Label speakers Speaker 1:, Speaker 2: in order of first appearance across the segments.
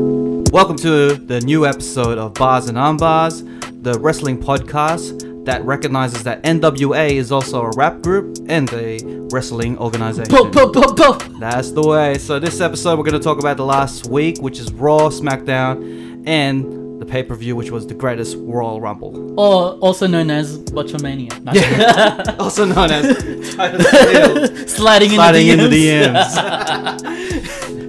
Speaker 1: Welcome to the new episode of Bars and Armbars, the wrestling podcast that recognizes that NWA is also a rap group and a wrestling organization.
Speaker 2: Pull, pull, pull, pull.
Speaker 1: That's the way. So this episode, we're going to talk about the last week, which is Raw, SmackDown, and the pay-per-view, which was the greatest Royal Rumble,
Speaker 2: Or also known as Botchamania. No,
Speaker 1: also known as Titus Field.
Speaker 2: sliding,
Speaker 1: sliding
Speaker 2: into
Speaker 1: into
Speaker 2: the
Speaker 1: the
Speaker 2: DMs.
Speaker 1: DMs.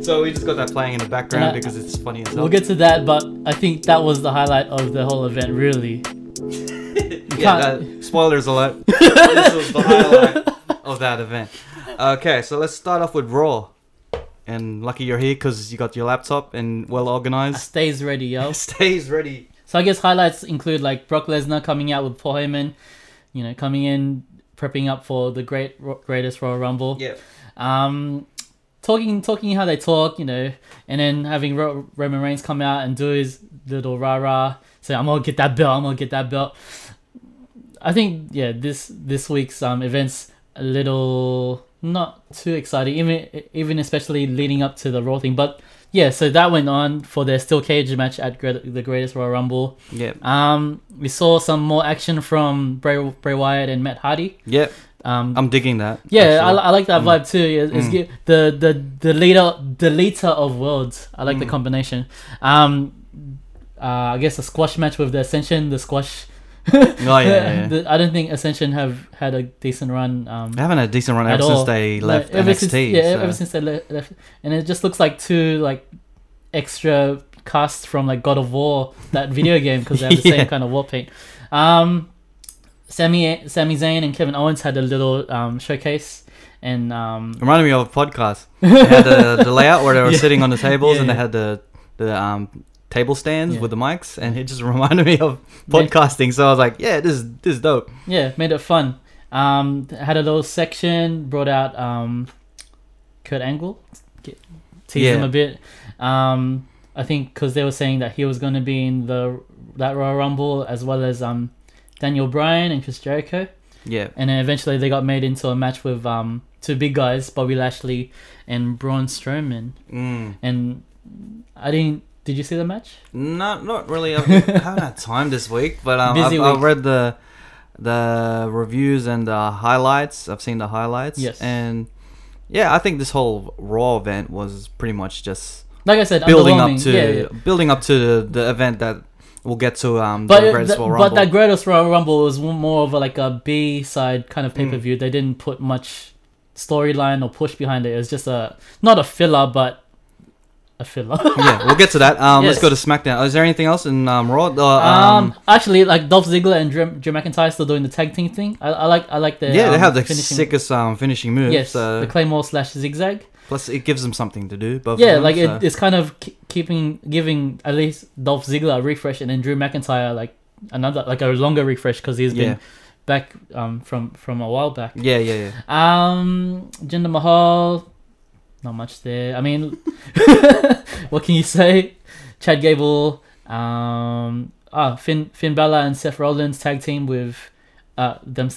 Speaker 1: so we just got that playing in the background
Speaker 2: And I-
Speaker 1: because it's funny as hell.
Speaker 2: We'll get to that, but I think that was the highlight of the whole event, really.
Speaker 1: yeah,
Speaker 2: can't-
Speaker 1: that- spoilers alert. this was the highlight of that event. Okay, so let's start off with Raw. And lucky you're here because you got your laptop and well organized.
Speaker 2: Stays ready, yo.
Speaker 1: Stays ready.
Speaker 2: So I guess highlights include like Brock Lesnar coming out with Paul Heyman, you know, coming in, prepping up for the great, greatest Royal Rumble.
Speaker 1: Yeah.
Speaker 2: um, talking talking how they talk, you know, and then having Ro- Roman Reigns come out and do his little rah rah, say I'm gonna get that belt, I'm gonna get that belt. I think yeah, this this week's um events a little not too exciting, even even especially leading up to the Raw thing, but. Yeah, so that went on for their steel cage match at Gre- the Greatest Royal Rumble.
Speaker 1: Yep.
Speaker 2: Um, we saw some more action from Bray, Bray Wyatt and Matt Hardy.
Speaker 1: Yep.
Speaker 2: Um,
Speaker 1: I'm digging that.
Speaker 2: yeah, I,
Speaker 1: actually. Mm.
Speaker 2: I like that vibe too. Yeah, It's gi- the the the leader the leader of worlds. I like the
Speaker 1: Mm.
Speaker 2: combination. Um, uh, I guess a squash match with the Ascension, the squash.
Speaker 1: Oh, yeah, yeah, yeah.
Speaker 2: The- I don't think Ascension have had a decent run. Um,
Speaker 1: They haven't had a decent run
Speaker 2: at
Speaker 1: ever
Speaker 2: all.
Speaker 1: since they
Speaker 2: Like,
Speaker 1: left
Speaker 2: ever
Speaker 1: NXT.
Speaker 2: Since, yeah,
Speaker 1: so-
Speaker 2: ever since they le- left, and it just looks like two like extra casts from like God of War that video game because they have the
Speaker 1: Yeah.
Speaker 2: same kind of war paint. Um, Sammy Sami Zayn and Kevin Owens had a little um, showcase, and um,
Speaker 1: Reminded me of a podcast. They had the, the layout where they were
Speaker 2: Yeah.
Speaker 1: sitting on the tables
Speaker 2: Yeah,
Speaker 1: and they
Speaker 2: yeah.
Speaker 1: had the the um, table stands
Speaker 2: Yeah.
Speaker 1: with the mics, and it just reminded me of
Speaker 2: They-
Speaker 1: podcasting. So I was like, yeah, this is this is dope.
Speaker 2: yeah, made it fun. Um, had a little section brought out um, Kurt Angle, get, tease
Speaker 1: Yeah.
Speaker 2: him a bit. Um, I think because they were saying that he was going to be in the that Royal Rumble as well as um, Daniel Bryan and Chris Jericho,
Speaker 1: Yeah,
Speaker 2: and then eventually they got made into a match with um, two big guys, Bobby Lashley and Braun Strowman.
Speaker 1: mm.
Speaker 2: And I didn't. Did you see the match?
Speaker 1: not not really. I've, I haven't had time this week, but um, I've,
Speaker 2: Busy
Speaker 1: I've
Speaker 2: week.
Speaker 1: read the the reviews and the highlights. I've seen the highlights.
Speaker 2: Yes.
Speaker 1: and yeah, I think this whole Raw event was pretty much just
Speaker 2: Like I said,
Speaker 1: building up
Speaker 2: underwhelming.
Speaker 1: to
Speaker 2: Yeah, yeah.
Speaker 1: building up to the, the event that we'll get to um
Speaker 2: But,
Speaker 1: the
Speaker 2: it-
Speaker 1: Greatest
Speaker 2: th-
Speaker 1: Royal
Speaker 2: but
Speaker 1: Rumble.
Speaker 2: that Greatest Royal Rumble was m- more of a, like a B side kind of
Speaker 1: Hmm.
Speaker 2: pay per view. They didn't put much storyline or push behind it. It was just a not a filler, but a filler.
Speaker 1: yeah, we'll get to that. Um, Let's
Speaker 2: Yes.
Speaker 1: go to SmackDown. Is there anything else in um, Raw? Uh, um,
Speaker 2: um, actually, like Dolph Ziggler and Drew, Drew McIntyre still doing the tag team thing. I, I like I like the
Speaker 1: yeah, they
Speaker 2: um,
Speaker 1: have the
Speaker 2: finishing-
Speaker 1: sickest um, finishing moves.
Speaker 2: yes
Speaker 1: so-
Speaker 2: the Claymore slash zigzag.
Speaker 1: plus, it gives them something to do. Both
Speaker 2: Yeah,
Speaker 1: of them,
Speaker 2: like
Speaker 1: so-
Speaker 2: it, it's kind of k- keeping giving at least Dolph Ziggler a refresh, and then Drew McIntyre like another like a longer refresh because he's
Speaker 1: Yeah.
Speaker 2: been back um from from a while back.
Speaker 1: yeah, yeah, yeah.
Speaker 2: Um, Jinder Mahal, not much there. I mean, what can you say? Chad Gable, um, ah, Finn Finn Balor and Seth Rollins tag team with, uh, them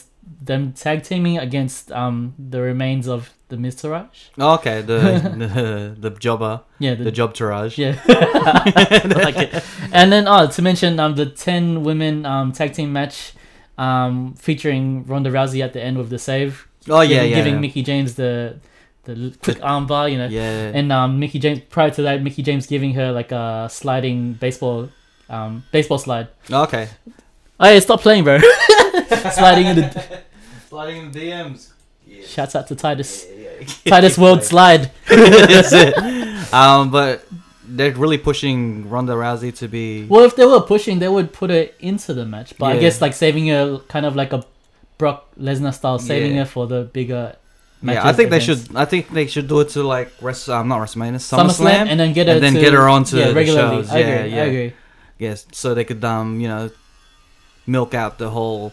Speaker 2: them tag teaming against um the remains of the Miz Taraj.
Speaker 1: Oh, okay, the, the the jobber,
Speaker 2: Yeah, the,
Speaker 1: the job tourage.
Speaker 2: yeah, I like it. And then oh, to mention um the ten women um tag team match, um featuring Ronda Rousey at the end with the save.
Speaker 1: Oh yeah,
Speaker 2: giving,
Speaker 1: yeah.
Speaker 2: giving
Speaker 1: yeah.
Speaker 2: Mickey James the the l- quick armbar, you know.
Speaker 1: yeah.
Speaker 2: And um, Mickey James prior to that, Mickey James giving her like a sliding baseball, um, baseball slide.
Speaker 1: okay.
Speaker 2: Oh yeah, stop playing, bro. sliding in the
Speaker 1: Sliding in the DMs. Yeah.
Speaker 2: shouts out to Titus.
Speaker 1: yeah.
Speaker 2: Titus World Slide.
Speaker 1: That's it. Um, but they're really pushing Ronda Rousey to be.
Speaker 2: Well, if they were pushing, they would put her into the match. But I
Speaker 1: Yeah.
Speaker 2: guess like saving her, kind of like a Brock Lesnar style, saving
Speaker 1: Yeah.
Speaker 2: her for the bigger.
Speaker 1: yeah, I
Speaker 2: matches
Speaker 1: think they
Speaker 2: against
Speaker 1: should. I think they should do it to like Wrest. Um, not WrestleMania.
Speaker 2: SummerSlam,
Speaker 1: SummerSlam.
Speaker 2: and then get her
Speaker 1: and then
Speaker 2: to,
Speaker 1: get her onto
Speaker 2: yeah
Speaker 1: the
Speaker 2: regularly.
Speaker 1: shows.
Speaker 2: I
Speaker 1: Yeah,
Speaker 2: agree.
Speaker 1: yeah.
Speaker 2: I agree.
Speaker 1: Yes, so they could um, you know, milk out the whole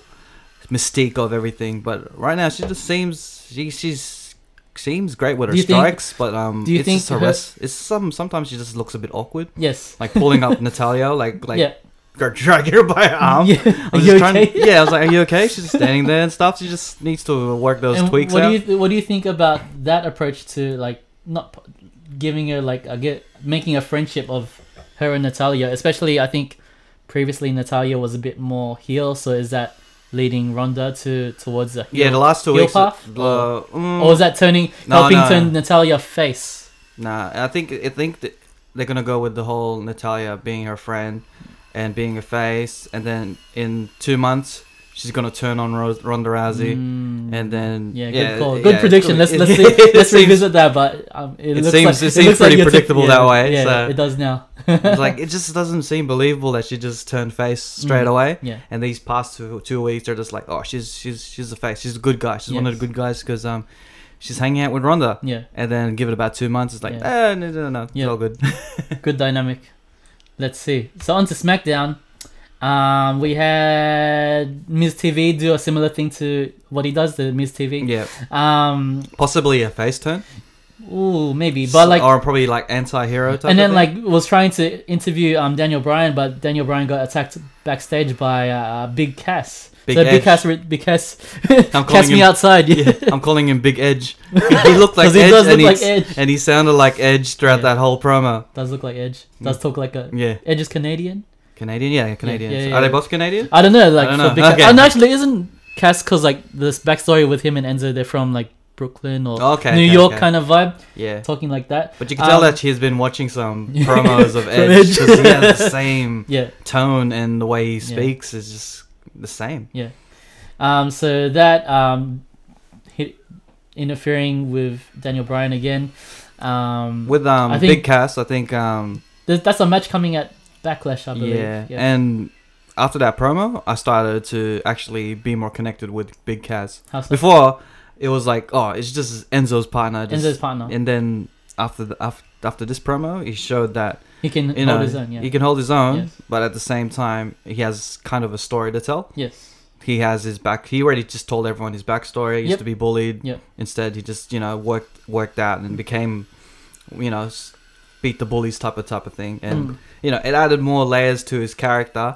Speaker 1: mystique of everything. But right now, she just seems she she's seems great with her
Speaker 2: Do you think-
Speaker 1: strikes, but um,
Speaker 2: do you
Speaker 1: it's
Speaker 2: think
Speaker 1: just her,
Speaker 2: her-
Speaker 1: rest. It's some sometimes she just looks a bit awkward,
Speaker 2: Yes.
Speaker 1: like pulling up Natalia, like like
Speaker 2: yeah.
Speaker 1: gra- drag her by her arm.
Speaker 2: yeah.
Speaker 1: I
Speaker 2: Are
Speaker 1: was
Speaker 2: you
Speaker 1: just
Speaker 2: okay?
Speaker 1: trying- yeah, I was like, "Are you okay?" She's standing there and stuff. She just needs to work those
Speaker 2: And
Speaker 1: tweaks
Speaker 2: what
Speaker 1: out.
Speaker 2: do you th- what do you think about that approach to like not p- giving her like a get making a friendship of her and Natalia, especially I think previously Natalia was a bit more heel. So is that leading Ronda to towards the heel,
Speaker 1: Yeah, the last two
Speaker 2: heel Oh.
Speaker 1: weeks.
Speaker 2: path?
Speaker 1: uh,
Speaker 2: or,
Speaker 1: mm,
Speaker 2: or is that turning
Speaker 1: No,
Speaker 2: helping
Speaker 1: no.
Speaker 2: turn Natalia face?
Speaker 1: Nah, I think I think th- they're gonna go with the whole Natalia being her friend and being a face, and then in two months she's gonna turn on Ro- Ronda Rousey,
Speaker 2: Mm.
Speaker 1: and then
Speaker 2: Yeah,
Speaker 1: yeah,
Speaker 2: good call.
Speaker 1: yeah,
Speaker 2: Good
Speaker 1: it's
Speaker 2: prediction.
Speaker 1: gonna-
Speaker 2: Let's
Speaker 1: it-
Speaker 2: let's see,
Speaker 1: it
Speaker 2: let's
Speaker 1: seems-
Speaker 2: revisit that, but um, it,
Speaker 1: It
Speaker 2: looks
Speaker 1: seems-
Speaker 2: like
Speaker 1: it seems
Speaker 2: looks like
Speaker 1: pretty
Speaker 2: you're tip-
Speaker 1: predictable
Speaker 2: yeah,
Speaker 1: that way,
Speaker 2: Yeah,
Speaker 1: so-
Speaker 2: it does now.
Speaker 1: it's like it just doesn't seem believable that she just turned face straight
Speaker 2: Mm.
Speaker 1: away.
Speaker 2: Yeah,
Speaker 1: And these past two two weeks, they're just like, oh, she's she's she's a face. She's a good guy. She's one of the
Speaker 2: Yes.
Speaker 1: good guys because um, she's hanging out with Ronda.
Speaker 2: yeah.
Speaker 1: And then give it about two months, it's like,
Speaker 2: Yeah.
Speaker 1: eh, no, no, no, it's
Speaker 2: Yeah.
Speaker 1: all good.
Speaker 2: Good dynamic. Let's see. So on to SmackDown. Um, we had Miz TV do a similar thing to what he does, the Miz TV.
Speaker 1: yeah,
Speaker 2: Um,
Speaker 1: possibly a face turn,
Speaker 2: ooh, maybe, but like,
Speaker 1: or probably like anti-hero type.
Speaker 2: and then
Speaker 1: of thing.
Speaker 2: like was trying to interview um Daniel Bryan, but Daniel Bryan got attacked backstage by uh, Big Cass.
Speaker 1: Big
Speaker 2: so Big
Speaker 1: Edge.
Speaker 2: Cass, re- Big Cass,
Speaker 1: I'm
Speaker 2: Cass
Speaker 1: calling
Speaker 2: me
Speaker 1: him.
Speaker 2: outside. Yeah.
Speaker 1: yeah, I'm calling him Big Edge. He looked like
Speaker 2: Because he
Speaker 1: Edge,
Speaker 2: does
Speaker 1: and,
Speaker 2: look like
Speaker 1: he,
Speaker 2: Edge.
Speaker 1: and he sounded like Edge throughout
Speaker 2: Yeah.
Speaker 1: that whole promo.
Speaker 2: Does look like Edge.
Speaker 1: Mm.
Speaker 2: Does talk like a
Speaker 1: Yeah,
Speaker 2: Edge is Canadian.
Speaker 1: Canadian. Yeah, Canadian.
Speaker 2: yeah,
Speaker 1: Are
Speaker 2: yeah.
Speaker 1: they both Canadian?
Speaker 2: I don't know. Like,
Speaker 1: I don't
Speaker 2: for
Speaker 1: know.
Speaker 2: Big Cass-
Speaker 1: Okay.
Speaker 2: oh, no, actually, isn't Cass because like this backstory with him and Enzo? They're from like Brooklyn or
Speaker 1: Oh, Okay,
Speaker 2: New
Speaker 1: okay,
Speaker 2: York
Speaker 1: okay.
Speaker 2: kind of vibe,
Speaker 1: Yeah,
Speaker 2: talking like that.
Speaker 1: but you can tell
Speaker 2: Um,
Speaker 1: that he's been watching some promos of
Speaker 2: From
Speaker 1: Edge
Speaker 2: Edge.
Speaker 1: because he has the same
Speaker 2: Yeah.
Speaker 1: tone and the way he
Speaker 2: Yeah.
Speaker 1: speaks is just the same.
Speaker 2: Um. So that um, hit interfering with Daniel Bryan again. Um.
Speaker 1: With
Speaker 2: I
Speaker 1: um
Speaker 2: think-
Speaker 1: big cast, I think um
Speaker 2: th- that's a match coming at Backlash, I believe.
Speaker 1: yeah. and after that promo, I started to actually be more connected with Big Cass.
Speaker 2: How so?
Speaker 1: Before it was like, oh, it's just Enzo's partner. Just,
Speaker 2: Enzo's partner.
Speaker 1: and then after the after, after this promo, he showed that
Speaker 2: he can
Speaker 1: you
Speaker 2: hold
Speaker 1: know
Speaker 2: his own. Yeah.
Speaker 1: he can hold his own,
Speaker 2: Yes.
Speaker 1: but at the same time, he has kind of a story to tell.
Speaker 2: yes.
Speaker 1: He has his back. He already just told everyone his backstory. He
Speaker 2: Yep.
Speaker 1: used to be bullied.
Speaker 2: Yep.
Speaker 1: Instead, he just you know worked worked out and became, you know, s- beat the bullies type of type of thing. And
Speaker 2: Mm.
Speaker 1: you know, it added more layers to his character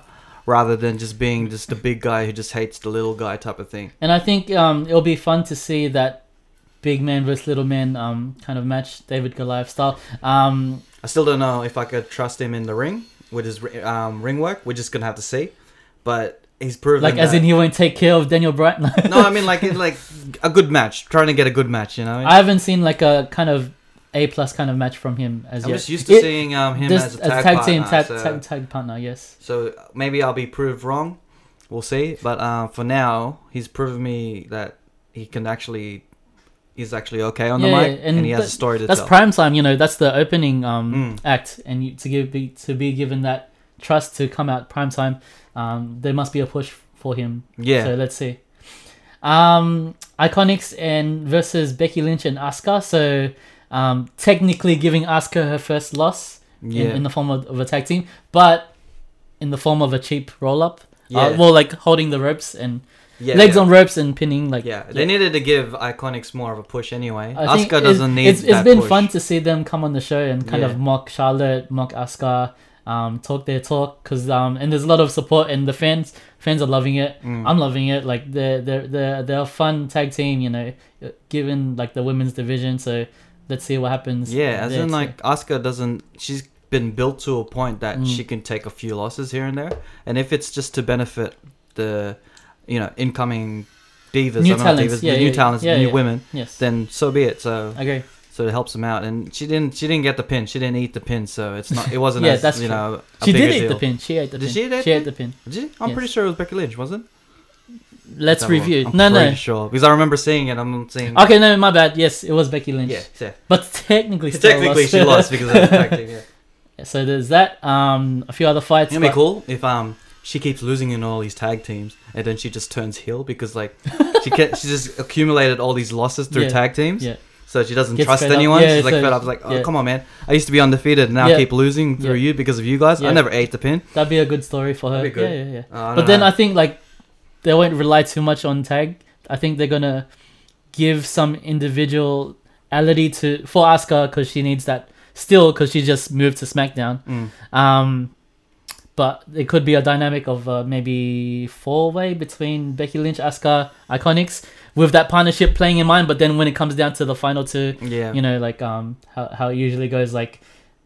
Speaker 1: rather than just being just the big guy who just hates the little guy type of thing.
Speaker 2: And I think um, it'll be fun to see that big man versus little man um, kind of match, David Goliath style. Um,
Speaker 1: I still don't know if I could trust him in the ring with his ri- um, ring work. We're just gonna have to see. But he's proven
Speaker 2: like, as
Speaker 1: that-
Speaker 2: in he won't take care of Daniel Bryan.
Speaker 1: no, I mean like it- like a good match. Trying to get a good match, you know.
Speaker 2: I haven't seen like a kind of A plus kind of match from him as
Speaker 1: I'm
Speaker 2: yet.
Speaker 1: just used to
Speaker 2: It-
Speaker 1: seeing um, him as
Speaker 2: just
Speaker 1: a tag, partner,
Speaker 2: team, tag,
Speaker 1: so-
Speaker 2: tag, tag partner. Yes.
Speaker 1: So maybe I'll be proved wrong. We'll see. But um, for now, he's proven me that he can actually, he's actually okay on
Speaker 2: Yeah,
Speaker 1: the mic,
Speaker 2: yeah, and
Speaker 1: and, he has
Speaker 2: that-
Speaker 1: a story to
Speaker 2: That's
Speaker 1: tell.
Speaker 2: prime time. You know, that's the opening um,
Speaker 1: Mm.
Speaker 2: act, and you, to give be, to be given that trust to come out prime time, um, there must be a push for him.
Speaker 1: yeah,
Speaker 2: So let's see. Um, Iconics and versus Becky Lynch and Asuka. So um, technically giving Asuka her first loss
Speaker 1: yeah,
Speaker 2: in, in the form of, of a tag team, but in the form of a cheap roll up.
Speaker 1: yeah,
Speaker 2: Uh, well, like holding the ropes and
Speaker 1: yeah,
Speaker 2: legs
Speaker 1: yeah.
Speaker 2: on ropes and pinning. Like
Speaker 1: Yeah, they needed to give Iconics more of a push anyway.
Speaker 2: I think
Speaker 1: Asuka
Speaker 2: it-
Speaker 1: doesn't need
Speaker 2: It's,
Speaker 1: that
Speaker 2: it's been
Speaker 1: push.
Speaker 2: fun to see them come on the show and kind
Speaker 1: Yeah.
Speaker 2: of mock Charlotte, mock Asuka, um, talk their talk. Cause um, and there's a lot of support and the fans fans are loving it.
Speaker 1: Mm.
Speaker 2: I'm loving it. Like they're they're they're they're a fun tag team, you know, given like the women's division. So let's see what happens.
Speaker 1: Yeah, as
Speaker 2: there,
Speaker 1: in
Speaker 2: too.
Speaker 1: like Asuka doesn't. She's been built to a point that
Speaker 2: Mm.
Speaker 1: she can take a few losses here and there, and if it's just to benefit the, you know, incoming divas,
Speaker 2: New
Speaker 1: I mean, not
Speaker 2: talents,
Speaker 1: divas,
Speaker 2: yeah,
Speaker 1: the new
Speaker 2: yeah,
Speaker 1: talents,
Speaker 2: yeah,
Speaker 1: the new
Speaker 2: yeah.
Speaker 1: women,
Speaker 2: yes,
Speaker 1: then so be it. So
Speaker 2: I agree.
Speaker 1: so it helps them out, and she didn't. She didn't get the pin. She didn't eat the pin, so it's not. It wasn't.
Speaker 2: Yeah,
Speaker 1: as,
Speaker 2: that's
Speaker 1: you
Speaker 2: true.
Speaker 1: know. a
Speaker 2: She
Speaker 1: big
Speaker 2: did
Speaker 1: a
Speaker 2: eat the
Speaker 1: deal.
Speaker 2: pin. She ate the
Speaker 1: Did
Speaker 2: pin.
Speaker 1: she eat that
Speaker 2: She ate
Speaker 1: pin?
Speaker 2: the pin.
Speaker 1: Did she? I'm
Speaker 2: Yes.
Speaker 1: pretty sure it was Becky Lynch, wasn't? it?
Speaker 2: Let's
Speaker 1: Double-
Speaker 2: review.
Speaker 1: I'm
Speaker 2: No,
Speaker 1: pretty
Speaker 2: no.
Speaker 1: sure because I remember seeing it. I'm seeing.
Speaker 2: Okay, no, my bad. Yes, it was Becky Lynch.
Speaker 1: Yeah, yeah.
Speaker 2: But technically, still
Speaker 1: Technically, she lost because of the tag team. Yeah.
Speaker 2: So there's that. Um, a few other fights.
Speaker 1: It'd be
Speaker 2: but-
Speaker 1: cool if um she keeps losing in all these tag teams, and then she just turns heel because like she can, she just accumulated all these losses through
Speaker 2: Yeah,
Speaker 1: tag teams.
Speaker 2: yeah.
Speaker 1: So she doesn't
Speaker 2: Gets
Speaker 1: trust
Speaker 2: fed up.
Speaker 1: anyone.
Speaker 2: Yeah,
Speaker 1: She's like
Speaker 2: so-
Speaker 1: fed up. Like, oh
Speaker 2: yeah.
Speaker 1: come on, man! I used to be undefeated, and now
Speaker 2: Yeah.
Speaker 1: I keep losing through
Speaker 2: Yeah.
Speaker 1: you because of you guys.
Speaker 2: Yeah.
Speaker 1: I never ate the pin.
Speaker 2: That'd be a good story for her.
Speaker 1: That'd be good.
Speaker 2: Yeah, yeah, yeah.
Speaker 1: Uh, I
Speaker 2: But
Speaker 1: don't
Speaker 2: then
Speaker 1: know.
Speaker 2: I think like they won't rely too much on tag. I think they're gonna give some individuality to for Asuka because she needs that still because she just moved to SmackDown.
Speaker 1: Mm.
Speaker 2: Um, but it could be a dynamic of uh, maybe four way between Becky Lynch, Asuka, Iconics with that partnership playing in mind. But then when it comes down to the final two,
Speaker 1: yeah,
Speaker 2: you know, like um, how, how it usually goes, like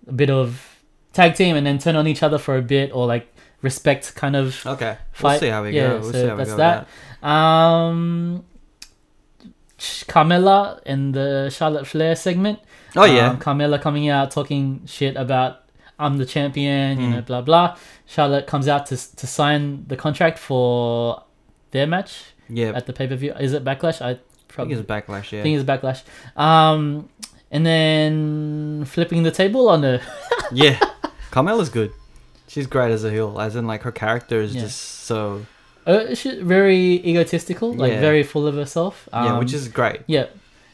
Speaker 2: a bit of tag team and then turn on each other for a bit or like respect kind of
Speaker 1: Okay. We'll
Speaker 2: Fight-
Speaker 1: see how we
Speaker 2: yeah,
Speaker 1: go. We'll
Speaker 2: so
Speaker 1: see how we
Speaker 2: that's
Speaker 1: go. with
Speaker 2: that. Um, Sh- Carmella and the Charlotte Flair segment.
Speaker 1: that. Oh yeah.
Speaker 2: um, Carmella coming out talking shit about I'm the champion, you know,
Speaker 1: Mm.
Speaker 2: blah blah. Charlotte comes out to s- to sign the contract for their match
Speaker 1: yeah. I
Speaker 2: at the pay per view. Is it Backlash? I
Speaker 1: think
Speaker 2: probably
Speaker 1: it's backlash. Yeah.
Speaker 2: think it's Backlash. Um, and then flipping the table on her.
Speaker 1: yeah. Carmella's good. She's great as a heel. As in, like her character is
Speaker 2: Yeah.
Speaker 1: just so
Speaker 2: Uh, she's very egotistical, like
Speaker 1: Yeah.
Speaker 2: very full of herself. Um,
Speaker 1: yeah, which is great.
Speaker 2: yeah.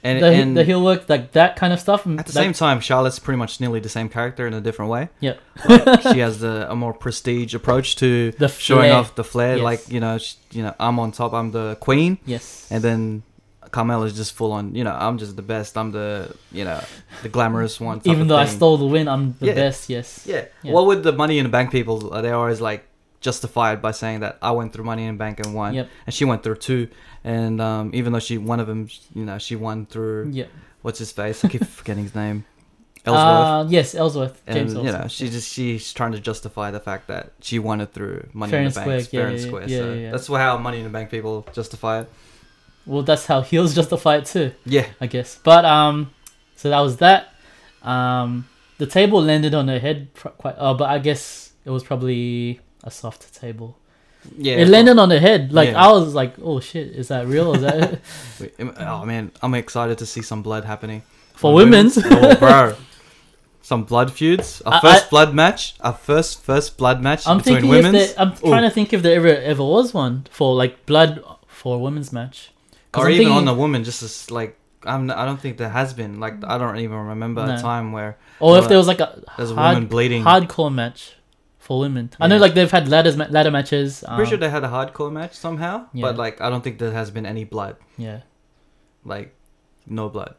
Speaker 1: And
Speaker 2: the,
Speaker 1: and
Speaker 2: the heel work, like that kind of stuff.
Speaker 1: at the
Speaker 2: that-
Speaker 1: same time, Charlotte's pretty much nearly the same character in a different way.
Speaker 2: Yep.
Speaker 1: Like, she has the, a more prestige approach to
Speaker 2: the
Speaker 1: showing
Speaker 2: flair.
Speaker 1: off the flair.
Speaker 2: Yes.
Speaker 1: Like you know, sh you know, I'm on top. I'm the queen.
Speaker 2: Yes.
Speaker 1: And then Carmella's just full on. You know, I'm just the best. I'm the you know the glamorous one. type
Speaker 2: even
Speaker 1: of
Speaker 2: though I
Speaker 1: thing.
Speaker 2: stole the win, I'm the
Speaker 1: Yeah.
Speaker 2: best. Yes.
Speaker 1: Yeah.
Speaker 2: Yeah.
Speaker 1: What would the Money in the Bank people? Are they always like justified by saying that I went through Money in the Bank and won,
Speaker 2: Yep.
Speaker 1: and she went through two, and um, even though she one of them, you know, she won through
Speaker 2: Yeah.
Speaker 1: what's his face? I keep forgetting his name, Ellsworth.
Speaker 2: Uh, yes, Ellsworth.
Speaker 1: and
Speaker 2: James
Speaker 1: you know,
Speaker 2: Ellsworth.
Speaker 1: she just she's trying to justify the fact that she won it through Money
Speaker 2: Fair
Speaker 1: in the
Speaker 2: and
Speaker 1: Bank,
Speaker 2: square,
Speaker 1: it's fair
Speaker 2: yeah,
Speaker 1: and
Speaker 2: yeah,
Speaker 1: square.
Speaker 2: yeah,
Speaker 1: so
Speaker 2: yeah, yeah.
Speaker 1: that's how Money in the Bank people justify it.
Speaker 2: Well, that's how heels justify it too,
Speaker 1: Yeah.
Speaker 2: I guess. But um, so that was that. Um, the table landed on her head pr- quite. Oh, but I guess it was probably a soft table.
Speaker 1: Yeah.
Speaker 2: it
Speaker 1: it's
Speaker 2: landed on her head. Like
Speaker 1: Yeah.
Speaker 2: I was like, oh shit, is that real? Is that
Speaker 1: not- Oh man, I'm excited to see some blood happening.
Speaker 2: for
Speaker 1: On
Speaker 2: women's?
Speaker 1: oh, bro. Some blood feuds. Our
Speaker 2: I-
Speaker 1: first blood match. Our first first blood match
Speaker 2: I'm
Speaker 1: between
Speaker 2: thinking
Speaker 1: women's. Oh.
Speaker 2: if there, I'm trying to think if there ever ever was one for like blood for a women's match. 'Cause
Speaker 1: or
Speaker 2: I'm
Speaker 1: even on
Speaker 2: thinking-
Speaker 1: a woman, just as like I'm, I don't think there has been. Like I don't even remember
Speaker 2: No.
Speaker 1: a time where
Speaker 2: Or if
Speaker 1: Well,
Speaker 2: there was like a
Speaker 1: there's a
Speaker 2: hard-
Speaker 1: woman bleeding.
Speaker 2: hardcore match for women. I know
Speaker 1: Yeah.
Speaker 2: like they've had ladders ma- ladder matches. Um,
Speaker 1: Pretty sure they had a hardcore match somehow,
Speaker 2: Yeah.
Speaker 1: but like I don't think there has been any blood.
Speaker 2: yeah,
Speaker 1: Like no blood.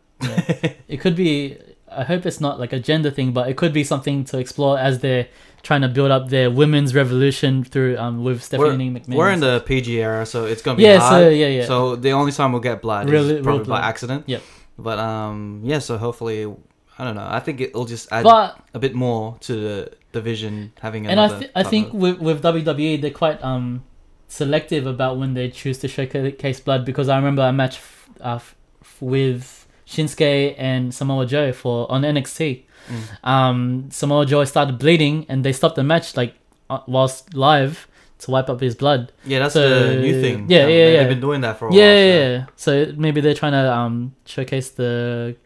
Speaker 2: it could be. I hope it's not like a gender thing, but it could be something to explore as they're trying to build up their women's revolution through um with Stephanie McMahon.
Speaker 1: We're in the PG era, so it's gonna be
Speaker 2: yeah, so
Speaker 1: hard.
Speaker 2: yeah, yeah.
Speaker 1: So the only time we'll get blood
Speaker 2: Real-
Speaker 1: is
Speaker 2: real
Speaker 1: probably
Speaker 2: blood.
Speaker 1: by accident.
Speaker 2: Yep.
Speaker 1: But um, yeah. So hopefully, I don't know. I think it'll just add
Speaker 2: but
Speaker 1: a bit more to the division having
Speaker 2: and I
Speaker 1: another.
Speaker 2: th- I
Speaker 1: type
Speaker 2: think
Speaker 1: of-
Speaker 2: with with WWE they're quite um selective about when they choose to showcase blood because I remember a match f- uh, f- with Shinsuke and Samoa Joe for on NXT.
Speaker 1: Mm.
Speaker 2: um, Samoa Joe started bleeding, and they stopped the match like uh, whilst live to wipe up his blood.
Speaker 1: yeah, that's
Speaker 2: so-
Speaker 1: the new thing. Um,
Speaker 2: yeah, yeah, yeah.
Speaker 1: They've been doing that for a
Speaker 2: yeah,
Speaker 1: while.
Speaker 2: yeah,
Speaker 1: so-
Speaker 2: yeah. So maybe they're trying to um, showcase the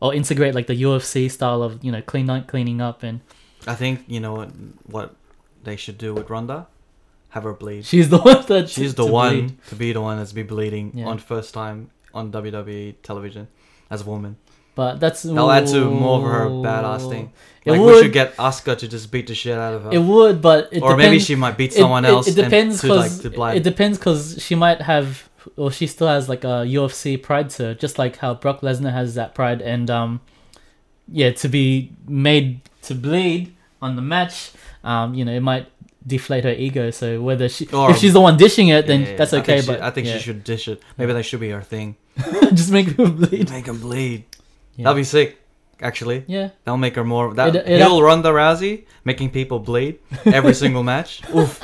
Speaker 2: or integrate like the UFC style of you know clean cleaning up, and
Speaker 1: I think you know what what they should do with Ronda, have her bleed.
Speaker 2: she's the one that
Speaker 1: She's the
Speaker 2: to
Speaker 1: one
Speaker 2: bleed.
Speaker 1: to be the one that's be bleeding
Speaker 2: Yeah.
Speaker 1: on first time on WWE television as a woman.
Speaker 2: But that's
Speaker 1: They'll add to more of her badass thing.
Speaker 2: It
Speaker 1: Like we
Speaker 2: would-
Speaker 1: should get Asuka to just beat the shit out of her.
Speaker 2: It would, but it
Speaker 1: or
Speaker 2: depends.
Speaker 1: maybe she might beat
Speaker 2: it-
Speaker 1: someone
Speaker 2: it-
Speaker 1: else.
Speaker 2: It,
Speaker 1: and
Speaker 2: depends
Speaker 1: to, like,
Speaker 2: because
Speaker 1: to blood.
Speaker 2: it depends because she might have or she still has like a UFC pride to her, just like how Brock Lesnar has that pride and um yeah to be made to bleed on the match um you know it might deflate her ego so whether she
Speaker 1: Or-
Speaker 2: if she's the one dishing it
Speaker 1: Yeah,
Speaker 2: then
Speaker 1: yeah, yeah.
Speaker 2: that's
Speaker 1: I
Speaker 2: okay
Speaker 1: think she-
Speaker 2: but
Speaker 1: I think
Speaker 2: yeah.
Speaker 1: she should dish it. Maybe that should be her thing.
Speaker 2: just make her bleed
Speaker 1: Make him bleed.
Speaker 2: yeah.
Speaker 1: That'll be sick. Actually,
Speaker 2: yeah
Speaker 1: that'll make her more. That
Speaker 2: It- it-
Speaker 1: he'll Ronda Rousey making people bleed every single match. Oof.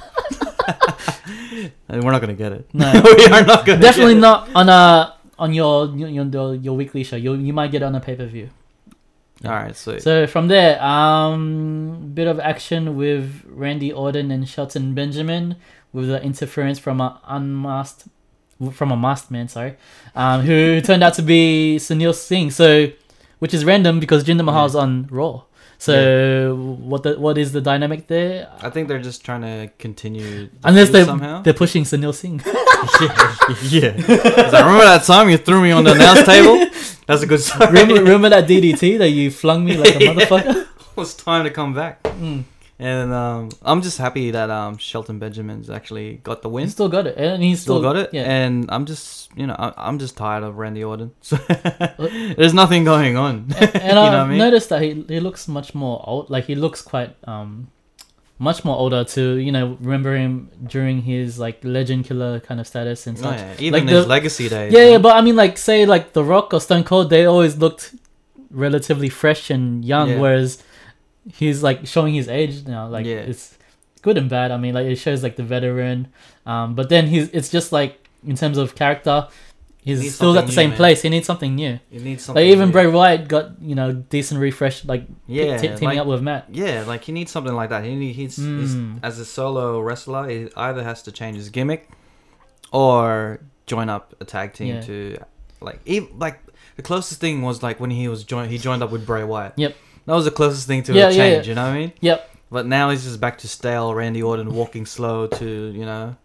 Speaker 1: and we're not gonna get it.
Speaker 2: no
Speaker 1: we are not gonna.
Speaker 2: definitely
Speaker 1: get
Speaker 2: not on a on your your your weekly show you you might get it on a pay per view
Speaker 1: It. All right, sweet.
Speaker 2: So from there, um, bit of action with Randy Orton and Shelton Benjamin with the interference from a unmasked, from a masked man, sorry, um, who turned out to be Sunil Singh. So, which is random because Jinder Mahal's on Raw. So what the what is the dynamic there?
Speaker 1: I think they're just trying to continue. the
Speaker 2: Unless
Speaker 1: feud
Speaker 2: they
Speaker 1: somehow.
Speaker 2: they're pushing Sunil Singh.
Speaker 1: yeah. yeah. 'Cause I remember that time you threw me on the announce table. That's a good story.
Speaker 2: remember, remember that DDT that you flung me like a
Speaker 1: Yeah.
Speaker 2: motherfucker.
Speaker 1: it was time to come back.
Speaker 2: Mm.
Speaker 1: And um, I'm just happy that um, Shelton Benjamin's actually got the
Speaker 2: He
Speaker 1: win.
Speaker 2: still got it, and he
Speaker 1: Still
Speaker 2: still,
Speaker 1: got it.
Speaker 2: Yeah,
Speaker 1: And I'm just, you know, I- I'm just tired of Randy Orton. So There's nothing going on. You
Speaker 2: and I've
Speaker 1: know what I mean?
Speaker 2: noticed that he, he looks much more old. Like he looks quite um, much more older to you know remember him during his like legend killer kind of status and
Speaker 1: Oh,
Speaker 2: stuff.
Speaker 1: yeah. Even
Speaker 2: Like
Speaker 1: his
Speaker 2: the-
Speaker 1: legacy days.
Speaker 2: yeah,
Speaker 1: man.
Speaker 2: yeah, but I mean like say like The Rock or Stone Cold, they always looked relatively fresh and young,
Speaker 1: Yeah.
Speaker 2: whereas he's like showing his age now. Like
Speaker 1: Yeah.
Speaker 2: it's good and bad. I mean, like it shows like the veteran, um, but then he's it's just like in terms of character, he's
Speaker 1: Needs
Speaker 2: still
Speaker 1: something
Speaker 2: at the
Speaker 1: new,
Speaker 2: same
Speaker 1: man.
Speaker 2: place. He needs something new.
Speaker 1: You need something.
Speaker 2: Like even
Speaker 1: new.
Speaker 2: Bray Wyatt got you know decent refresh like
Speaker 1: Yeah,
Speaker 2: te- teaming
Speaker 1: like-
Speaker 2: up with Matt.
Speaker 1: Yeah, like he needs something like that. He need, he's,
Speaker 2: Mm.
Speaker 1: he's as a solo wrestler, he either has to change his gimmick or join up a tag team
Speaker 2: Yeah.
Speaker 1: to like even, like the closest thing was like when he was joined he joined up with Bray Wyatt.
Speaker 2: Yep.
Speaker 1: That was the closest thing to
Speaker 2: Yeah,
Speaker 1: a
Speaker 2: yeah,
Speaker 1: change,
Speaker 2: yeah.
Speaker 1: you know what I mean?
Speaker 2: Yep.
Speaker 1: But now he's just back to stale Randy Orton walking slow to, you know,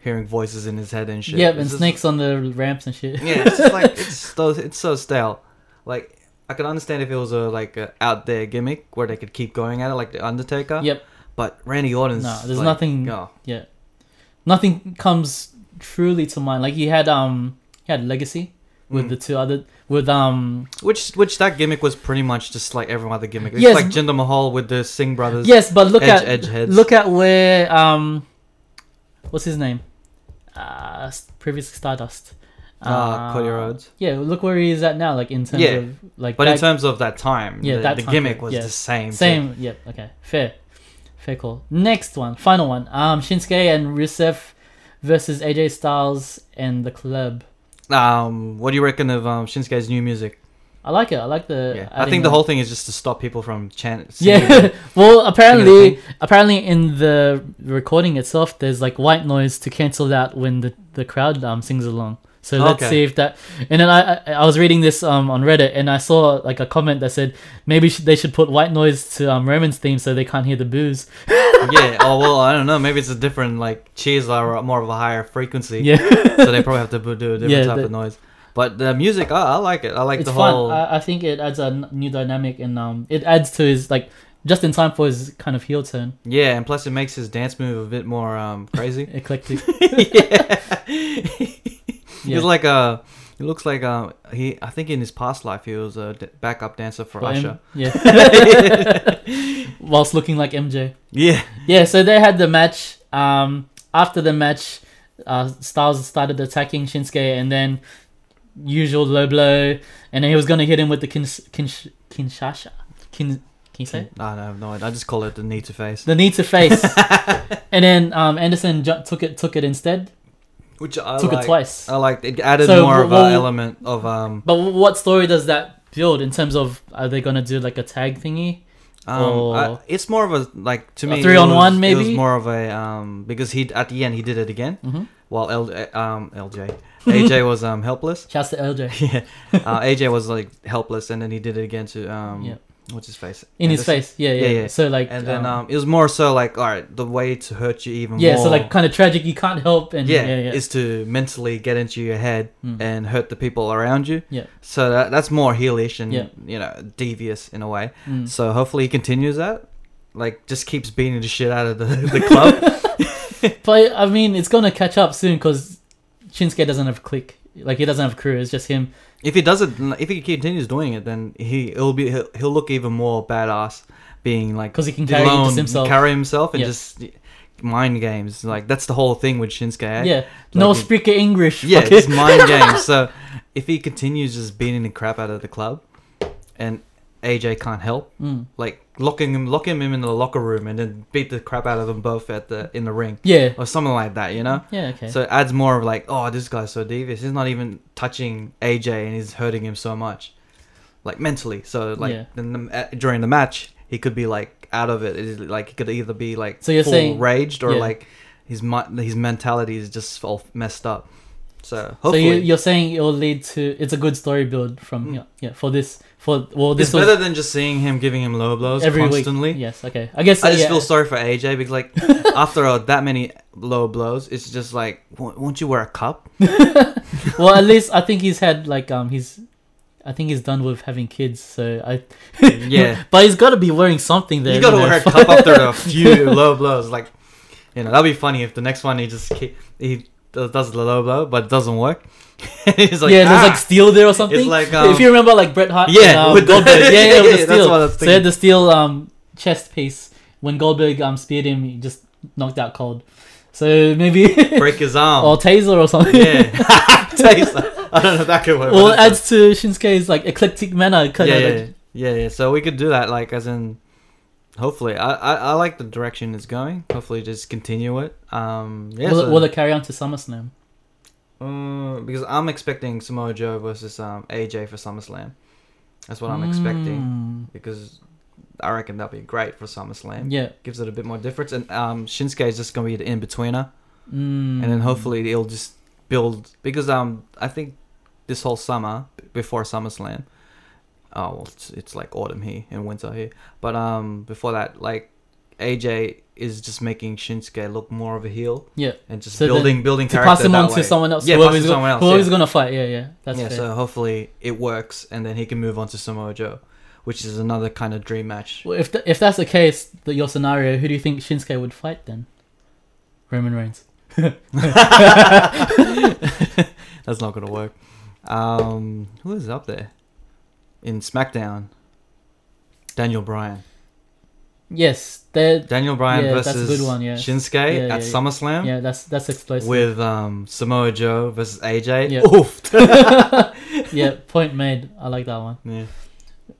Speaker 1: hearing voices in his head and shit.
Speaker 2: Yep,
Speaker 1: It's
Speaker 2: and
Speaker 1: just-
Speaker 2: snakes on the ramps and shit.
Speaker 1: yeah, it's just like it's so it's so stale. Like I could understand if it was a like a out there gimmick where they could keep going at it, like the Undertaker.
Speaker 2: Yep.
Speaker 1: But Randy Orton's
Speaker 2: No, there's
Speaker 1: like,
Speaker 2: nothing-
Speaker 1: oh,
Speaker 2: Yeah, nothing comes truly to mind. Like he had um he had Legacy with
Speaker 1: Mm.
Speaker 2: the two other with um
Speaker 1: which which that gimmick was pretty much just like every other gimmick. It's
Speaker 2: Yes,
Speaker 1: like Jinder Mahal with the Singh brothers.
Speaker 2: yes, but look
Speaker 1: edge,
Speaker 2: at
Speaker 1: edge heads.
Speaker 2: look at where um what's his name uh s- previous Stardust Uh,
Speaker 1: Ah, Cody Rhodes.
Speaker 2: yeah look where he is at now like in terms
Speaker 1: Yeah,
Speaker 2: of like
Speaker 1: But in
Speaker 2: that-
Speaker 1: terms of that time,
Speaker 2: Yeah,
Speaker 1: the,
Speaker 2: that
Speaker 1: the
Speaker 2: time
Speaker 1: gimmick
Speaker 2: period,
Speaker 1: was
Speaker 2: yeah.
Speaker 1: the same. to-
Speaker 2: same yep okay fair fair call next one final one um Shinsuke and Rusev versus AJ Styles and the club
Speaker 1: Um, what do you reckon of um, Shinsuke's new music?
Speaker 2: I like it Uh, I like the
Speaker 1: Yeah, I
Speaker 2: adding
Speaker 1: think the
Speaker 2: on.
Speaker 1: whole thing is just to stop people from chanting.
Speaker 2: yeah well
Speaker 1: Singing
Speaker 2: apparently apparently in the recording itself there's like white noise to cancel out when the, the crowd um sings along so let's
Speaker 1: Okay.
Speaker 2: see if that and then I, I i was reading this um on reddit and i saw like a comment that said maybe sh- they should put white noise to um roman's theme so they can't hear the booze
Speaker 1: yeah. Oh well, I don't know. Maybe it's a different like cheers are more of a higher frequency.
Speaker 2: yeah
Speaker 1: So they probably have to bu- do a different
Speaker 2: Yeah,
Speaker 1: type
Speaker 2: the-
Speaker 1: of noise. But the music, I, I like it. I like
Speaker 2: it's
Speaker 1: the
Speaker 2: fun
Speaker 1: whole.
Speaker 2: I, I think it adds a n- new dynamic and um it adds to his like just in time for his kind of heel turn
Speaker 1: yeah, and plus it makes his dance move a bit more um crazy.
Speaker 2: eclectic
Speaker 1: yeah.
Speaker 2: Yeah.
Speaker 1: He's like a. He looks like um he. I think in his past life he was a d- backup dancer for
Speaker 2: for him.
Speaker 1: Usher.
Speaker 2: yeah whilst looking like mj
Speaker 1: Yeah.
Speaker 2: yeah, so they had the match. Um, after the match, uh, Styles started attacking Shinsuke, and then usual low blow, and then he was gonna hit him with the kins- kins- kinshasa. Kin- can you say it?
Speaker 1: No, I have no idea. I just call it the knee to face,
Speaker 2: the knee to face, and then um, Anderson ju- took it took it instead,
Speaker 1: which I
Speaker 2: took
Speaker 1: like.
Speaker 2: it twice.
Speaker 1: I liked it. Added
Speaker 2: So,
Speaker 1: more of
Speaker 2: well-
Speaker 1: an element of um.
Speaker 2: but wh- what story does that build in terms of are they gonna do like a tag thingy?
Speaker 1: Um, I-
Speaker 2: Or-
Speaker 1: it's more of a like to
Speaker 2: Oh. A
Speaker 1: me it
Speaker 2: three-on-one,
Speaker 1: was- It was
Speaker 2: maybe?
Speaker 1: more of a um because he at the end he did it again
Speaker 2: Mhm.
Speaker 1: while L, um LJ AJ was um helpless.
Speaker 2: Shouts to LJ
Speaker 1: Yeah, uh, AJ was like helpless, and then he did it again to um
Speaker 2: Yeah.
Speaker 1: what's his face
Speaker 2: in his
Speaker 1: Anderson.
Speaker 2: face. Yeah, yeah.
Speaker 1: Yeah, yeah.
Speaker 2: So like,
Speaker 1: And then um it was more so like all right the way to hurt you even
Speaker 2: yeah,
Speaker 1: more
Speaker 2: so like kind of tragic. You can't help, and
Speaker 1: yeah,
Speaker 2: yeah, yeah.
Speaker 1: is to mentally get into your head
Speaker 2: Mm.
Speaker 1: and hurt the people around you.
Speaker 2: Yeah.
Speaker 1: So that, that's more heelish and
Speaker 2: Yeah.
Speaker 1: you know devious in a way.
Speaker 2: Mm.
Speaker 1: So hopefully he continues that. Like just keeps beating the shit out of the, the club.
Speaker 2: But I mean, it's gonna catch up soon because Shinsuke doesn't have a click. Like he doesn't have a crew. It's just him.
Speaker 1: if he does it, if he continues doing it, then he it'll be he'll, he'll look even more badass, being like
Speaker 2: 'Cause he can carry
Speaker 1: alone,
Speaker 2: just himself.
Speaker 1: carry himself, and
Speaker 2: Yeah.
Speaker 1: just mind games. Like that's the whole thing with Shinsuke. eh?
Speaker 2: Yeah. No
Speaker 1: Like-
Speaker 2: speaker English.
Speaker 1: yeah,
Speaker 2: fucker.
Speaker 1: it's mind games. So if he continues just beating the crap out of the club, and AJ can't help,
Speaker 2: Mm.
Speaker 1: like locking him, locking him in the locker room, and then beat the crap out of them both at the in the ring
Speaker 2: Yeah.
Speaker 1: or something like that. You know.
Speaker 2: Yeah. Okay.
Speaker 1: So it adds more of like, oh, this guy's so devious. He's not even touching AJ, and he's hurting him so much, like mentally. So like
Speaker 2: Yeah.
Speaker 1: then the, uh, during the match, he could be like out of it. It's like he could either be like
Speaker 2: So you're
Speaker 1: full
Speaker 2: saying-
Speaker 1: raged or
Speaker 2: yeah.
Speaker 1: like his mi- his mentality is just all messed up. So
Speaker 2: so you,
Speaker 1: hopefully,
Speaker 2: you're saying it'll lead to it's a good story build from
Speaker 1: Mm.
Speaker 2: yeah, yeah for this for well this
Speaker 1: it's
Speaker 2: was
Speaker 1: better than just seeing him giving him low blows
Speaker 2: every
Speaker 1: constantly.
Speaker 2: week. Yes. Okay. I guess
Speaker 1: I just
Speaker 2: yeah,
Speaker 1: feel sorry for AJ because like after all, that many low blows, it's just like, won't won't you wear a cup?
Speaker 2: well at least I think he's had like um he's. I think he's done with having kids, so I.
Speaker 1: Yeah.
Speaker 2: but he's got to be wearing something there.
Speaker 1: you gotta
Speaker 2: know,
Speaker 1: wear a
Speaker 2: for-
Speaker 1: cup after a few low blows. Like, you know, that'd be funny if the next one he just ki- he does does the low blow, but it doesn't work. He's like,
Speaker 2: yeah,
Speaker 1: "Ah!"
Speaker 2: there's like steel there or something.
Speaker 1: It's like, um,
Speaker 2: if you remember, like Bret Hart,
Speaker 1: Yeah,
Speaker 2: and, um,
Speaker 1: with the-
Speaker 2: Goldberg, yeah, yeah,
Speaker 1: yeah,
Speaker 2: with
Speaker 1: yeah,
Speaker 2: the
Speaker 1: that's
Speaker 2: steel.
Speaker 1: what I was
Speaker 2: so they had
Speaker 1: thinking.
Speaker 2: the steel um, chest piece. When Goldberg um, speared him, he just knocked out cold. So maybe
Speaker 1: break his arm.
Speaker 2: or taser or something.
Speaker 1: yeah, taser. I don't know if that could work.
Speaker 2: well, it
Speaker 1: but
Speaker 2: adds to Shinsuke's like eclectic manner.
Speaker 1: it's-
Speaker 2: Kind
Speaker 1: yeah,
Speaker 2: of
Speaker 1: yeah,
Speaker 2: like,
Speaker 1: yeah, yeah, yeah. So we could do that, like, as in hopefully, I, I, I like the direction it's going. Hopefully, just continue it. Um, yeah,
Speaker 2: will,
Speaker 1: so-
Speaker 2: it, will it carry on to SummerSlam?
Speaker 1: Uh, because I'm expecting Samoa Joe versus um, AJ for SummerSlam. That's what I'm expecting because I reckon that'll be great for
Speaker 2: Mm,
Speaker 1: SummerSlam.
Speaker 2: Yeah.
Speaker 1: Gives it a bit more difference, and um, Shinsuke is just gonna be the in betweener,
Speaker 2: Mm.
Speaker 1: and then hopefully it'll just build because um I think this whole summer b- before SummerSlam, oh well it's, it's like autumn here and winter here, but um before that like AJ is just making Shinsuke look more of a heel.
Speaker 2: Yeah.
Speaker 1: and just
Speaker 2: So then
Speaker 1: building building
Speaker 2: to
Speaker 1: character
Speaker 2: pass him
Speaker 1: that
Speaker 2: on
Speaker 1: way.
Speaker 2: to someone else.
Speaker 1: Yeah, pass
Speaker 2: whoever's
Speaker 1: it to
Speaker 2: go-
Speaker 1: someone else.
Speaker 2: Whoever's
Speaker 1: yeah.
Speaker 2: gonna fight? Yeah, yeah. That's
Speaker 1: yeah,
Speaker 2: fair.
Speaker 1: so hopefully it works, and then he can move on to Samoa Joe, which is another kind of dream match.
Speaker 2: Well, if th- if that's the case, that your scenario, who do you think Shinsuke would fight then? Roman Reigns.
Speaker 1: That's not gonna work. Um, who is up there in SmackDown? Daniel Bryan.
Speaker 2: Yes, they're
Speaker 1: Daniel Bryan
Speaker 2: Yeah, that's a
Speaker 1: versus
Speaker 2: good one, yeah.
Speaker 1: Shinsuke
Speaker 2: Yeah, yeah,
Speaker 1: at
Speaker 2: yeah.
Speaker 1: SummerSlam
Speaker 2: yeah. That's that's explosive.
Speaker 1: with um, Samoa Joe versus AJ.
Speaker 2: Yeah.
Speaker 1: Oof.
Speaker 2: yeah, point made. I like that one.
Speaker 1: Yeah.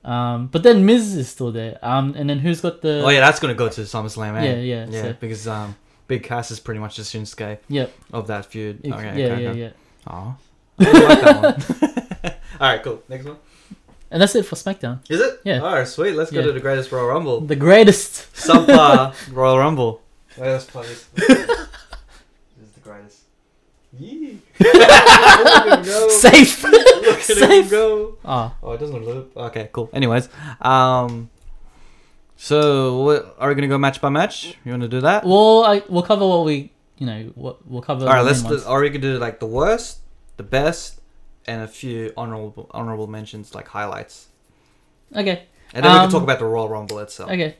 Speaker 2: Um, but then Miz is still there. Um, and then who's got the?
Speaker 1: Oh yeah, that's gonna go to SummerSlam. Eh?
Speaker 2: yeah, yeah,
Speaker 1: yeah,
Speaker 2: so-
Speaker 1: because um, Big Cass is pretty much the Shinsuke
Speaker 2: yeah,
Speaker 1: of that feud.
Speaker 2: yeah,
Speaker 1: okay,
Speaker 2: yeah,
Speaker 1: okay,
Speaker 2: yeah,
Speaker 1: okay.
Speaker 2: yeah.
Speaker 1: Oh, I like that one. All right, cool. Next one.
Speaker 2: And that's it for SmackDown.
Speaker 1: Is it?
Speaker 2: Yeah.
Speaker 1: All right, sweet. Let's go
Speaker 2: Yeah.
Speaker 1: to the greatest Royal Rumble.
Speaker 2: The greatest.
Speaker 1: Subpar Royal Rumble. Wait, let's play this. this is the greatest. Yee. Look at him go.
Speaker 2: Safe.
Speaker 1: Look at him
Speaker 2: Safe.
Speaker 1: go.
Speaker 2: Ah,
Speaker 1: Oh, it doesn't loop. Okay, cool. Anyways, um, so what, are we gonna go match by match? You want to do that?
Speaker 2: well, I we'll cover what we you know what we'll cover.
Speaker 1: All right,
Speaker 2: the
Speaker 1: let's.
Speaker 2: main
Speaker 1: Do,
Speaker 2: ones.
Speaker 1: are we gonna do like the worst, the best, and a few honorable honorable mentions like highlights,
Speaker 2: Okay,
Speaker 1: and then we
Speaker 2: Um,
Speaker 1: can talk about the Royal Rumble itself.
Speaker 2: okay.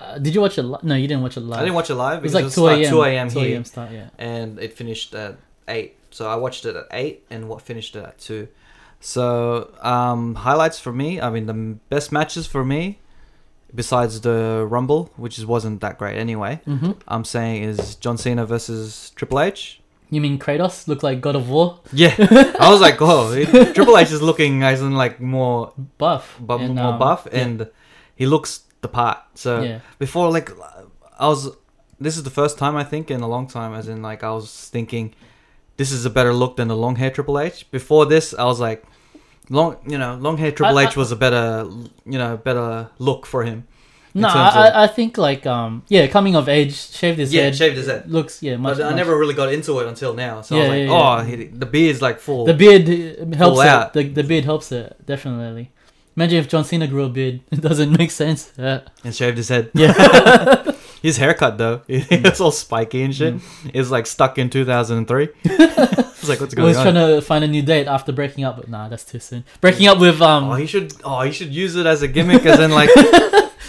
Speaker 2: Uh, did you watch it? Li- no, you didn't watch it live.
Speaker 1: I didn't watch it live
Speaker 2: It was
Speaker 1: because
Speaker 2: like
Speaker 1: it was
Speaker 2: two
Speaker 1: like
Speaker 2: a.m.
Speaker 1: 2 a.m.
Speaker 2: Two
Speaker 1: here.
Speaker 2: a.m. start. Yeah.
Speaker 1: and it finished at eight. So I watched it at eight, and what finished it at two. So um, highlights for me. I mean, the m- best matches for me, besides the Rumble, which is, wasn't that great anyway.
Speaker 2: Mm-hmm.
Speaker 1: I'm saying is John Cena versus Triple H.
Speaker 2: You mean Kratos look like God of War
Speaker 1: Yeah, I was like, oh, it, Triple H is looking as in like more
Speaker 2: buff?
Speaker 1: bu-
Speaker 2: And,
Speaker 1: more
Speaker 2: um,
Speaker 1: buff,
Speaker 2: yeah,
Speaker 1: and he looks the part. So
Speaker 2: yeah,
Speaker 1: before like I was this is the first time I think in a long time as in like I was thinking this is a better look than the long hair Triple H. Before this I was like long you know long hair Triple
Speaker 2: I-
Speaker 1: H was a better you know better look for him. in
Speaker 2: no,
Speaker 1: terms
Speaker 2: I,
Speaker 1: of-
Speaker 2: I, I think like um yeah, coming of age, shaved his
Speaker 1: Yeah,
Speaker 2: head,
Speaker 1: shaved his head.
Speaker 2: looks yeah much.
Speaker 1: but I
Speaker 2: much-
Speaker 1: never really got into it until now. So I
Speaker 2: Yeah,
Speaker 1: was
Speaker 2: yeah,
Speaker 1: like,
Speaker 2: yeah.
Speaker 1: oh, he, the beard's like full.
Speaker 2: the beard uh, helps
Speaker 1: Full
Speaker 2: it.
Speaker 1: out.
Speaker 2: The, the beard helps it definitely. Imagine if John Cena grew a beard. It doesn't make sense. Uh,
Speaker 1: and shaved his head.
Speaker 2: yeah.
Speaker 1: His haircut though, it's all spiky and shit.
Speaker 2: Mm.
Speaker 1: It's like stuck in 2003. it's like what's
Speaker 2: I
Speaker 1: going
Speaker 2: was
Speaker 1: on?
Speaker 2: trying to find a new date after breaking up, but nah, that's too soon. Breaking up with um
Speaker 1: Oh, he should. Oh, he should use it as a gimmick, as in like.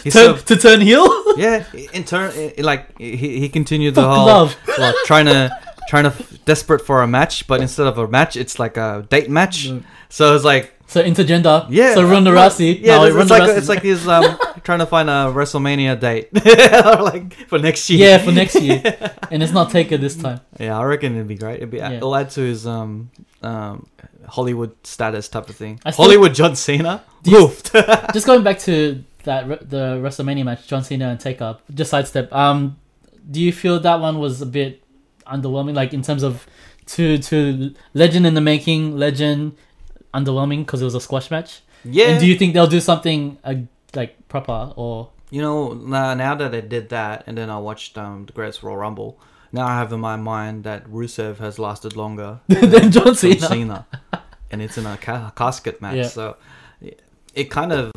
Speaker 1: he's
Speaker 2: turn,
Speaker 1: so
Speaker 2: to turn heel.
Speaker 1: yeah in turn i- i- like he, he continued the
Speaker 2: Fuck
Speaker 1: whole
Speaker 2: love.
Speaker 1: well, trying to trying to f- desperate for a match but instead of a match it's like a date match
Speaker 2: Mm.
Speaker 1: so it's like
Speaker 2: So intergender.
Speaker 1: yeah
Speaker 2: So Ronda
Speaker 1: well,
Speaker 2: Rousey.
Speaker 1: yeah
Speaker 2: No,
Speaker 1: it's, it's
Speaker 2: Ronda
Speaker 1: like
Speaker 2: Rousey.
Speaker 1: it's like he's um trying to find a wrestlemania date like for next year
Speaker 2: yeah for next year, and it's not Taker this time.
Speaker 1: yeah i reckon it'd be great it'd be
Speaker 2: Yeah.
Speaker 1: it'll add to his um um hollywood status type of thing
Speaker 2: I still-
Speaker 1: hollywood john cena
Speaker 2: Do you-
Speaker 1: Oof.
Speaker 2: just going back to that re- the WrestleMania match, John Cena and Taker. Just sidestep. Um, do you feel that one was a bit underwhelming? Like in terms of two two legend in the making, legend underwhelming because it was a squash match.
Speaker 1: yeah
Speaker 2: And do you think they'll do something uh, like proper or
Speaker 1: You know, now, now that I did that, and then I watched um, the Greatest Royal Rumble, now I have in my mind that Rusev has lasted longer
Speaker 2: then John
Speaker 1: than
Speaker 2: Cena?
Speaker 1: Cena, and it's in a ca- casket match.
Speaker 2: Yeah.
Speaker 1: So it kind of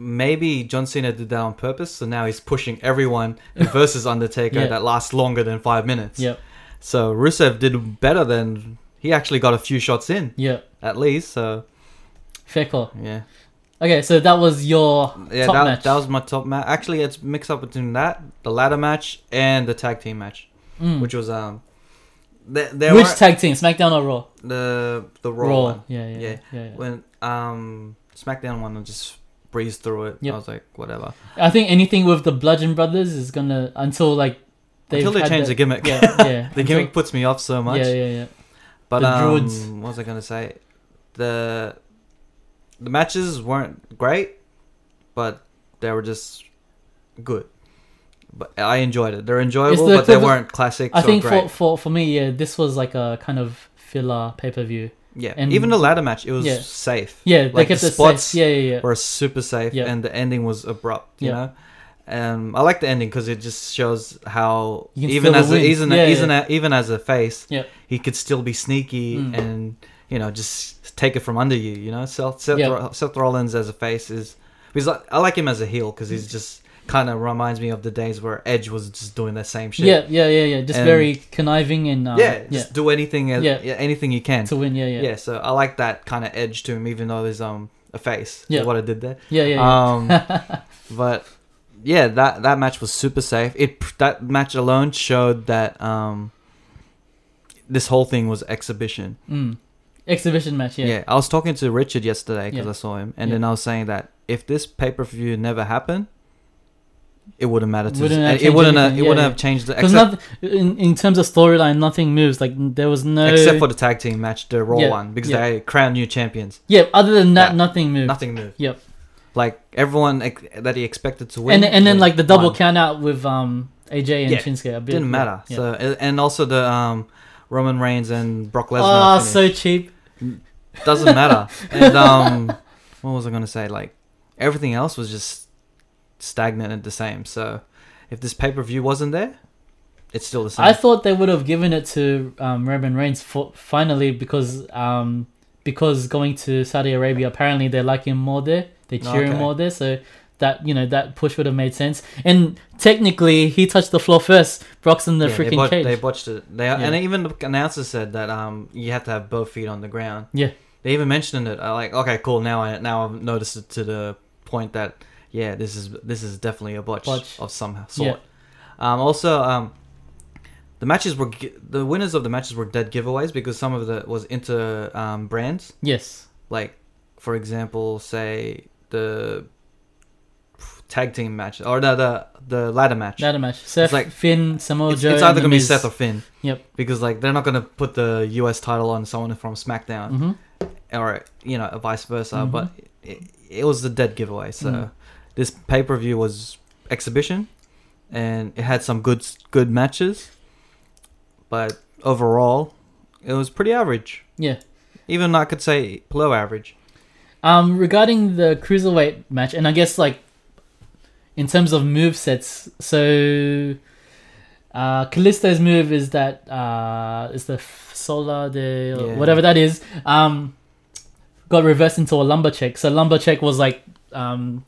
Speaker 1: maybe John Cena did that on purpose. So now he's pushing everyone versus Undertaker
Speaker 2: Yeah.
Speaker 1: that lasts longer than five minutes.
Speaker 2: Yep,
Speaker 1: So Rusev did better than he actually got a few shots in
Speaker 2: yep.
Speaker 1: at least. So
Speaker 2: Fair call.
Speaker 1: yeah,
Speaker 2: Okay, so that was your
Speaker 1: yeah,
Speaker 2: top
Speaker 1: that,
Speaker 2: match.
Speaker 1: that was my top match. Actually, it's mixed up between that, the ladder match, and the tag team match.
Speaker 2: Mm.
Speaker 1: which was um there, there
Speaker 2: Which
Speaker 1: were
Speaker 2: tag team? SmackDown or Raw?
Speaker 1: the the raw,
Speaker 2: Raw.
Speaker 1: one
Speaker 2: Yeah, yeah, yeah.
Speaker 1: Yeah.
Speaker 2: yeah.
Speaker 1: when um SmackDown one I just breezed through it.
Speaker 2: Yep.
Speaker 1: I was like whatever
Speaker 2: I think anything with the Bludgeon Brothers is gonna until like they've
Speaker 1: until they
Speaker 2: had
Speaker 1: change the
Speaker 2: that-
Speaker 1: gimmick.
Speaker 2: yeah, yeah.
Speaker 1: the gimmick puts me off so much.
Speaker 2: Yeah, yeah, yeah.
Speaker 1: But
Speaker 2: The
Speaker 1: um,
Speaker 2: Druids.
Speaker 1: what was I gonna say? The the matches weren't great, but they were just good. But I enjoyed it. They're enjoyable,
Speaker 2: the
Speaker 1: but they
Speaker 2: equivalent-
Speaker 1: weren't classics.
Speaker 2: I think
Speaker 1: or great.
Speaker 2: for, for for me, yeah, this was like a kind of filler pay per view.
Speaker 1: yeah,
Speaker 2: and-
Speaker 1: even the ladder match, it was
Speaker 2: yeah.
Speaker 1: safe.
Speaker 2: Yeah, they
Speaker 1: Like
Speaker 2: kept
Speaker 1: the
Speaker 2: it
Speaker 1: spots
Speaker 2: safe. Yeah, yeah, yeah.
Speaker 1: were super safe,
Speaker 2: Yeah.
Speaker 1: and the ending was abrupt. You
Speaker 2: Yeah.
Speaker 1: know, um, I like the ending because it just shows how
Speaker 2: You can
Speaker 1: even
Speaker 2: feel
Speaker 1: as
Speaker 2: the
Speaker 1: a,
Speaker 2: wind.
Speaker 1: even,
Speaker 2: Yeah,
Speaker 1: even, a, even as a face,
Speaker 2: Yeah.
Speaker 1: he could still be sneaky
Speaker 2: Mm.
Speaker 1: and you know just take it from under you. You know, Seth Seth,
Speaker 2: Yeah.
Speaker 1: Ro- Seth Rollins as a face is because I, I like him as a heel because he's
Speaker 2: Mm.
Speaker 1: just kind of reminds me of the days where Edge was just doing the same shit.
Speaker 2: Yeah, yeah, yeah, yeah. Just
Speaker 1: And-
Speaker 2: very conniving and um,
Speaker 1: yeah,
Speaker 2: yeah,
Speaker 1: just do anything, as,
Speaker 2: Yeah.
Speaker 1: yeah, anything you can.
Speaker 2: to win. Yeah, yeah,
Speaker 1: yeah.
Speaker 2: yeah,
Speaker 1: so I like that kind of edge to him, even though there's um a face.
Speaker 2: Yeah.
Speaker 1: what I did there.
Speaker 2: yeah, yeah.
Speaker 1: Um, but yeah, that that match was super safe. It pr- that match alone showed that um this whole thing was exhibition.
Speaker 2: Mm. Exhibition match.
Speaker 1: Yeah,
Speaker 2: Yeah.
Speaker 1: I was talking to Richard yesterday because
Speaker 2: Yeah.
Speaker 1: I saw him, and
Speaker 2: Yeah.
Speaker 1: then I was saying that if this pay per view never happened. It wouldn't matter. To
Speaker 2: Wouldn't have
Speaker 1: it
Speaker 2: changed
Speaker 1: wouldn't. Have,
Speaker 2: anything,
Speaker 1: it
Speaker 2: yeah,
Speaker 1: wouldn't
Speaker 2: yeah.
Speaker 1: have changed the,
Speaker 2: Because
Speaker 1: except,
Speaker 2: in, in terms of storyline, nothing moves. Like n- there was no
Speaker 1: except for the tag team match, the Raw
Speaker 2: Yeah,
Speaker 1: one, because
Speaker 2: yeah.
Speaker 1: they crowned new champions.
Speaker 2: yeah. Other than that,
Speaker 1: Yeah.
Speaker 2: nothing moved.
Speaker 1: Nothing new.
Speaker 2: Yep.
Speaker 1: Like everyone ex- that he expected to win,
Speaker 2: and and then
Speaker 1: won-
Speaker 2: like the double
Speaker 1: won.
Speaker 2: count out with um AJ and
Speaker 1: Yeah,
Speaker 2: Shinsuke. A bit,
Speaker 1: didn't matter.
Speaker 2: Yeah.
Speaker 1: So and- and also the um, Roman Reigns and Brock
Speaker 2: oh,
Speaker 1: Lesnar finish.
Speaker 2: so cheap.
Speaker 1: doesn't matter. And um, what was I gonna say? Like everything else was just stagnant and the same. So if this pay per view wasn't there, it's still the same.
Speaker 2: I thought they would have given it to um, Roman Reigns for, finally because um, because going to Saudi Arabia apparently they like him more there, they cheer him
Speaker 1: Okay.
Speaker 2: more there, so that you know that push would have made sense. And technically, he touched the floor first. Brock's in the
Speaker 1: Yeah, they,
Speaker 2: freaking
Speaker 1: botched,
Speaker 2: cage.
Speaker 1: they botched it. They and even the announcer said that um you have to have both feet on the ground.
Speaker 2: Yeah.
Speaker 1: They even mentioned it. I like okay, cool. Now I now I've noticed it to the point that yeah, this is this is definitely a botch,
Speaker 2: Botch.
Speaker 1: of some sort. Um, also um, the matches were gi- the winners of the matches were dead giveaways because some of the was inter um, brands
Speaker 2: yes.
Speaker 1: like for example say the tag team match or the the, the ladder match.
Speaker 2: Ladder match. Seth,
Speaker 1: like-
Speaker 2: Finn, Samoa
Speaker 1: It's,
Speaker 2: Joe.
Speaker 1: it's
Speaker 2: and
Speaker 1: either
Speaker 2: The
Speaker 1: gonna be
Speaker 2: Miz.
Speaker 1: Seth or Finn.
Speaker 2: Yep.
Speaker 1: Because like they're not gonna put the US title on someone from SmackDown
Speaker 2: Mhm.
Speaker 1: or you know vice versa.
Speaker 2: Mhm.
Speaker 1: But it, it was the dead giveaway. So
Speaker 2: Mm.
Speaker 1: this pay per view was exhibition, and it had some good good matches, but overall, it was pretty average.
Speaker 2: Yeah.
Speaker 1: Even I could say below average.
Speaker 2: Um, regarding the cruiserweight match, and I guess like in terms of move sets, so uh, Callisto's move is that uh, is the f- solar de
Speaker 1: Yeah.
Speaker 2: whatever that is. Um, got reversed into a lumber check. So lumber check was like um,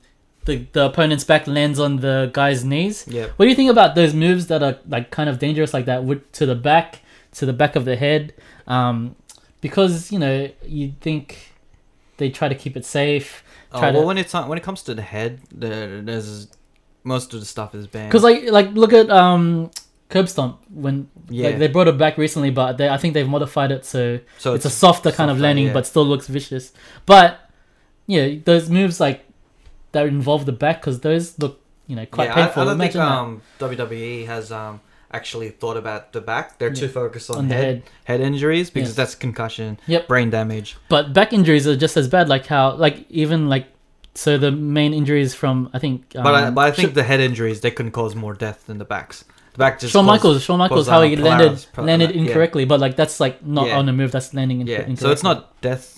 Speaker 2: the the opponent's back lands on the guy's knees.
Speaker 1: Yeah.
Speaker 2: What do you think about those moves that are like kind of dangerous, like that, with, to the back, to the back of the head? Um, because you know you think they try to keep it safe,
Speaker 1: Oh,
Speaker 2: Try
Speaker 1: well,
Speaker 2: to-
Speaker 1: when it's on, when it comes to the head, there, there's most of the stuff is banned.
Speaker 2: because like like look at um curb stomp when
Speaker 1: yeah,
Speaker 2: like, they brought it back recently, but they, I think they've modified it so
Speaker 1: so
Speaker 2: it's, a softer kind of
Speaker 1: softer,
Speaker 2: landing,
Speaker 1: yeah.
Speaker 2: but still looks vicious. But yeah, those moves like that involve the back because those look you know quite
Speaker 1: yeah, I-
Speaker 2: painful.
Speaker 1: I, don't think
Speaker 2: Imagine that
Speaker 1: um, WWE has um, actually thought about the back. They're too
Speaker 2: Yeah.
Speaker 1: focused on,
Speaker 2: on the
Speaker 1: um, head,
Speaker 2: head.
Speaker 1: head injuries because
Speaker 2: Yeah.
Speaker 1: that's concussion,
Speaker 2: Yep.
Speaker 1: brain damage.
Speaker 2: But back injuries are just as bad. Like how, like even like, so the main injuries from I think. Um,
Speaker 1: but I, but I think
Speaker 2: Sh-
Speaker 1: the head injuries they couldn't cause more death than the backs. The back just
Speaker 2: Shawn
Speaker 1: caused-
Speaker 2: Michaels, Shawn Michaels,
Speaker 1: cause,
Speaker 2: how
Speaker 1: uh,
Speaker 2: he landed
Speaker 1: Polaris, pro-
Speaker 2: landed
Speaker 1: yeah.
Speaker 2: incorrectly, but like that's like not
Speaker 1: Yeah.
Speaker 2: on the move. That's landing
Speaker 1: Yeah,
Speaker 2: incorrectly.
Speaker 1: so it's not death.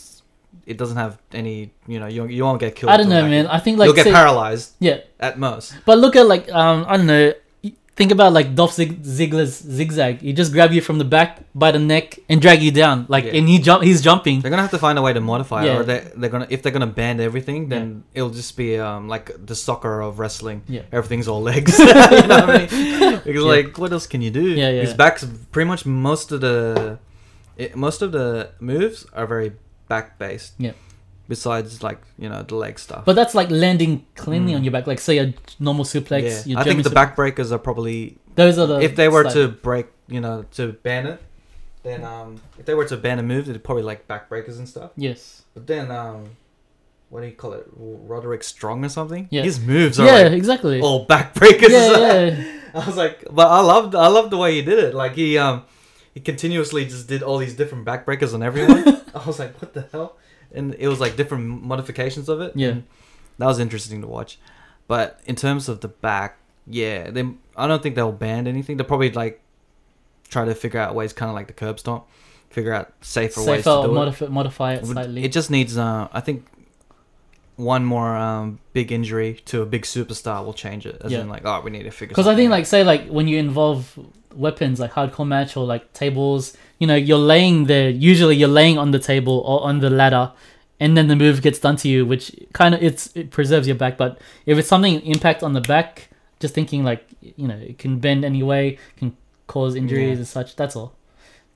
Speaker 1: It doesn't have any. You know, you, you won't get killed.
Speaker 2: I don't
Speaker 1: from
Speaker 2: know,
Speaker 1: back
Speaker 2: man.
Speaker 1: injury.
Speaker 2: I think like
Speaker 1: You'll get
Speaker 2: say- Mm-hmm.
Speaker 1: paralyzed
Speaker 2: yeah,
Speaker 1: at most.
Speaker 2: but look at like um I don't know. Think about like Dolph Zig- Ziggler's zigzag. He just grab you from the back by the neck and drag you down. Like
Speaker 1: Yeah.
Speaker 2: and he jump, he's jumping.
Speaker 1: They're gonna have to find a way to modify it,
Speaker 2: Yeah.
Speaker 1: or they they're gonna if they're gonna ban everything, then it'll just be um like the soccer of wrestling.
Speaker 2: Yeah.
Speaker 1: everything's all legs. you know what I mean? Because
Speaker 2: Yeah.
Speaker 1: like, what else can you do?
Speaker 2: Yeah, yeah.
Speaker 1: His back's pretty much most of the, it, most of the moves are very back based.
Speaker 2: Yeah.
Speaker 1: Besides, like you know, the leg stuff.
Speaker 2: But that's like landing cleanly
Speaker 1: Mm.
Speaker 2: on your back. Like say a normal suplex.
Speaker 1: yeah,
Speaker 2: Your
Speaker 1: I think
Speaker 2: German
Speaker 1: the
Speaker 2: suplex.
Speaker 1: backbreakers are probably
Speaker 2: Those are the
Speaker 1: if they were
Speaker 2: like-
Speaker 1: to break, you know, to ban it, then um, if they were to ban a move, they'd probably like backbreakers and stuff.
Speaker 2: yes.
Speaker 1: But then, um, what do you call it? Roderick Strong or something?
Speaker 2: Yeah.
Speaker 1: His moves are
Speaker 2: Yeah,
Speaker 1: like
Speaker 2: exactly.
Speaker 1: all backbreakers.
Speaker 2: yeah, yeah.
Speaker 1: I was like, but I loved, I loved the way he did it. Like he, um, he continuously just did all these different backbreakers on everyone. I was like, what the hell? And it was like different modifications of it.
Speaker 2: Yeah.
Speaker 1: And that was interesting to watch. But in terms of the back, yeah, they. I don't think they'll ban anything. They'll probably like try to figure out ways, kind of like the curb stomp, figure out safer, ways
Speaker 2: Safer
Speaker 1: to
Speaker 2: or
Speaker 1: do
Speaker 2: modify, modify it
Speaker 1: it.
Speaker 2: slightly.
Speaker 1: It just needs, uh, I think, one more um, big injury to a big superstar will change it. As
Speaker 2: Yeah.
Speaker 1: in, like, oh, we need to figure.
Speaker 2: Because I
Speaker 1: something
Speaker 2: think, like, say, like when you involve weapons, like hardcore match or like tables, you know, you're laying there. Usually, you're laying on the table or on the ladder, and then the move gets done to you, which kind of it's it preserves your back. But if it's something impact on the back, just thinking like you know, it can bend anyway, can cause injuries
Speaker 1: Yeah.
Speaker 2: and such. That's all.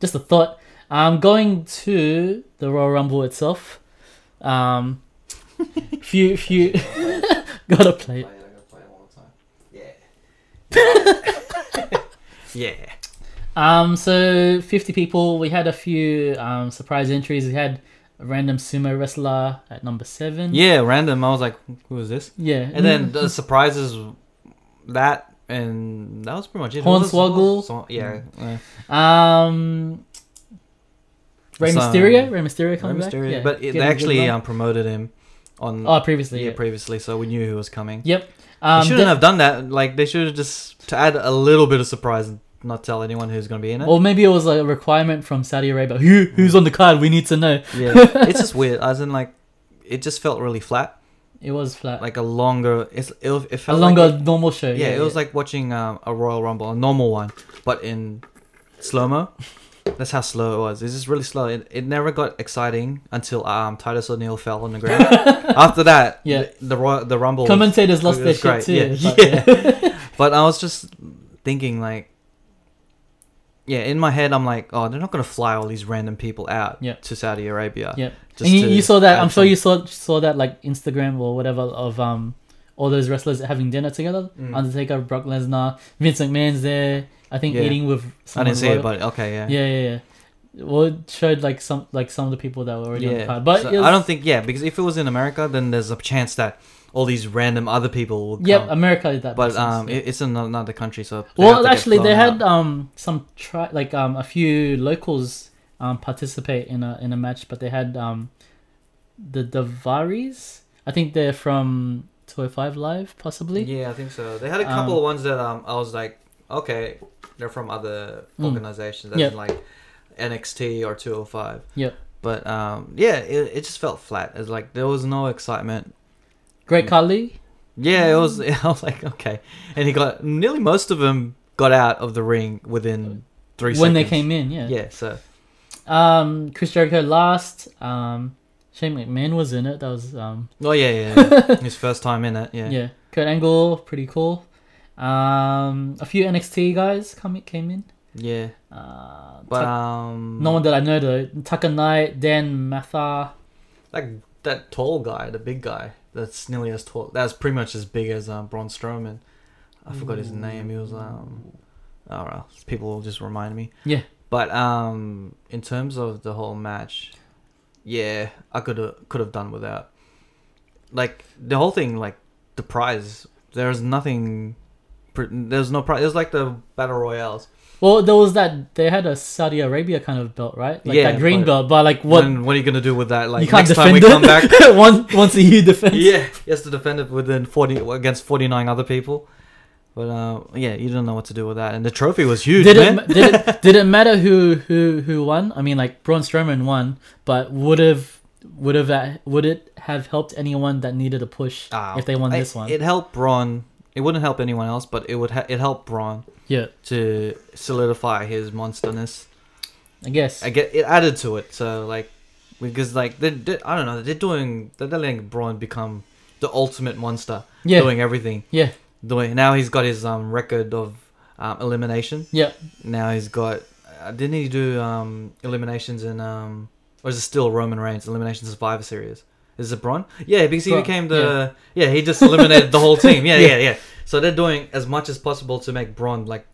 Speaker 2: Just a thought. Um, going to the Royal Rumble itself. Um, few few gotta play it.
Speaker 1: Yeah. yeah.
Speaker 2: Um, so fifty people. We had a few um, surprise entries. We had a random sumo wrestler at number seven.
Speaker 1: Yeah, random. I was like, who is this?
Speaker 2: yeah.
Speaker 1: And then
Speaker 2: Mm-hmm.
Speaker 1: the surprises, that, and that was pretty much it. Who was- who
Speaker 2: Hornswoggle. Mm-hmm.
Speaker 1: was- so- yeah. uh,
Speaker 2: um, Rey
Speaker 1: So-
Speaker 2: Mysterio. Rey Mysterio
Speaker 1: uh, Rey
Speaker 2: coming back.
Speaker 1: Mysterio.
Speaker 2: Yeah,
Speaker 1: But it,
Speaker 2: getting
Speaker 1: they
Speaker 2: a good
Speaker 1: actually
Speaker 2: run.
Speaker 1: um, promoted him on
Speaker 2: oh previously
Speaker 1: yeah,
Speaker 2: yeah.
Speaker 1: previously, so we knew who was coming.
Speaker 2: yep.
Speaker 1: They
Speaker 2: Um,
Speaker 1: shouldn't
Speaker 2: then-
Speaker 1: have done that. Like they should have just to add a little bit of surprise and not tell anyone who's going to be in it.
Speaker 2: Or maybe it was like a requirement from Saudi Arabia. Who who's on the card? We need to know.
Speaker 1: yeah, it's just weird. As in, like it just felt really flat.
Speaker 2: It was flat.
Speaker 1: Like a longer. It's, it, it
Speaker 2: a
Speaker 1: felt like
Speaker 2: longer normal show.
Speaker 1: yeah, it was like watching um, a Royal Rumble, a normal one, but in slow mo. That's how slow it was. It's just really slow. It, it never got exciting until um, Titus O'Neil fell on the ground. After that,
Speaker 2: Yeah.
Speaker 1: the the, Roy- the Rumble. was-
Speaker 2: commentators lost
Speaker 1: it
Speaker 2: their
Speaker 1: was
Speaker 2: shit too.
Speaker 1: Yeah,
Speaker 2: but-
Speaker 1: yeah. but I was just thinking like, yeah, in my head I'm like, oh, they're not gonna fly all these random people out
Speaker 2: Yeah.
Speaker 1: to Saudi Arabia.
Speaker 2: Yeah.
Speaker 1: just
Speaker 2: and you,
Speaker 1: to
Speaker 2: you saw that.
Speaker 1: add
Speaker 2: I'm sure
Speaker 1: some-
Speaker 2: you saw saw that like Instagram or whatever of um all those wrestlers having dinner together.
Speaker 1: Mm.
Speaker 2: Undertaker, Brock Lesnar, Vince McMahon's there. I think
Speaker 1: Yeah.
Speaker 2: eating with.
Speaker 1: I
Speaker 2: someone
Speaker 1: didn't see
Speaker 2: royal.
Speaker 1: it, but okay, yeah.
Speaker 2: yeah, yeah, yeah. Well, it showed like some like some of the people that were already on the card, but
Speaker 1: so
Speaker 2: it was-
Speaker 1: I don't think yeah because if it was in America, then there's a chance that all these random other people will
Speaker 2: Yep,
Speaker 1: come.
Speaker 2: America did that.
Speaker 1: but
Speaker 2: makes sense,
Speaker 1: um,
Speaker 2: yeah.
Speaker 1: it, it's in another country, so they have
Speaker 2: well,
Speaker 1: to get
Speaker 2: actually, they
Speaker 1: flown
Speaker 2: had
Speaker 1: out.
Speaker 2: um some try like um a few locals um participate in a in a match, but they had um the Davaris. I think they're from Two Hundred Five Live, possibly.
Speaker 1: yeah, I think so. They had a
Speaker 2: um,
Speaker 1: couple of ones that um, I was like, okay, they're from other
Speaker 2: Mm.
Speaker 1: organizations, as
Speaker 2: Yeah.
Speaker 1: in like NXT or 205.
Speaker 2: Yep.
Speaker 1: But um, yeah, it, it just felt flat. It's like there was no excitement.
Speaker 2: Great
Speaker 1: Mm.
Speaker 2: Khali.
Speaker 1: Yeah, it was. I was like, okay, and he got nearly most of them got out of the ring within three
Speaker 2: when
Speaker 1: seconds
Speaker 2: they came in, yeah.
Speaker 1: Yeah, so
Speaker 2: Um, Chris Jericho last. Um, Shane McMahon was in it. That was um,
Speaker 1: Oh yeah, yeah, yeah. his first time in it. Yeah.
Speaker 2: yeah. Kurt Angle, pretty cool. Um, a few NXT guys come came in.
Speaker 1: yeah.
Speaker 2: Uh,
Speaker 1: But
Speaker 2: Tuck-
Speaker 1: um,
Speaker 2: no one that I know though. Tucker Knight, Dan Matha.
Speaker 1: like that tall guy, the big guy, that's nearly as tall. That's pretty much as big as um, Braun Strowman. I forgot his name. He was um, oh well, people will just remind me.
Speaker 2: Yeah.
Speaker 1: But um, in terms of the whole match, yeah, I could have could have done without. Like the whole thing, like the prize. There's nothing. pr- There's no prize. It was like the battle royales.
Speaker 2: Well, there was that. They had a Saudi Arabia kind of belt, right? Like
Speaker 1: Yeah,
Speaker 2: that green
Speaker 1: but-
Speaker 2: belt. But like what?
Speaker 1: When- what are you gonna do with that? Like
Speaker 2: you can't
Speaker 1: next time
Speaker 2: defend
Speaker 1: we
Speaker 2: it.
Speaker 1: come back,
Speaker 2: once once a year defense.
Speaker 1: yeah, he has to defend it within forty against forty nine other people. But uh, yeah, you don't know what to do with that. And the trophy was huge,
Speaker 2: did
Speaker 1: man.
Speaker 2: it did it did it matter who who who won? I mean, like Braun Strowman won, but would have would have that would it have helped anyone that needed a push
Speaker 1: Ah,
Speaker 2: if they won
Speaker 1: I-
Speaker 2: this one?
Speaker 1: it helped Braun. It wouldn't help anyone else, but it would. Ha- it helped Braun
Speaker 2: yeah,
Speaker 1: to solidify his monsterness.
Speaker 2: I guess.
Speaker 1: I get it added to it. So like, because like they, they I don't know, they're doing they're letting Braun become the ultimate monster,
Speaker 2: yeah,
Speaker 1: doing everything.
Speaker 2: yeah,
Speaker 1: Doing now he's got his um record of um, elimination.
Speaker 2: yeah.
Speaker 1: Now he's got. Uh, didn't he do um, eliminations in? Um, or is it still Roman Reigns elimination Survivor Series? Is it Braun? Yeah, because he
Speaker 2: Braun,
Speaker 1: became the. Yeah, he just eliminated the whole team. Yeah, yeah, yeah, So they're doing as much as possible to make Braun like,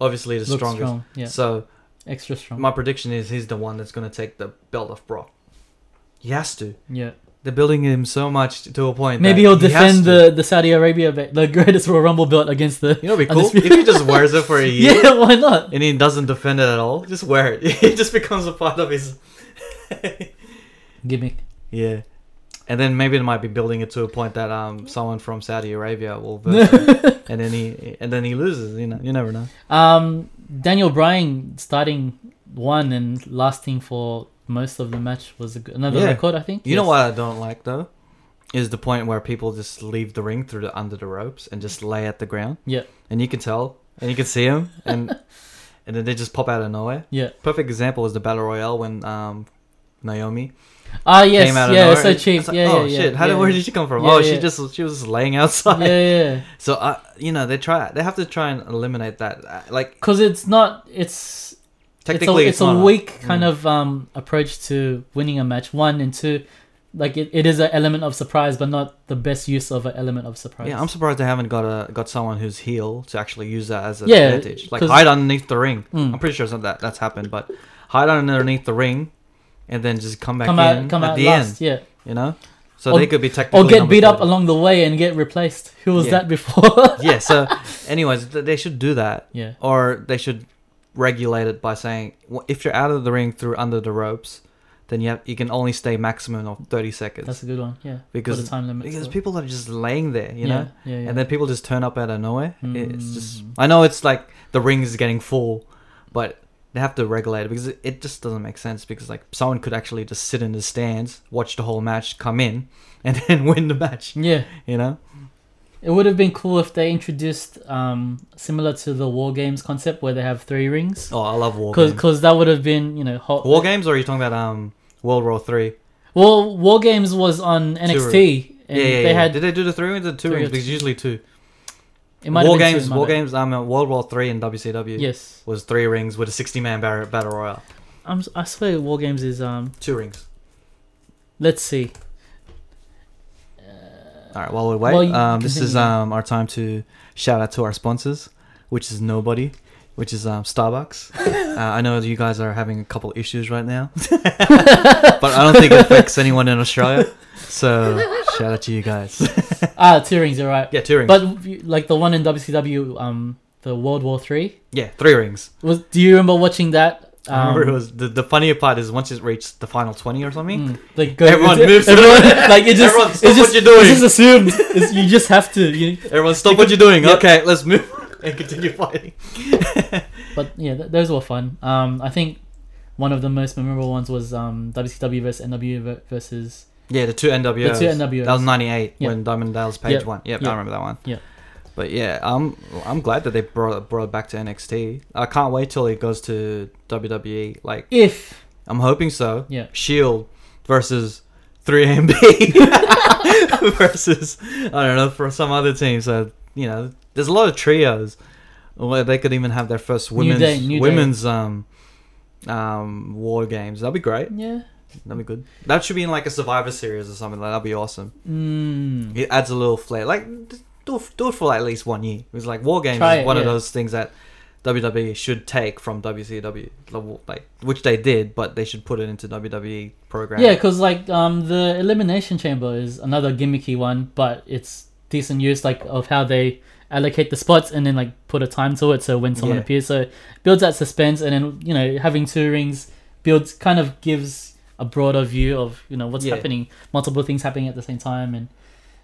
Speaker 1: obviously the
Speaker 2: Looks
Speaker 1: strongest.
Speaker 2: strong. Yeah,
Speaker 1: So
Speaker 2: extra strong.
Speaker 1: my prediction is he's the one that's going to take the belt off Brock. He has to.
Speaker 2: yeah,
Speaker 1: They're building him so much to a point.
Speaker 2: maybe
Speaker 1: that
Speaker 2: he'll
Speaker 1: he has
Speaker 2: defend
Speaker 1: to.
Speaker 2: the the Saudi Arabia ba- the greatest Royal Rumble belt against the.
Speaker 1: You know, what'd be
Speaker 2: on
Speaker 1: cool
Speaker 2: this-
Speaker 1: if he just wears it for a year.
Speaker 2: Yeah, why not?
Speaker 1: and he doesn't defend it at all, just wear it. It just becomes a part of his.
Speaker 2: Gimmick.
Speaker 1: yeah. And then maybe it might be building it to a point that um someone from Saudi Arabia will verse him, and then he and then he loses. You know, you never know.
Speaker 2: Um, Daniel Bryan starting one and lasting for most of the match was a g another
Speaker 1: Yeah.
Speaker 2: record, I think.
Speaker 1: You know
Speaker 2: Yes.
Speaker 1: what I don't like though, is the point where people just leave the ring through the under the ropes and just lay at the ground.
Speaker 2: Yeah.
Speaker 1: And you can tell, and you can see them, and and then they just pop out of nowhere.
Speaker 2: Yeah.
Speaker 1: Perfect example is the battle royale when um Naomi
Speaker 2: Ah, yes,
Speaker 1: came out of
Speaker 2: yeah,
Speaker 1: nowhere.
Speaker 2: it's so
Speaker 1: It's
Speaker 2: cheap.
Speaker 1: like,
Speaker 2: yeah,
Speaker 1: oh
Speaker 2: yeah,
Speaker 1: shit!
Speaker 2: yeah,
Speaker 1: How
Speaker 2: yeah.
Speaker 1: did, where did she come from?
Speaker 2: Yeah,
Speaker 1: oh,
Speaker 2: yeah.
Speaker 1: she just she was just laying outside.
Speaker 2: yeah, yeah.
Speaker 1: So I, you know, they try. They have to try and eliminate that. Uh, Like
Speaker 2: Because it's not. It's
Speaker 1: technically,
Speaker 2: it's a, it's a
Speaker 1: not
Speaker 2: weak kind
Speaker 1: Mm.
Speaker 2: of um, approach to winning a match. One and two, like it, it is an element of surprise, but not the best use of an element of surprise.
Speaker 1: Yeah, I'm surprised they haven't got a got someone who's heel to actually use that as an
Speaker 2: Yeah,
Speaker 1: advantage. Like
Speaker 2: 'cause-
Speaker 1: hide underneath the ring.
Speaker 2: Mm.
Speaker 1: I'm pretty sure it's not that that's happened, but hide underneath the ring, and then just come back
Speaker 2: come
Speaker 1: in
Speaker 2: out, come
Speaker 1: at
Speaker 2: out
Speaker 1: the
Speaker 2: last,
Speaker 1: end.
Speaker 2: yeah,
Speaker 1: You know, so
Speaker 2: Or-
Speaker 1: they could be technically
Speaker 2: or get
Speaker 1: number
Speaker 2: beat up
Speaker 1: three.
Speaker 2: along the way and get replaced. Who was
Speaker 1: Yeah.
Speaker 2: that before?
Speaker 1: yeah. So, anyways, th- they should do that,
Speaker 2: yeah,
Speaker 1: or they should regulate it by saying w- if you're out of the ring through under the ropes, then you have, you can only stay maximum of 30 seconds
Speaker 2: that's a good one. Yeah,
Speaker 1: Because-
Speaker 2: put a time limit.
Speaker 1: because
Speaker 2: to it.
Speaker 1: people are just laying there. You
Speaker 2: yeah,
Speaker 1: know.
Speaker 2: yeah, yeah.
Speaker 1: and then people just turn up out of nowhere. It's just
Speaker 2: Mm.
Speaker 1: I know it's like the ring's getting full, but they have to regulate it because it, it just doesn't make sense. Because like someone could actually just sit in the stands, watch the whole match, come in, and then win the match.
Speaker 2: yeah,
Speaker 1: You know?
Speaker 2: it would have been cool if they introduced um, similar to the war games concept where they have three rings.
Speaker 1: Oh, I love war games.
Speaker 2: Because that would have been, you know, hot.
Speaker 1: War games, or are you talking about um World War Three?
Speaker 2: Well, War Games was on NXT, and
Speaker 1: Yeah, yeah,
Speaker 2: they
Speaker 1: yeah.
Speaker 2: had
Speaker 1: Did they do the three rings or the two
Speaker 2: Three
Speaker 1: rings?
Speaker 2: or
Speaker 1: Because
Speaker 2: two.
Speaker 1: usually two.
Speaker 2: it might
Speaker 1: War
Speaker 2: have been
Speaker 1: games,
Speaker 2: two, my
Speaker 1: war
Speaker 2: bad.
Speaker 1: games. Um, uh, World War Three in WCW
Speaker 2: Yes,
Speaker 1: was three rings with a sixty-man bar- battle royale.
Speaker 2: I'm, si swear War Games is um.
Speaker 1: Two rings.
Speaker 2: Let's see.
Speaker 1: All right, while we wait,
Speaker 2: Uh, Well, you
Speaker 1: um, this is
Speaker 2: continue.
Speaker 1: um, our time to shout out to our sponsors, which is Nobody, which is um, Starbucks. uh, I know you guys are having a couple issues right now, but I don't think it affects anyone in Australia. So shout out to you guys.
Speaker 2: ah, two rings. You're right.
Speaker 1: yeah, two rings.
Speaker 2: But you- like the one in WCW, um, the World War Three
Speaker 1: yeah, three rings.
Speaker 2: was. Do you remember watching that? Um,
Speaker 1: I remember it was the, the funnier part is once it reached the final twenty or something.
Speaker 2: mm, like go,
Speaker 1: Everyone moves
Speaker 2: Everyone,
Speaker 1: around.
Speaker 2: like it just.
Speaker 1: Everyone,
Speaker 2: it's
Speaker 1: stop what
Speaker 2: just,
Speaker 1: you're doing.
Speaker 2: It's just assumed. It's, you just have to. You,
Speaker 1: Everyone, stop what you're doing.
Speaker 2: Yeah.
Speaker 1: Okay, let's move and continue fighting.
Speaker 2: but yeah, th- those were fun. Um, I think one of the most memorable ones was um WCW versus NW ver- versus
Speaker 1: Yeah, the two NWOs.
Speaker 2: The two NWOs.
Speaker 1: That was '98
Speaker 2: Yeah.
Speaker 1: when Diamond Dallas Page
Speaker 2: Yeah.
Speaker 1: won. Yep,
Speaker 2: Yeah.
Speaker 1: I remember that one.
Speaker 2: Yeah.
Speaker 1: But yeah, I'm I'm glad that they brought it- brought it back to NXT. I can't wait till it goes to WWE. Like
Speaker 2: if
Speaker 1: I'm hoping so.
Speaker 2: Yeah.
Speaker 1: Shield versus 3MB versus I don't know for some other team. So you know, there's a lot of trios where they could even have their first
Speaker 2: New
Speaker 1: women's
Speaker 2: Day, New Day.
Speaker 1: women's um um war games. That'd be great.
Speaker 2: yeah
Speaker 1: That'd be good. That should be in like a Survivor Series or something. Like that'd be awesome.
Speaker 2: mm,
Speaker 1: It adds a little flair. Like d- do it, do it for like, at least one year. It was like War Games
Speaker 2: Try
Speaker 1: is
Speaker 2: it,
Speaker 1: one of
Speaker 2: yeah.
Speaker 1: those things that WWE should take from WCW, level- like which they did, but they should put it into E WWE program.
Speaker 2: yeah because like um the elimination chamber is another gimmicky one but it's decent use like of how they allocate the spots and then like put a time to it so when someone
Speaker 1: Yeah.
Speaker 2: appears so it builds that suspense and then you know having two rings builds kind of gives a broader view of you know what's
Speaker 1: Yeah.
Speaker 2: happening multiple things happening at the same time and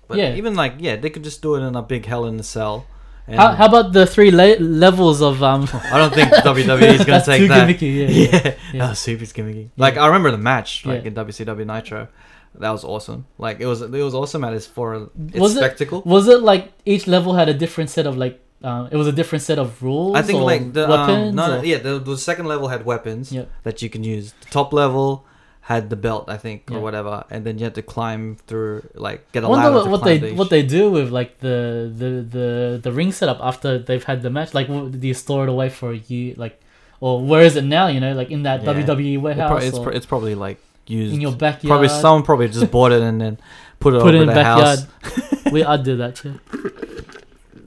Speaker 1: but
Speaker 2: yeah.
Speaker 1: even like yeah, they could just do it in a big Hell in a Cell. And
Speaker 2: how, how about the three le- levels of um
Speaker 1: I don't think WWE is gonna
Speaker 2: that's
Speaker 1: take
Speaker 2: too
Speaker 1: that.
Speaker 2: gimmicky yeah, yeah.
Speaker 1: yeah,
Speaker 2: Yeah.
Speaker 1: that was super gimmicky. Like I remember the match, like
Speaker 2: Yeah.
Speaker 1: in WCW Nitro, that was awesome. Like it was, it was awesome at its for its
Speaker 2: Was it-
Speaker 1: spectacle.
Speaker 2: Was it like each level had a different set of like um, it was a different set of rules?
Speaker 1: I think
Speaker 2: or
Speaker 1: like the
Speaker 2: weapons.
Speaker 1: um, no,
Speaker 2: or-
Speaker 1: no, yeah, the, the second level had weapons
Speaker 2: Yep.
Speaker 1: that you can use. The top level had the belt, I think,
Speaker 2: Yeah.
Speaker 1: or whatever, and then you had to climb through, like, get
Speaker 2: I
Speaker 1: a
Speaker 2: wonder
Speaker 1: ladder
Speaker 2: what,
Speaker 1: to
Speaker 2: what
Speaker 1: climb
Speaker 2: they
Speaker 1: to each-
Speaker 2: what they do with like the the the the ring setup after they've had the match. Like, what, do you store it away for a year? Like, or where is it now? You know, like in that
Speaker 1: Yeah.
Speaker 2: WWE
Speaker 1: Well, pro-
Speaker 2: warehouse
Speaker 1: it's,
Speaker 2: or
Speaker 1: pro- it's probably like used.
Speaker 2: in your backyard.
Speaker 1: probably someone probably just bought it and then put it
Speaker 2: put
Speaker 1: over
Speaker 2: it in
Speaker 1: their
Speaker 2: backyard.
Speaker 1: house.
Speaker 2: we I'd do that too.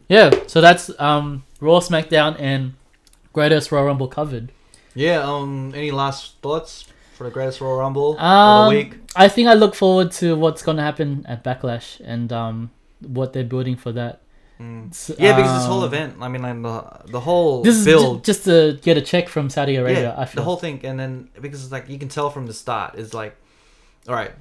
Speaker 2: Yeah, so that's um Raw, SmackDown, and Greatest Royal Rumble covered.
Speaker 1: Yeah. Um. Any last thoughts for the Greatest Royal Rumble
Speaker 2: Um,
Speaker 1: of the week?
Speaker 2: I think I look forward to what's going to happen at Backlash and um, what they're building for that.
Speaker 1: Mm.
Speaker 2: S-
Speaker 1: Yeah, because this whole
Speaker 2: um,
Speaker 1: event, I mean, like the the whole
Speaker 2: This is
Speaker 1: build.
Speaker 2: ju- just to get a check from Saudi Arabia. I
Speaker 1: the
Speaker 2: feel.
Speaker 1: whole thing, and then because it's like you can tell from the start, it's like, all right,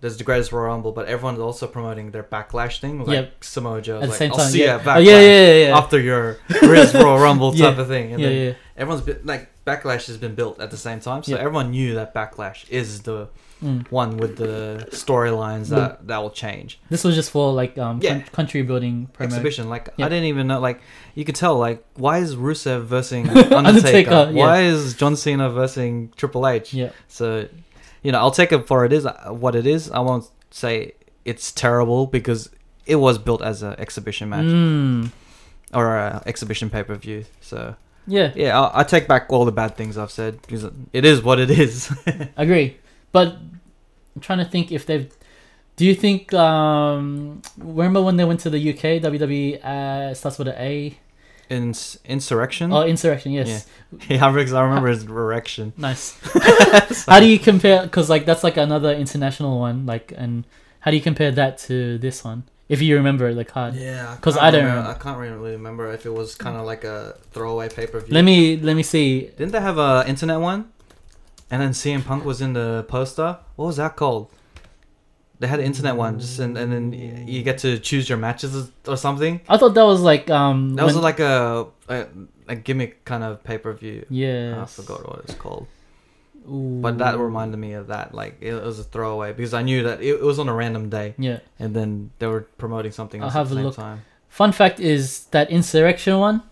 Speaker 1: there's the greatest Royal Rumble, but everyone's also promoting their backlash thing, like
Speaker 2: Yep.
Speaker 1: Samoa Joe.
Speaker 2: At the
Speaker 1: like,
Speaker 2: same
Speaker 1: I'll
Speaker 2: time,
Speaker 1: see
Speaker 2: yeah.
Speaker 1: you at
Speaker 2: Oh, yeah,
Speaker 1: Backlash
Speaker 2: yeah, yeah, yeah.
Speaker 1: after your greatest Royal Rumble type
Speaker 2: Yeah.
Speaker 1: of thing. And
Speaker 2: yeah,
Speaker 1: then
Speaker 2: yeah.
Speaker 1: everyone's been, like backlash has been built at the same time, so
Speaker 2: Yeah.
Speaker 1: everyone knew that backlash is the
Speaker 2: Mm.
Speaker 1: one with the storylines that that will change.
Speaker 2: This was just for like um
Speaker 1: Yeah.
Speaker 2: coun- country building promo.
Speaker 1: Exhibition, like
Speaker 2: Yeah.
Speaker 1: I didn't even know, like you could tell, like why is Rusev versus Undertaker?
Speaker 2: Undertaker, yeah.
Speaker 1: Why is John Cena versus Triple H?
Speaker 2: Yeah,
Speaker 1: So, you know, I'll take it for it is uh, what it is. I won't say it's terrible because it was built as an exhibition match
Speaker 2: mm.
Speaker 1: or a exhibition pay per view. So
Speaker 2: yeah,
Speaker 1: yeah, I, I take back all the bad things I've said because it is what it is.
Speaker 2: agree. But I'm trying to think if they've. Do you think um remember when they went to the UK? WWE uh, starts with an A.
Speaker 1: In insurrection.
Speaker 2: Oh, insurrection. Yes,
Speaker 1: Mm-hmm. yeah, because I remember it's erection.
Speaker 2: nice. how do you compare? Because like that's like another international one. Like, and how do you compare that to this one? If you remember it, like hard.
Speaker 1: Yeah,
Speaker 2: 'Cause
Speaker 1: can't
Speaker 2: I don't
Speaker 1: remember-
Speaker 2: remember.
Speaker 1: I can't really remember if it was kind of like a throwaway pay per view.
Speaker 2: Let me let me see.
Speaker 1: Didn't they have a internet one? And then CM Punk was in the poster. What was that called? They had an internet one, just and, and then y- you get to choose your matches or something.
Speaker 2: I thought that was like um.
Speaker 1: That was
Speaker 2: when-
Speaker 1: like a a, a gimmick kind of pay per view.
Speaker 2: Yeah.
Speaker 1: I forgot what it was called,
Speaker 2: Ooh.
Speaker 1: but that reminded me of that. Like it, it was a throwaway because I knew that it, it was on a random day,
Speaker 2: Yeah.
Speaker 1: and then they were promoting something
Speaker 2: I'll
Speaker 1: else
Speaker 2: have
Speaker 1: at
Speaker 2: a
Speaker 1: the same
Speaker 2: look.
Speaker 1: time.
Speaker 2: Fun fact is that insurrection one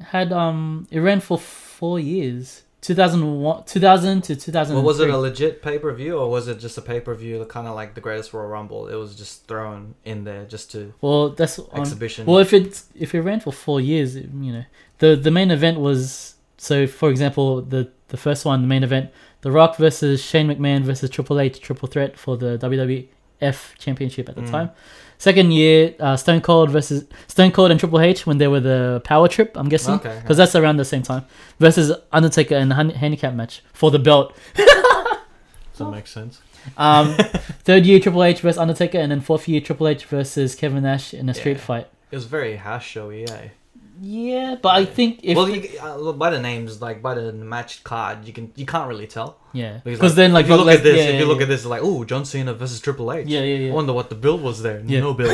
Speaker 2: had um it ran for four years. 2001, 2000 to 2000.
Speaker 1: Well, was it a legit pay per view or was it just a pay per view, kind of like the Greatest Royal Rumble? It was just thrown in there just to
Speaker 2: Well, that's on.
Speaker 1: exhibition.
Speaker 2: Well, if it if it ran for four years, it- you know, the the main event was so. For example, the the first one, the main event, The Rock versus Shane McMahon versus Triple H, triple threat for the WWF Championship at the
Speaker 1: Mm.
Speaker 2: time. Second year, uh, Stone Cold versus Stone Cold and Triple H when they were the Power Trip. I'm guessing.
Speaker 1: okay.
Speaker 2: because that's around the same time versus Undertaker and hand- handicap match for the belt.
Speaker 1: Does that make sense?
Speaker 2: Um, third year Triple H versus Undertaker, and then fourth year Triple H versus Kevin Nash in a street
Speaker 1: Yeah.
Speaker 2: fight.
Speaker 1: It was very house showy, yeah.
Speaker 2: Yeah, but I think if
Speaker 1: well, you, uh, by the names, like by the match card, you can you can't really tell.
Speaker 2: yeah,
Speaker 1: Because,
Speaker 2: because
Speaker 1: like,
Speaker 2: then like
Speaker 1: If you look
Speaker 2: like-
Speaker 1: at this,
Speaker 2: yeah,
Speaker 1: if you look
Speaker 2: yeah,
Speaker 1: at this, it's like, oh, John Cena versus Triple H.
Speaker 2: yeah, yeah,
Speaker 1: I
Speaker 2: yeah.
Speaker 1: wonder what the build was there.
Speaker 2: Yeah.
Speaker 1: No build.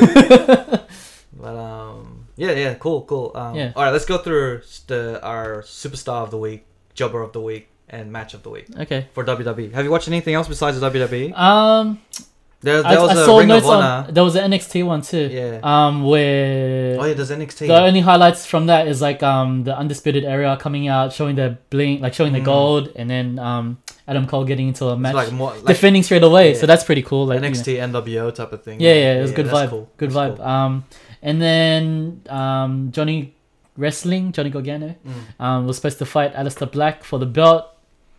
Speaker 1: but um, yeah, yeah, cool, cool. Um,
Speaker 2: Yeah.
Speaker 1: All right, let's go through s- the our superstar of the week, jobber of the week, and match of the week.
Speaker 2: Okay.
Speaker 1: For WWE, have you watched anything else besides the WWE?
Speaker 2: Um,
Speaker 1: There,
Speaker 2: I,
Speaker 1: there was
Speaker 2: I
Speaker 1: a
Speaker 2: saw
Speaker 1: Ring of
Speaker 2: notes
Speaker 1: Honor.
Speaker 2: on there was an NXT one too.
Speaker 1: Yeah.
Speaker 2: Um, where
Speaker 1: oh yeah, there's NXT.
Speaker 2: The only highlights from that is like um the undisputed era coming out, showing their bling, like showing the
Speaker 1: Mm.
Speaker 2: gold, and then um Adam Cole getting into a
Speaker 1: It's
Speaker 2: match,
Speaker 1: like more like
Speaker 2: defending straight away.
Speaker 1: yeah.
Speaker 2: So that's pretty cool. Like you know.
Speaker 1: NXT NWO type of thing.
Speaker 2: Yeah, yeah, it was good
Speaker 1: that's
Speaker 2: vibe.
Speaker 1: cool,
Speaker 2: Good
Speaker 1: that's
Speaker 2: vibe.
Speaker 1: cool.
Speaker 2: Um, and then um Johnny Wrestling, Johnny Gargano,
Speaker 1: Mm.
Speaker 2: um was supposed to fight Alistair Black for the belt.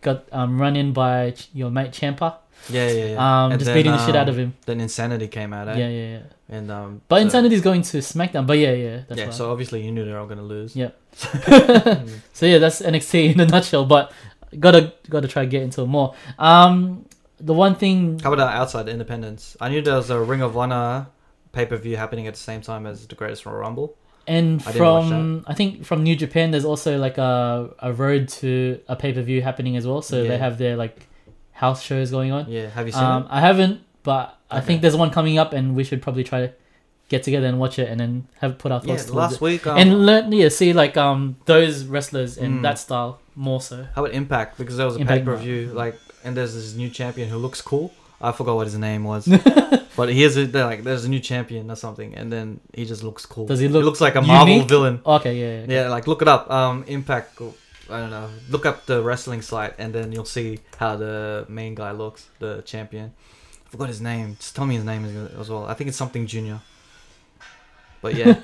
Speaker 2: Got um run in by ch- your mate Champa.
Speaker 1: Yeah, yeah, yeah.
Speaker 2: Um,
Speaker 1: And
Speaker 2: just
Speaker 1: then,
Speaker 2: beating the shit out
Speaker 1: um,
Speaker 2: of him.
Speaker 1: Then Insanity came out, eh?
Speaker 2: Yeah, yeah, yeah.
Speaker 1: And um,
Speaker 2: But
Speaker 1: so-
Speaker 2: Insanity's going to SmackDown. But yeah, yeah, that's
Speaker 1: yeah,
Speaker 2: right.
Speaker 1: so obviously you knew they were all gonna lose. Mm.
Speaker 2: Yeah. so yeah, that's NXT in a nutshell. But gotta gotta try to get into it more. Um, the one thing,
Speaker 1: How about outside independence? I knew there was a Ring of Honor pay per view happening at the same time as the Greatest Royal Rumble.
Speaker 2: and
Speaker 1: I didn't watch
Speaker 2: from I think from New Japan, there's also like a a road to a pay per view happening as well. So
Speaker 1: Yeah.
Speaker 2: they have their like house shows going on.
Speaker 1: Yeah, have you seen
Speaker 2: Um,
Speaker 1: it?
Speaker 2: I haven't, but I
Speaker 1: Okay.
Speaker 2: think there's one coming up, and we should probably try to get together and watch it, and then have put our
Speaker 1: Yeah,
Speaker 2: thoughts towards
Speaker 1: last
Speaker 2: it.
Speaker 1: week. Um,
Speaker 2: and learn yeah, see like um those wrestlers and
Speaker 1: Mm.
Speaker 2: that style more so.
Speaker 1: how about Impact? Because there was a pay
Speaker 2: Impact.
Speaker 1: per view, like, and there's this new champion who looks cool. I forgot what his name was, but he is a, they're like there's a new champion or something, and then he just looks cool.
Speaker 2: Does he
Speaker 1: he
Speaker 2: look
Speaker 1: looks like a Marvel
Speaker 2: unique?
Speaker 1: villain.
Speaker 2: Okay, yeah, yeah, yeah.
Speaker 1: Yeah, like look it up. Um, Impact. I don't know. Look up the wrestling site, and then you'll see how the main guy looks, the champion. I forgot his name. Just tell me his name as- as well. I think it's something Junior. But yeah,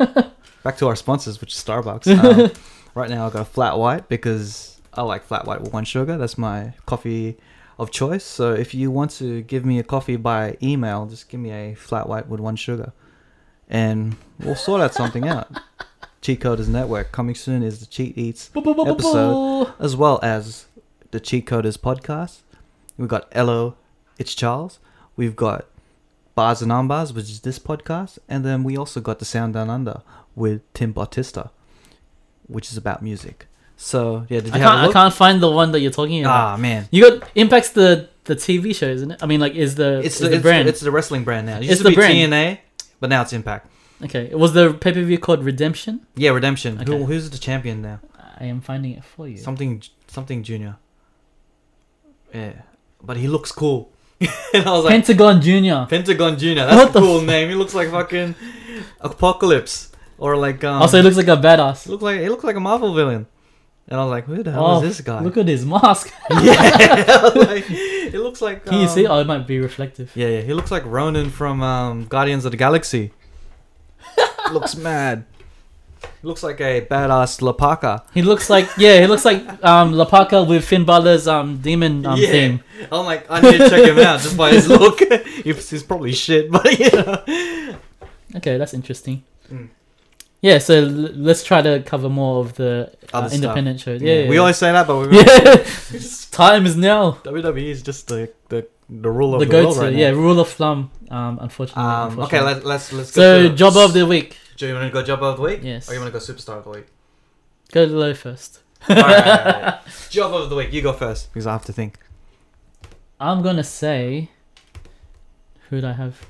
Speaker 1: back to our sponsors, which is Starbucks. Um, right now, I got a flat white because I like flat white with one sugar. That's my coffee of choice. So if you want to give me a coffee by email, just give me a flat white with one sugar, and we'll sort out something out. Cheat Coders Network. Coming soon is the Cheat Eats,
Speaker 2: Boo, boo, boo, boo, boo.
Speaker 1: Episode. as well as the Cheat Coders podcast. We've got Ello, It's Charles. We've got Bars and Armbars, which is this podcast. And then we also got The Sound Down Under with Tim Bautista, which is about music. So, yeah, did you
Speaker 2: I
Speaker 1: have a
Speaker 2: can't, I
Speaker 1: look?
Speaker 2: can't find the one that you're talking about.
Speaker 1: ah, man.
Speaker 2: You got impacts the the TV show, isn't it? I mean, like, is the
Speaker 1: It's
Speaker 2: is
Speaker 1: the,
Speaker 2: the
Speaker 1: it's,
Speaker 2: brand?
Speaker 1: It's the wrestling brand now. It used
Speaker 2: It's
Speaker 1: to
Speaker 2: the
Speaker 1: be
Speaker 2: brand.
Speaker 1: TNA, but now it's Impact.
Speaker 2: okay, was the pay per view called Redemption?
Speaker 1: Yeah, Redemption. Who,
Speaker 2: Okay.
Speaker 1: who's the champion now?
Speaker 2: I am finding it for you.
Speaker 1: Something something Junior. Yeah, but he looks cool. and I was like,
Speaker 2: Pentagon Junior.
Speaker 1: Pentagon Junior. That's
Speaker 2: What
Speaker 1: a
Speaker 2: the
Speaker 1: cool name. He looks like fucking Apocalypse or like um.
Speaker 2: also, he looks like a
Speaker 1: he
Speaker 2: badass.
Speaker 1: looked like he looked like a Marvel villain. And I was like, who the hell
Speaker 2: Oh,
Speaker 1: is this guy?
Speaker 2: Look at his mask.
Speaker 1: yeah, like, it looks like.
Speaker 2: Can you see?
Speaker 1: um,
Speaker 2: Oh, it might be reflective.
Speaker 1: Yeah, yeah. He looks like Ronan from um, Guardians of the Galaxy. looks mad. Looks like a badass Lapaka.
Speaker 2: He looks like yeah, he looks like um Lapaka with Finn Balor's um demon um
Speaker 1: Yeah.
Speaker 2: theme.
Speaker 1: I'm like, I need to check him out just by his look. he's, he's probably shit, but you know.
Speaker 2: Uh, Okay, that's interesting.
Speaker 1: Mm.
Speaker 2: Yeah, so l- let's try to cover more of the uh,
Speaker 1: Other stuff.
Speaker 2: independent shows. Yeah, yeah,
Speaker 1: we
Speaker 2: yeah.
Speaker 1: always say that, but we
Speaker 2: yeah. Time is now.
Speaker 1: WWE E is just the the, the rule of
Speaker 2: the
Speaker 1: the,
Speaker 2: go
Speaker 1: world
Speaker 2: to
Speaker 1: right
Speaker 2: yeah
Speaker 1: now.
Speaker 2: rule of thumb. Um, unfortunately.
Speaker 1: Um, okay,
Speaker 2: unfortunately.
Speaker 1: let, let's let's
Speaker 2: so
Speaker 1: go. to-
Speaker 2: job of the week.
Speaker 1: Do you want to go job of the week?
Speaker 2: Yes.
Speaker 1: Or you want to go superstar of the week?
Speaker 2: Go low first.
Speaker 1: Alright, alright, alright. Job of the week. You go first because I have to think.
Speaker 2: I'm gonna say. Who'd I have?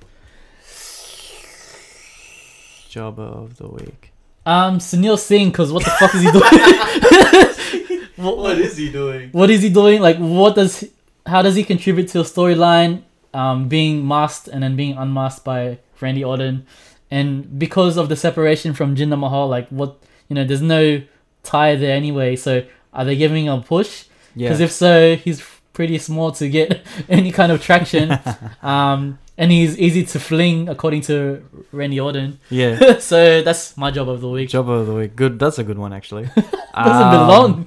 Speaker 1: Job of the week.
Speaker 2: Um, Sunil Singh. Cause what the fuck is he doing?
Speaker 1: what is he doing?
Speaker 2: what is he doing? Like, what does? he- How does he contribute to a storyline? Um, being masked and then being unmasked by Randy Orton, and because of the separation from Jinder Mahal, like what you know, there's no tie there anyway. So are they giving him a push?
Speaker 1: Yeah.
Speaker 2: Because if so, he's pretty small to get any kind of traction, um, and he's easy to fling, according to Randy Orton.
Speaker 1: yeah.
Speaker 2: so that's my job of the week.
Speaker 1: Job of the week. Good. That's a good one actually.
Speaker 2: Doesn't
Speaker 1: Um,
Speaker 2: belong.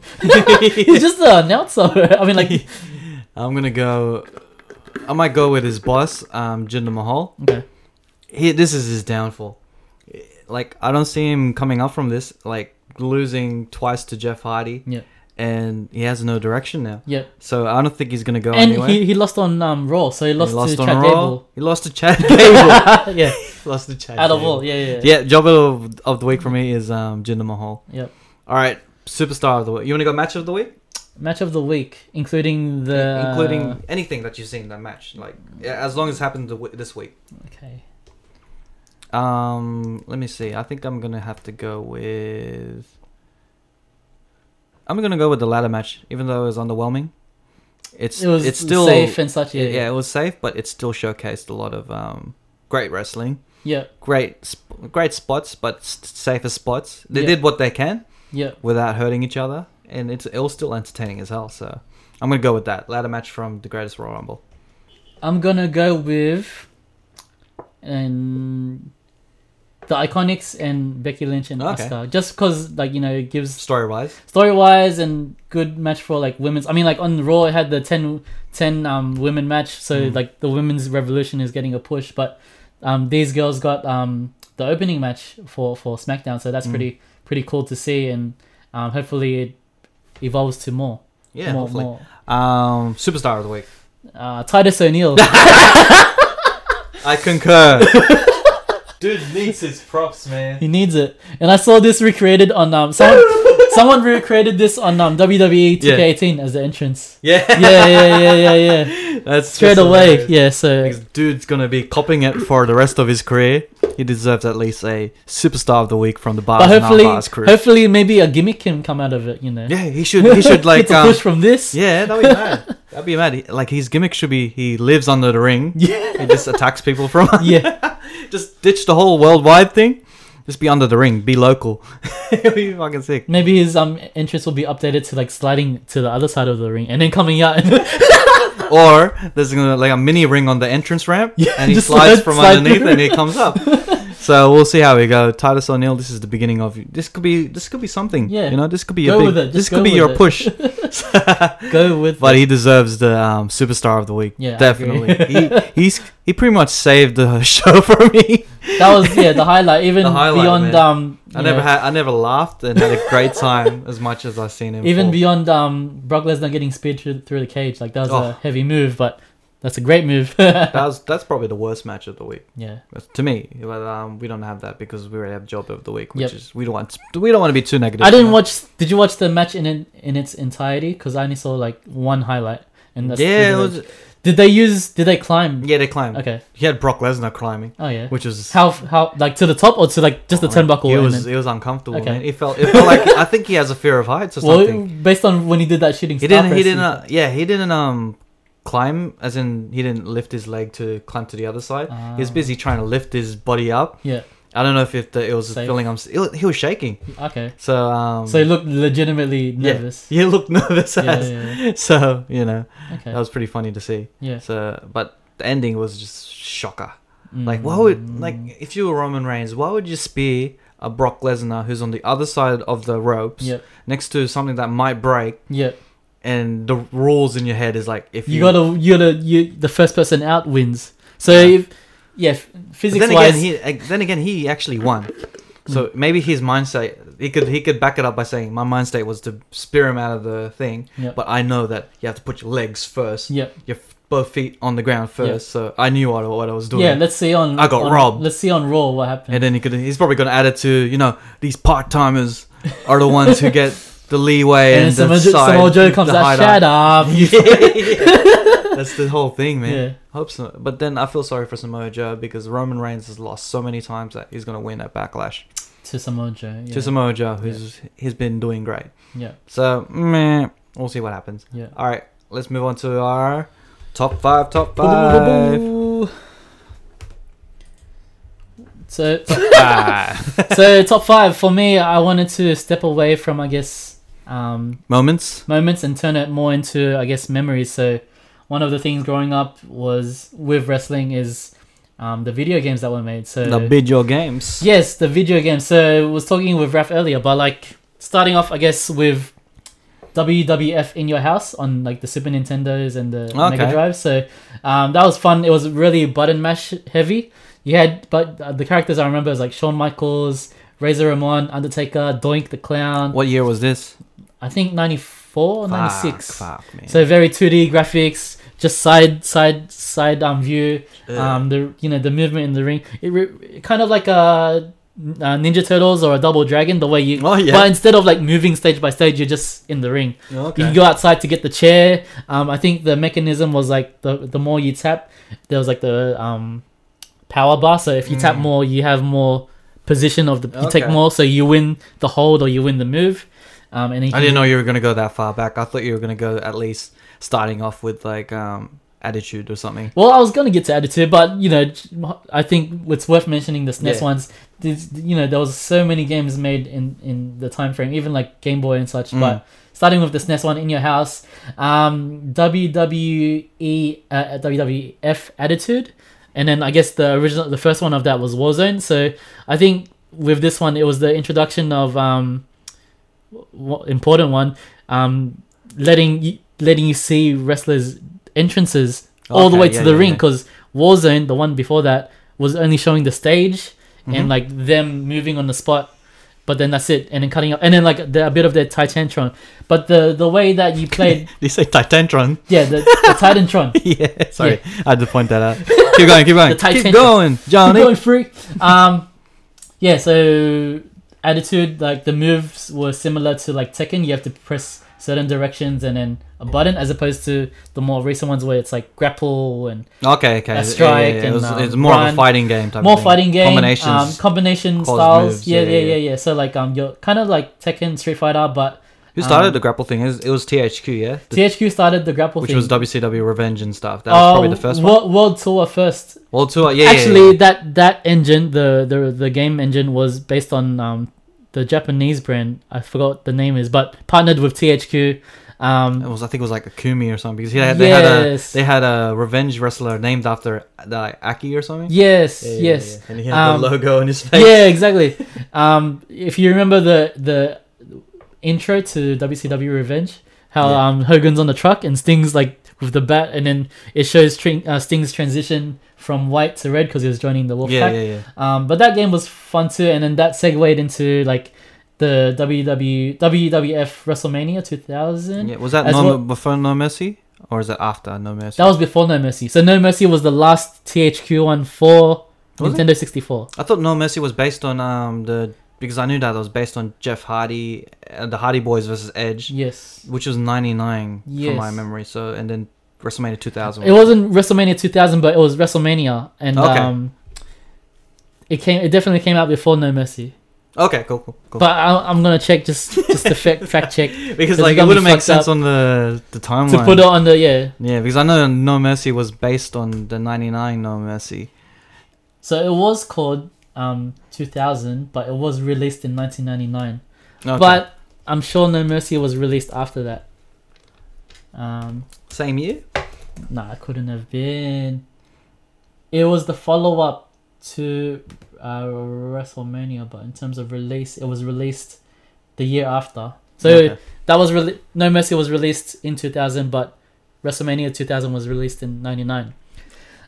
Speaker 2: He's just an announcer. I mean, like,
Speaker 1: I'm gonna go. I might go with his boss, um, Jinder Mahal.
Speaker 2: okay,
Speaker 1: He, this is his downfall. Like I don't see him coming up from this. Like losing twice to Jeff Hardy,
Speaker 2: yeah,
Speaker 1: and he has no direction now.
Speaker 2: yeah.
Speaker 1: So I don't think he's gonna go
Speaker 2: and
Speaker 1: anywhere.
Speaker 2: he, he lost on um, Raw, so he lost,
Speaker 1: he lost
Speaker 2: to
Speaker 1: on
Speaker 2: Chad
Speaker 1: Raw.
Speaker 2: Gable.
Speaker 1: He lost to Chad Gable.
Speaker 2: yeah,
Speaker 1: lost to Chad.
Speaker 2: out of
Speaker 1: Gable.
Speaker 2: all, yeah, yeah, yeah.
Speaker 1: Yeah, job of, of the week for me is um, Jinder Mahal.
Speaker 2: Yep.
Speaker 1: All right, superstar of the week. You want to go match of the week,
Speaker 2: Match of the week, including the uh,
Speaker 1: including anything that you've seen that match, like yeah, as long as it happened the w- this week.
Speaker 2: Okay,
Speaker 1: Um, let me see. I think I'm gonna have to go with. I'm gonna go with the ladder match, even though it was underwhelming. It's
Speaker 2: it was
Speaker 1: it's still
Speaker 2: safe and such. Yeah,
Speaker 1: yeah,
Speaker 2: yeah,
Speaker 1: it was safe, but it still showcased a lot of um, great wrestling.
Speaker 2: yeah,
Speaker 1: great sp- great spots but s- safer spots they
Speaker 2: Yeah.
Speaker 1: did what they can
Speaker 2: yeah.
Speaker 1: without hurting each other and it's it was still entertaining as hell so i'm gonna go with that ladder match from the greatest royal rumble
Speaker 2: I'm gonna go with and the Iconics and Becky Lynch and
Speaker 1: Okay.
Speaker 2: Asuka, just because like you know it gives
Speaker 1: story wise
Speaker 2: story wise and good match for like women's. I mean like on Raw it had the 10, 10 um women match, so
Speaker 1: Mm.
Speaker 2: like the women's revolution is getting a push, but um these girls got um the opening match for for SmackDown, so that's
Speaker 1: Mm.
Speaker 2: pretty pretty cool to see, and um hopefully it evolves to more
Speaker 1: yeah
Speaker 2: more
Speaker 1: hopefully
Speaker 2: more.
Speaker 1: um superstar of the week
Speaker 2: Uh, Titus O'Neil.
Speaker 1: i concur dude needs his props man
Speaker 2: He needs it. And I saw this recreated on um someone, someone recreated this on um WWE 2K18 as the entrance.
Speaker 1: yeah
Speaker 2: Yeah, yeah, yeah, yeah, yeah.
Speaker 1: that's
Speaker 2: Straight
Speaker 1: that's
Speaker 2: away.
Speaker 1: hilarious.
Speaker 2: Yeah, so
Speaker 1: This dude's gonna be copying it for the rest of his career he deserves at least a superstar of the week from the bars
Speaker 2: but
Speaker 1: and
Speaker 2: hopefully
Speaker 1: Our Bars Uh, crew
Speaker 2: hopefully maybe a gimmick can come out of it, you know.
Speaker 1: yeah he should he should like
Speaker 2: Get a
Speaker 1: um,
Speaker 2: push from this.
Speaker 1: Yeah, that'd be mad. That'd be mad. He- Like his gimmick should be he lives under the ring.
Speaker 2: Yeah.
Speaker 1: He just attacks people from.
Speaker 2: Yeah.
Speaker 1: just ditch the whole worldwide thing. Just be under the ring. Be local. It'd be fucking sick.
Speaker 2: Maybe his um entrance will be updated to like sliding to the other side of the ring and then coming out and
Speaker 1: Or there's gonna like a mini ring on the entrance ramp, and he
Speaker 2: just
Speaker 1: slides
Speaker 2: slide-
Speaker 1: from
Speaker 2: slide
Speaker 1: underneath,
Speaker 2: through.
Speaker 1: and he comes up. So we'll see how we go. Titus O'Neil, this is the beginning of this could be this could be something.
Speaker 2: Yeah.
Speaker 1: you know, this could be
Speaker 2: Go
Speaker 1: your
Speaker 2: with
Speaker 1: big,
Speaker 2: it.
Speaker 1: this
Speaker 2: Just go
Speaker 1: could be
Speaker 2: with
Speaker 1: your
Speaker 2: it.
Speaker 1: push.
Speaker 2: go with
Speaker 1: But
Speaker 2: it.
Speaker 1: he deserves the um, superstar of the week.
Speaker 2: Yeah, I
Speaker 1: definitely. he,
Speaker 2: agree.
Speaker 1: he's he pretty much saved the show for me.
Speaker 2: that was yeah, the highlight even
Speaker 1: The highlight,
Speaker 2: beyond
Speaker 1: man.
Speaker 2: um
Speaker 1: I
Speaker 2: you
Speaker 1: never
Speaker 2: know,
Speaker 1: had I never laughed and had a great time as much as I've seen him.
Speaker 2: Even
Speaker 1: fall.
Speaker 2: beyond um, Brock Lesnar getting speared through, through the cage, like that was
Speaker 1: Oh.
Speaker 2: a heavy move, but that's a great move.
Speaker 1: that was, that's probably the worst match of the week
Speaker 2: yeah,
Speaker 1: That's- to me. But um, we don't have that because we already have job of the week, which
Speaker 2: Yep.
Speaker 1: is we don't want we don't want to be too negative.
Speaker 2: I
Speaker 1: you
Speaker 2: didn't
Speaker 1: know?
Speaker 2: watch. Did you watch the match in in, in its entirety? Because I only saw like one highlight, and that's
Speaker 1: yeah, it was,
Speaker 2: Did they use? Did they climb?
Speaker 1: yeah, they climbed.
Speaker 2: Okay.
Speaker 1: He had Brock Lesnar climbing,
Speaker 2: Oh yeah.
Speaker 1: which was
Speaker 2: How how like to the top or to like just the
Speaker 1: Oh, man,
Speaker 2: turnbuckle?
Speaker 1: It
Speaker 2: and
Speaker 1: was
Speaker 2: then-
Speaker 1: it was uncomfortable,
Speaker 2: Okay.
Speaker 1: man. It felt it felt like I think he has a fear of heights or something.
Speaker 2: well, based on when he did that shooting
Speaker 1: he
Speaker 2: star
Speaker 1: didn't he
Speaker 2: press,
Speaker 1: didn't uh, yeah he didn't um climb as in he didn't lift his leg to climb to the other side. uh, He was
Speaker 2: Ah.
Speaker 1: busy trying to lift his body up.
Speaker 2: Yeah.
Speaker 1: I don't know if it, the, it was
Speaker 2: Safe.
Speaker 1: feeling I'm s- it, he was shaking.
Speaker 2: Ah, Okay.
Speaker 1: So um
Speaker 2: So he looked legitimately
Speaker 1: yeah.
Speaker 2: nervous.
Speaker 1: he looked nervous
Speaker 2: Yeah,
Speaker 1: as
Speaker 2: yeah,
Speaker 1: so you know
Speaker 2: yeah. Okay.
Speaker 1: that was pretty funny to see.
Speaker 2: yeah.
Speaker 1: So but the ending was just shocker. Like
Speaker 2: Mm.
Speaker 1: why would like if you were Roman Reigns, why would you spear a Brock Lesnar who's on the other side of the ropes
Speaker 2: Yep.
Speaker 1: next to something that might break
Speaker 2: Yep.
Speaker 1: and the rules in your head is like if you,
Speaker 2: You gotta you gotta you the first person out wins. So
Speaker 1: Yeah.
Speaker 2: if yeah,
Speaker 1: But
Speaker 2: physics
Speaker 1: then
Speaker 2: wise.
Speaker 1: again he ag- then again he actually won.
Speaker 2: Mm.
Speaker 1: So maybe his mindset he could he could back it up by saying my mind state was to spear him out of the thing,
Speaker 2: Yep.
Speaker 1: but I know that you have to put your legs first,
Speaker 2: Yep.
Speaker 1: your f- both feet on the ground first. So I knew what, what I was doing.
Speaker 2: Yeah, let's see on.
Speaker 1: I got
Speaker 2: on-
Speaker 1: robbed.
Speaker 2: Let's see on Raw what happened.
Speaker 1: And then he could he's probably gonna add it to, you know, these part timers are the ones who get the leeway and,
Speaker 2: And, some
Speaker 1: the
Speaker 2: then
Speaker 1: side,
Speaker 2: Samoa Joe comes
Speaker 1: the
Speaker 2: out.
Speaker 1: hideout."
Speaker 2: Shut up. you
Speaker 1: Yeah. That's the whole thing, man.
Speaker 2: Yeah.
Speaker 1: Hope so. But then I feel sorry for Samoa Joe because Roman Reigns has lost so many times that he's gonna win at Backlash
Speaker 2: To Samoa Joe. Yeah.
Speaker 1: to Samoa Joe, who's he's been doing great.
Speaker 2: yeah.
Speaker 1: So meh, we'll see what happens.
Speaker 2: Yeah.
Speaker 1: All right, let's move on to our top five. Top five.
Speaker 2: So,
Speaker 1: Ah.
Speaker 2: so top five for me. I wanted to step away from, I guess, um,
Speaker 1: Moments.
Speaker 2: moments and turn it more into, I guess, memories. So, one of the things growing up was with wrestling is um, the video games that were made. So
Speaker 1: The video games.
Speaker 2: Yes, the video game. So I was talking with Raph earlier, but like starting off, I guess with WWF in your house on like the Super Nintendos and the
Speaker 1: Okay.
Speaker 2: Mega Drive. So um, that was fun. It was really button mash heavy. You had, but uh, the characters I remember is like Shawn Michaels, Razor Ramon, Undertaker, Doink the Clown.
Speaker 1: What year was this?
Speaker 2: I think ninety four or ninety six.
Speaker 1: Fuck, fuck, man.
Speaker 2: So very two D graphics, just side side side um view
Speaker 1: Ugh.
Speaker 2: um the you know the movement in the ring it re- kind of like a, uh ninja turtles or a double dragon the way you
Speaker 1: oh yeah.
Speaker 2: but instead of like moving stage by stage you're just in the ring you can go outside to get the chair um i think the mechanism was like the the more you tap there was like the um power bar so if you tap
Speaker 1: Mm.
Speaker 2: more you have more position of the you take
Speaker 1: Okay.
Speaker 2: more so you win the hold or you win the move um and then you
Speaker 1: I
Speaker 2: can-
Speaker 1: didn't know you were gonna go that far back. I thought you were gonna go at least starting off with like um attitude or something.
Speaker 2: Well, I was gonna get to attitude, but you know, I think it's worth mentioning this next
Speaker 1: Yeah.
Speaker 2: one's. There's, you know, there was so many games made in in the time frame, even like Game Boy and such.
Speaker 1: Mm.
Speaker 2: But starting with this next one in your house, um, WWE, uh, WWF Attitude, and then I guess the original, the first one of that was Warzone. So I think with this one, it was the introduction of um, w- important one, um, letting you, letting you see wrestlers entrances all the
Speaker 1: Okay,
Speaker 2: way
Speaker 1: yeah,
Speaker 2: to the
Speaker 1: yeah,
Speaker 2: ring
Speaker 1: yeah.
Speaker 2: because Warzone, the one before that, was only showing the stage
Speaker 1: Mm-hmm.
Speaker 2: and like them moving on the spot, but then that's it, and then cutting up, and then like the, a bit of their Titantron. But the the way that you played,
Speaker 1: They say Titantron.
Speaker 2: yeah, the, the Titantron,
Speaker 1: yeah, sorry, I had to point that out. keep going, keep going,
Speaker 2: The Titantron.
Speaker 1: keep going,
Speaker 2: Keep
Speaker 1: Johnny.
Speaker 2: going free. Um, yeah, so attitude like the moves were similar to like Tekken. You have to press certain directions and then a button, as opposed to the more recent ones where it's like grapple and
Speaker 1: Okay, okay,
Speaker 2: A
Speaker 1: yeah,
Speaker 2: strike
Speaker 1: It
Speaker 2: and,
Speaker 1: was,
Speaker 2: um,
Speaker 1: it's more of a
Speaker 2: run.
Speaker 1: fighting game type.
Speaker 2: more
Speaker 1: of thing.
Speaker 2: fighting game
Speaker 1: combinations.
Speaker 2: um, combination
Speaker 1: cause
Speaker 2: styles
Speaker 1: moves,
Speaker 2: yeah,
Speaker 1: yeah,
Speaker 2: yeah, yeah
Speaker 1: yeah.
Speaker 2: yeah so like um you're kind of like tekken street fighter but
Speaker 1: Who started
Speaker 2: um,
Speaker 1: the grapple thing? It was, it was THQ, yeah, The-
Speaker 2: thhq started the grapple
Speaker 1: which
Speaker 2: thing. Uh,
Speaker 1: was WCW Revenge and stuff. That was probably the first one.
Speaker 2: World, World Tour first.
Speaker 1: Well, two, yeah,
Speaker 2: Actually,
Speaker 1: yeah,
Speaker 2: that that engine, the, the the game engine, was based on um, the Japanese brand. I forgot the name is, but partnered with THQ.
Speaker 1: yeah. it
Speaker 2: Um,
Speaker 1: was. I think it was like Akumi or something because he had, they had a
Speaker 2: Yes.
Speaker 1: they had a revenge wrestler named after like, Aki or something.
Speaker 2: yes,
Speaker 1: Yeah, yeah,
Speaker 2: yes.
Speaker 1: yeah, yeah. And he had
Speaker 2: Um,
Speaker 1: the logo on his face.
Speaker 2: yeah, exactly. Um, if you remember the the intro to WCW Revenge, how
Speaker 1: Yeah.
Speaker 2: um, Hogan's on the truck and Sting's like with the bat, and then it shows trin- uh, Sting's transition from white to red because he was joining the Wolfpack.
Speaker 1: yeah, yeah, yeah.
Speaker 2: Um, but that game was fun too, and then that segued into like the WW WWF WrestleMania 2000.
Speaker 1: Yeah, was that
Speaker 2: Mm-hmm. As
Speaker 1: no,
Speaker 2: well-
Speaker 1: before No Mercy or is that after No Mercy?
Speaker 2: That was before No Mercy. So No Mercy was the last THQ one for
Speaker 1: Was it?
Speaker 2: Nintendo 64.
Speaker 1: I thought No Mercy was based on um the because I knew that it was based on Jeff Hardy, uh, the Hardy Boys versus Edge,
Speaker 2: Yes.
Speaker 1: which was '99 from my
Speaker 2: Yes.
Speaker 1: memory. So and then WrestleMania 2000.
Speaker 2: It wasn't WrestleMania 2000, but it was WrestleMania, and
Speaker 1: Okay.
Speaker 2: um, it came. It definitely came out before No Mercy.
Speaker 1: okay, cool, cool, cool.
Speaker 2: But I, I'm gonna check just just to fact, fact check
Speaker 1: because
Speaker 2: it's
Speaker 1: like it
Speaker 2: gonna be
Speaker 1: wouldn't make
Speaker 2: fucked
Speaker 1: sense
Speaker 2: up
Speaker 1: on the the timeline.
Speaker 2: to put it on the yeah.
Speaker 1: yeah, because I know No Mercy was based on the 99 No Mercy.
Speaker 2: So it was called um 2000, but it was released in 1999.
Speaker 1: Okay.
Speaker 2: But I'm sure No Mercy was released after that. Um,
Speaker 1: same year?
Speaker 2: nah, it couldn't have been. It was the follow up to uh, WrestleMania, but in terms of release, it was released the year after. So
Speaker 1: Okay.
Speaker 2: that was really No Mercy was released in 2000, but WrestleMania 2000 was released in '99.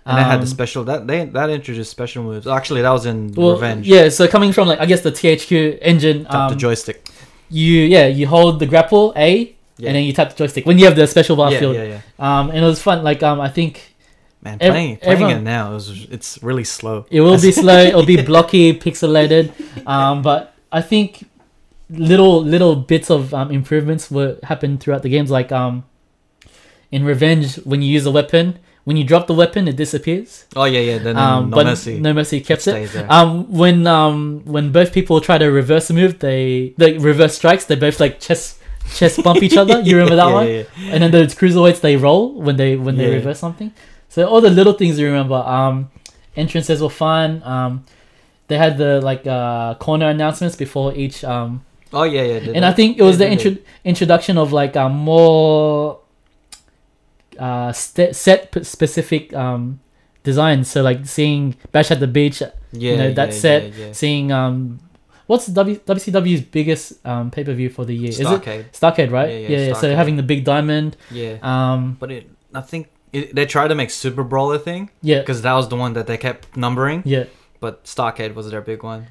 Speaker 1: and they had the
Speaker 2: Um,
Speaker 1: special that they that introduced special moves. Actually, that was in
Speaker 2: well,
Speaker 1: Revenge.
Speaker 2: Yeah, so coming from like I guess the THQ engine,
Speaker 1: Tap the
Speaker 2: um,
Speaker 1: joystick.
Speaker 2: you yeah you hold the grapple A
Speaker 1: Yeah.
Speaker 2: and then you tap the joystick when you have the special bar
Speaker 1: yeah,
Speaker 2: field.
Speaker 1: yeah, yeah.
Speaker 2: Um, and it was fun. Like um, I think
Speaker 1: Man,
Speaker 2: Ev-
Speaker 1: playing playing
Speaker 2: everyone-
Speaker 1: it now is it's really slow.
Speaker 2: it will be slow. it'll be blocky, pixelated. Um, but I think little little bits of um, improvements were happened throughout the games. Like um, in Revenge, when you use a weapon, when you drop the weapon, it disappears.
Speaker 1: Oh yeah, yeah. Then
Speaker 2: Um,
Speaker 1: No
Speaker 2: but
Speaker 1: Mercy
Speaker 2: No Mercy kept it.
Speaker 1: stays there.
Speaker 2: Um, when um, when both people try to reverse a move, they they reverse strikes. They both like chest chest bump each other. You remember that
Speaker 1: Yeah,
Speaker 2: one?
Speaker 1: yeah,
Speaker 2: And then those cruiserweights they roll when they when they
Speaker 1: Yeah.
Speaker 2: reverse something. So all the little things you remember. Um, entrances were fun. Um, they had the like uh, corner announcements before each. Um,
Speaker 1: Oh yeah, yeah. did
Speaker 2: and I
Speaker 1: that.
Speaker 2: think it was
Speaker 1: Yeah, they
Speaker 2: the
Speaker 1: did.
Speaker 2: intro- introduction of like uh, more uh, st- set p- specific um, designs. So like seeing Bash at the beach
Speaker 1: yeah,
Speaker 2: know,
Speaker 1: yeah,
Speaker 2: that
Speaker 1: yeah,
Speaker 2: set,
Speaker 1: Yeah,
Speaker 2: seeing um what's w- WCW's biggest um pay per view for the year? Is it
Speaker 1: Starcade.
Speaker 2: Starcade, right?
Speaker 1: Yeah, yeah,
Speaker 2: So
Speaker 1: Starrcade.
Speaker 2: having the big diamond.
Speaker 1: Yeah,
Speaker 2: Um
Speaker 1: but it, I think it, they tried to make Super Brawler thing
Speaker 2: yeah.
Speaker 1: because that was the one that they kept numbering,
Speaker 2: Yeah.
Speaker 1: but Starcade was their big one.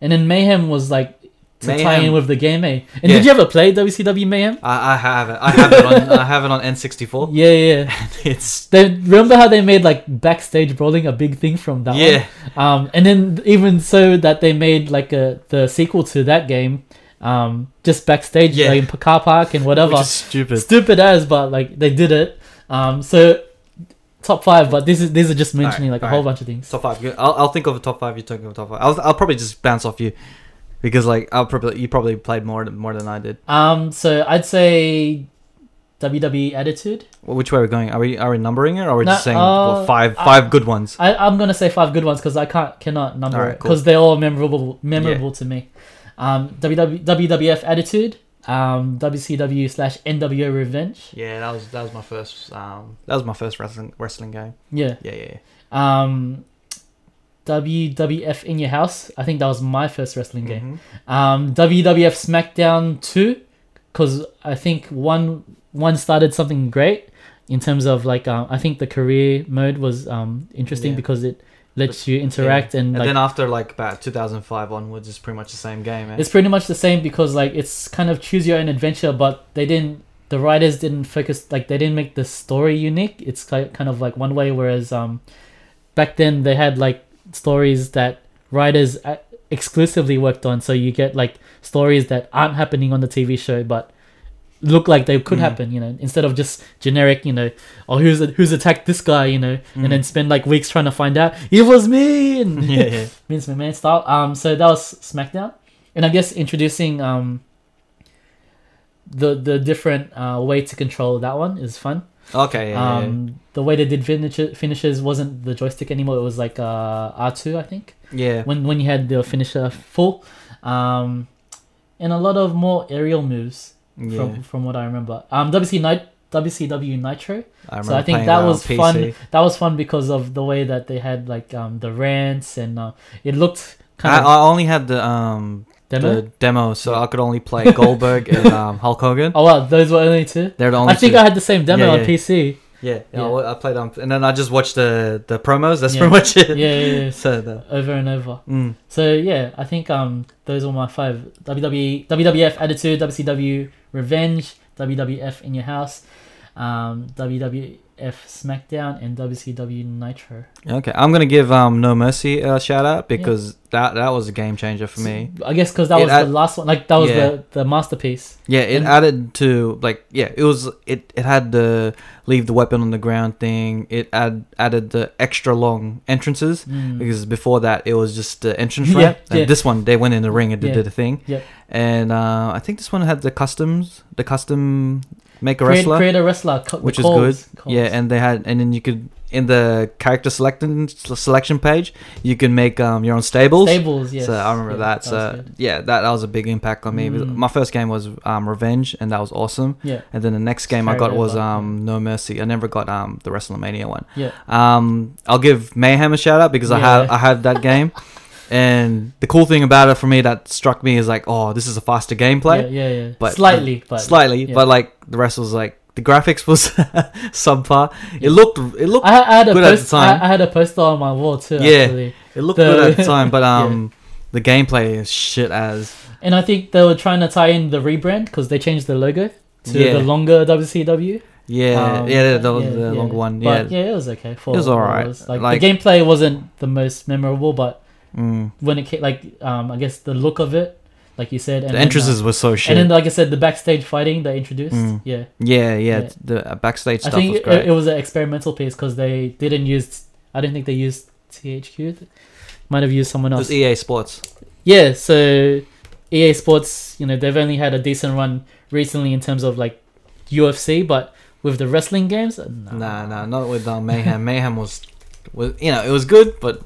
Speaker 2: And then Mayhem was like to tie
Speaker 1: Mayhem.
Speaker 2: in with the game, eh? And
Speaker 1: Yeah.
Speaker 2: did you ever play WCW Mayhem?
Speaker 1: I, I have it. I have it on. I have it on N64.
Speaker 2: Yeah, yeah. yeah.
Speaker 1: It's
Speaker 2: They remember how they made like backstage brawling a big thing from that one?
Speaker 1: yeah,
Speaker 2: Um, and then even so that they made like a the sequel to that game, um, just backstage
Speaker 1: Yeah.
Speaker 2: like in car park and whatever.
Speaker 1: which is stupid.
Speaker 2: stupid as, but like they did it. Um, so top five, but this is these are just mentioning
Speaker 1: Alright,
Speaker 2: like a whole bunch of things.
Speaker 1: Top five. Good. I'll, I'll think of a top five. You're talking of top five. I'll, I'll probably just bounce off you because like I'll probably you probably played more than- more than I did.
Speaker 2: Um, so I'd say WWE attitude.
Speaker 1: Well, which way are we going? Are we are we numbering it or are we
Speaker 2: No,
Speaker 1: just saying
Speaker 2: uh,
Speaker 1: well, five
Speaker 2: I-
Speaker 1: five good ones?
Speaker 2: I, I'm gonna say five good ones because I can't cannot number
Speaker 1: Alright,
Speaker 2: it
Speaker 1: cool.
Speaker 2: because they're all memorable memorable to me. Um, WW, WWF attitude. Um, WCW slash NWO revenge.
Speaker 1: Yeah, that was that was my first um that was my first wrestling wrestling game.
Speaker 2: Yeah.
Speaker 1: Yeah, yeah. yeah.
Speaker 2: Um, WWF in your house. I think that was my first wrestling game.
Speaker 1: Mhm.
Speaker 2: Um, WWF SmackDown 2, because I think one one started something great in terms of like um, I think the career mode was um, interesting
Speaker 1: Yeah.
Speaker 2: because it lets you interact and
Speaker 1: And
Speaker 2: like
Speaker 1: then after like about 2005 onwards, it's pretty much the same game. Eh?
Speaker 2: it's pretty much the same because like it's kind of choose your own adventure, but they didn't the writers didn't focus like they didn't make the story unique. It's ki- kind of like one way, whereas um, back then they had like stories that writers a- exclusively worked on, so you get like stories that aren't happening on the TV show, but look like they could
Speaker 1: Mm.
Speaker 2: happen. You know, instead of just generic, you know, oh who's who's attacked this guy, you know,
Speaker 1: Mm.
Speaker 2: and then spend like weeks trying to find out it was me. And
Speaker 1: yeah, yeah.
Speaker 2: Vince McMahon style. Um, so that was SmackDown, and I guess introducing um the the different uh, way to control that one is fun.
Speaker 1: Okay. Yeah, yeah,
Speaker 2: um, the way they did finishes finishes wasn't the joystick anymore. It was like uh R two, I think.
Speaker 1: yeah.
Speaker 2: When when you had the finisher full, um, and a lot of more aerial moves
Speaker 1: yeah.
Speaker 2: from from what I remember. Um, WC Nit- WCW Nitro.
Speaker 1: I remember
Speaker 2: So I think
Speaker 1: playing
Speaker 2: that
Speaker 1: on
Speaker 2: was
Speaker 1: PC.
Speaker 2: fun. That was fun because of the way that they had like um the rants and uh, it looked kind
Speaker 1: I,
Speaker 2: of
Speaker 1: I only had the um
Speaker 2: demo.
Speaker 1: the demo, so I could only play Goldberg and um, Hulk Hogan.
Speaker 2: Oh wow, those were only two.
Speaker 1: They're the only.
Speaker 2: I think
Speaker 1: two.
Speaker 2: I had the same demo
Speaker 1: Yeah,
Speaker 2: on
Speaker 1: yeah.
Speaker 2: PC.
Speaker 1: yeah, yeah,
Speaker 2: Yeah.
Speaker 1: I I played on, and then I just watched the the promos. That's
Speaker 2: Yeah.
Speaker 1: pretty much
Speaker 2: Yeah,
Speaker 1: it.
Speaker 2: yeah, yeah.
Speaker 1: So the
Speaker 2: over and over.
Speaker 1: mm,
Speaker 2: So yeah, I think um those were my five: E, WWE, WWF Attitude, WCW Revenge, WWF in your house, um, WWE F SmackDown and WCW Nitro.
Speaker 1: Okay, I'm gonna give um No Mercy a shout out because that that was a game changer for me.
Speaker 2: I guess because that
Speaker 1: It
Speaker 2: was
Speaker 1: ad-
Speaker 2: the last one. Like that was
Speaker 1: Yeah.
Speaker 2: the, the masterpiece.
Speaker 1: Yeah, it
Speaker 2: And-
Speaker 1: added to like yeah, it was it it had the leave the weapon on the ground thing. It add added the extra long entrances
Speaker 2: Mm.
Speaker 1: because before that it was just the entrance
Speaker 2: Yeah,
Speaker 1: ramp. And
Speaker 2: yeah.
Speaker 1: this one they went in the ring and did,
Speaker 2: Yeah,
Speaker 1: the thing.
Speaker 2: yeah.
Speaker 1: And uh, I think this one had the customs, the custom make a
Speaker 2: Create,
Speaker 1: wrestler.
Speaker 2: create a wrestler, co-
Speaker 1: which
Speaker 2: the
Speaker 1: is good.
Speaker 2: calls- calls.
Speaker 1: Yeah, and they had, and then you could in the character selecting selection page, you can make um your own stables.
Speaker 2: stables. Yes.
Speaker 1: So I remember
Speaker 2: Yeah,
Speaker 1: that.
Speaker 2: was
Speaker 1: So
Speaker 2: good.
Speaker 1: yeah, that, that was a big impact on me.
Speaker 2: Mm.
Speaker 1: My first game was um Revenge, and that was awesome.
Speaker 2: yeah,
Speaker 1: And then the next game I
Speaker 2: Carried
Speaker 1: got was
Speaker 2: over.
Speaker 1: um No Mercy. I never got um the WrestleMania one.
Speaker 2: yeah.
Speaker 1: Um, I'll give Mayhem a shout out because I
Speaker 2: Yeah.
Speaker 1: have I have that game. And the cool thing about it for me that struck me is like, oh, this is a faster gameplay
Speaker 2: Yeah, yeah, yeah.
Speaker 1: but-
Speaker 2: slightly, but
Speaker 1: slightly,
Speaker 2: yeah.
Speaker 1: but like the rest was like the graphics was subpar. It looked it looked
Speaker 2: I, I had a
Speaker 1: good at the
Speaker 2: post, I,
Speaker 1: time.
Speaker 2: I had a poster on my wall too.
Speaker 1: Yeah.
Speaker 2: actually.
Speaker 1: it looked
Speaker 2: the-
Speaker 1: good at the time, but
Speaker 2: Yeah.
Speaker 1: um the gameplay is shit as
Speaker 2: and I think they were trying to tie in the rebrand because they changed the logo to
Speaker 1: Yeah.
Speaker 2: the longer WCW.
Speaker 1: yeah
Speaker 2: Um,
Speaker 1: yeah the, the
Speaker 2: yeah.
Speaker 1: longer one yeah.
Speaker 2: But yeah, it was okay. For
Speaker 1: It was
Speaker 2: for what
Speaker 1: alright,
Speaker 2: Like,
Speaker 1: like-
Speaker 2: the gameplay wasn't the most memorable, but
Speaker 1: Mm.
Speaker 2: when it came, like um, I guess the look of it, like you said, and
Speaker 1: The
Speaker 2: then,
Speaker 1: entrances
Speaker 2: uh,
Speaker 1: were so
Speaker 2: and
Speaker 1: shit.
Speaker 2: then like I said, the backstage fighting they introduced.
Speaker 1: Mm.
Speaker 2: Yeah,
Speaker 1: yeah, yeah,
Speaker 2: yeah.
Speaker 1: the uh, backstage
Speaker 2: I
Speaker 1: stuff
Speaker 2: think
Speaker 1: was
Speaker 2: it,
Speaker 1: great.
Speaker 2: it was an experimental piece because they didn't use. I don't think they used THQ. Might have used someone
Speaker 1: it
Speaker 2: else.
Speaker 1: was EA Sports.
Speaker 2: yeah, so EA Sports, you know, they've only had a decent run recently in terms of like UFC, but with the wrestling games, uh, nah.
Speaker 1: Nah, nah, not with um, Mayhem. Mayhem was, was you know, it was good, but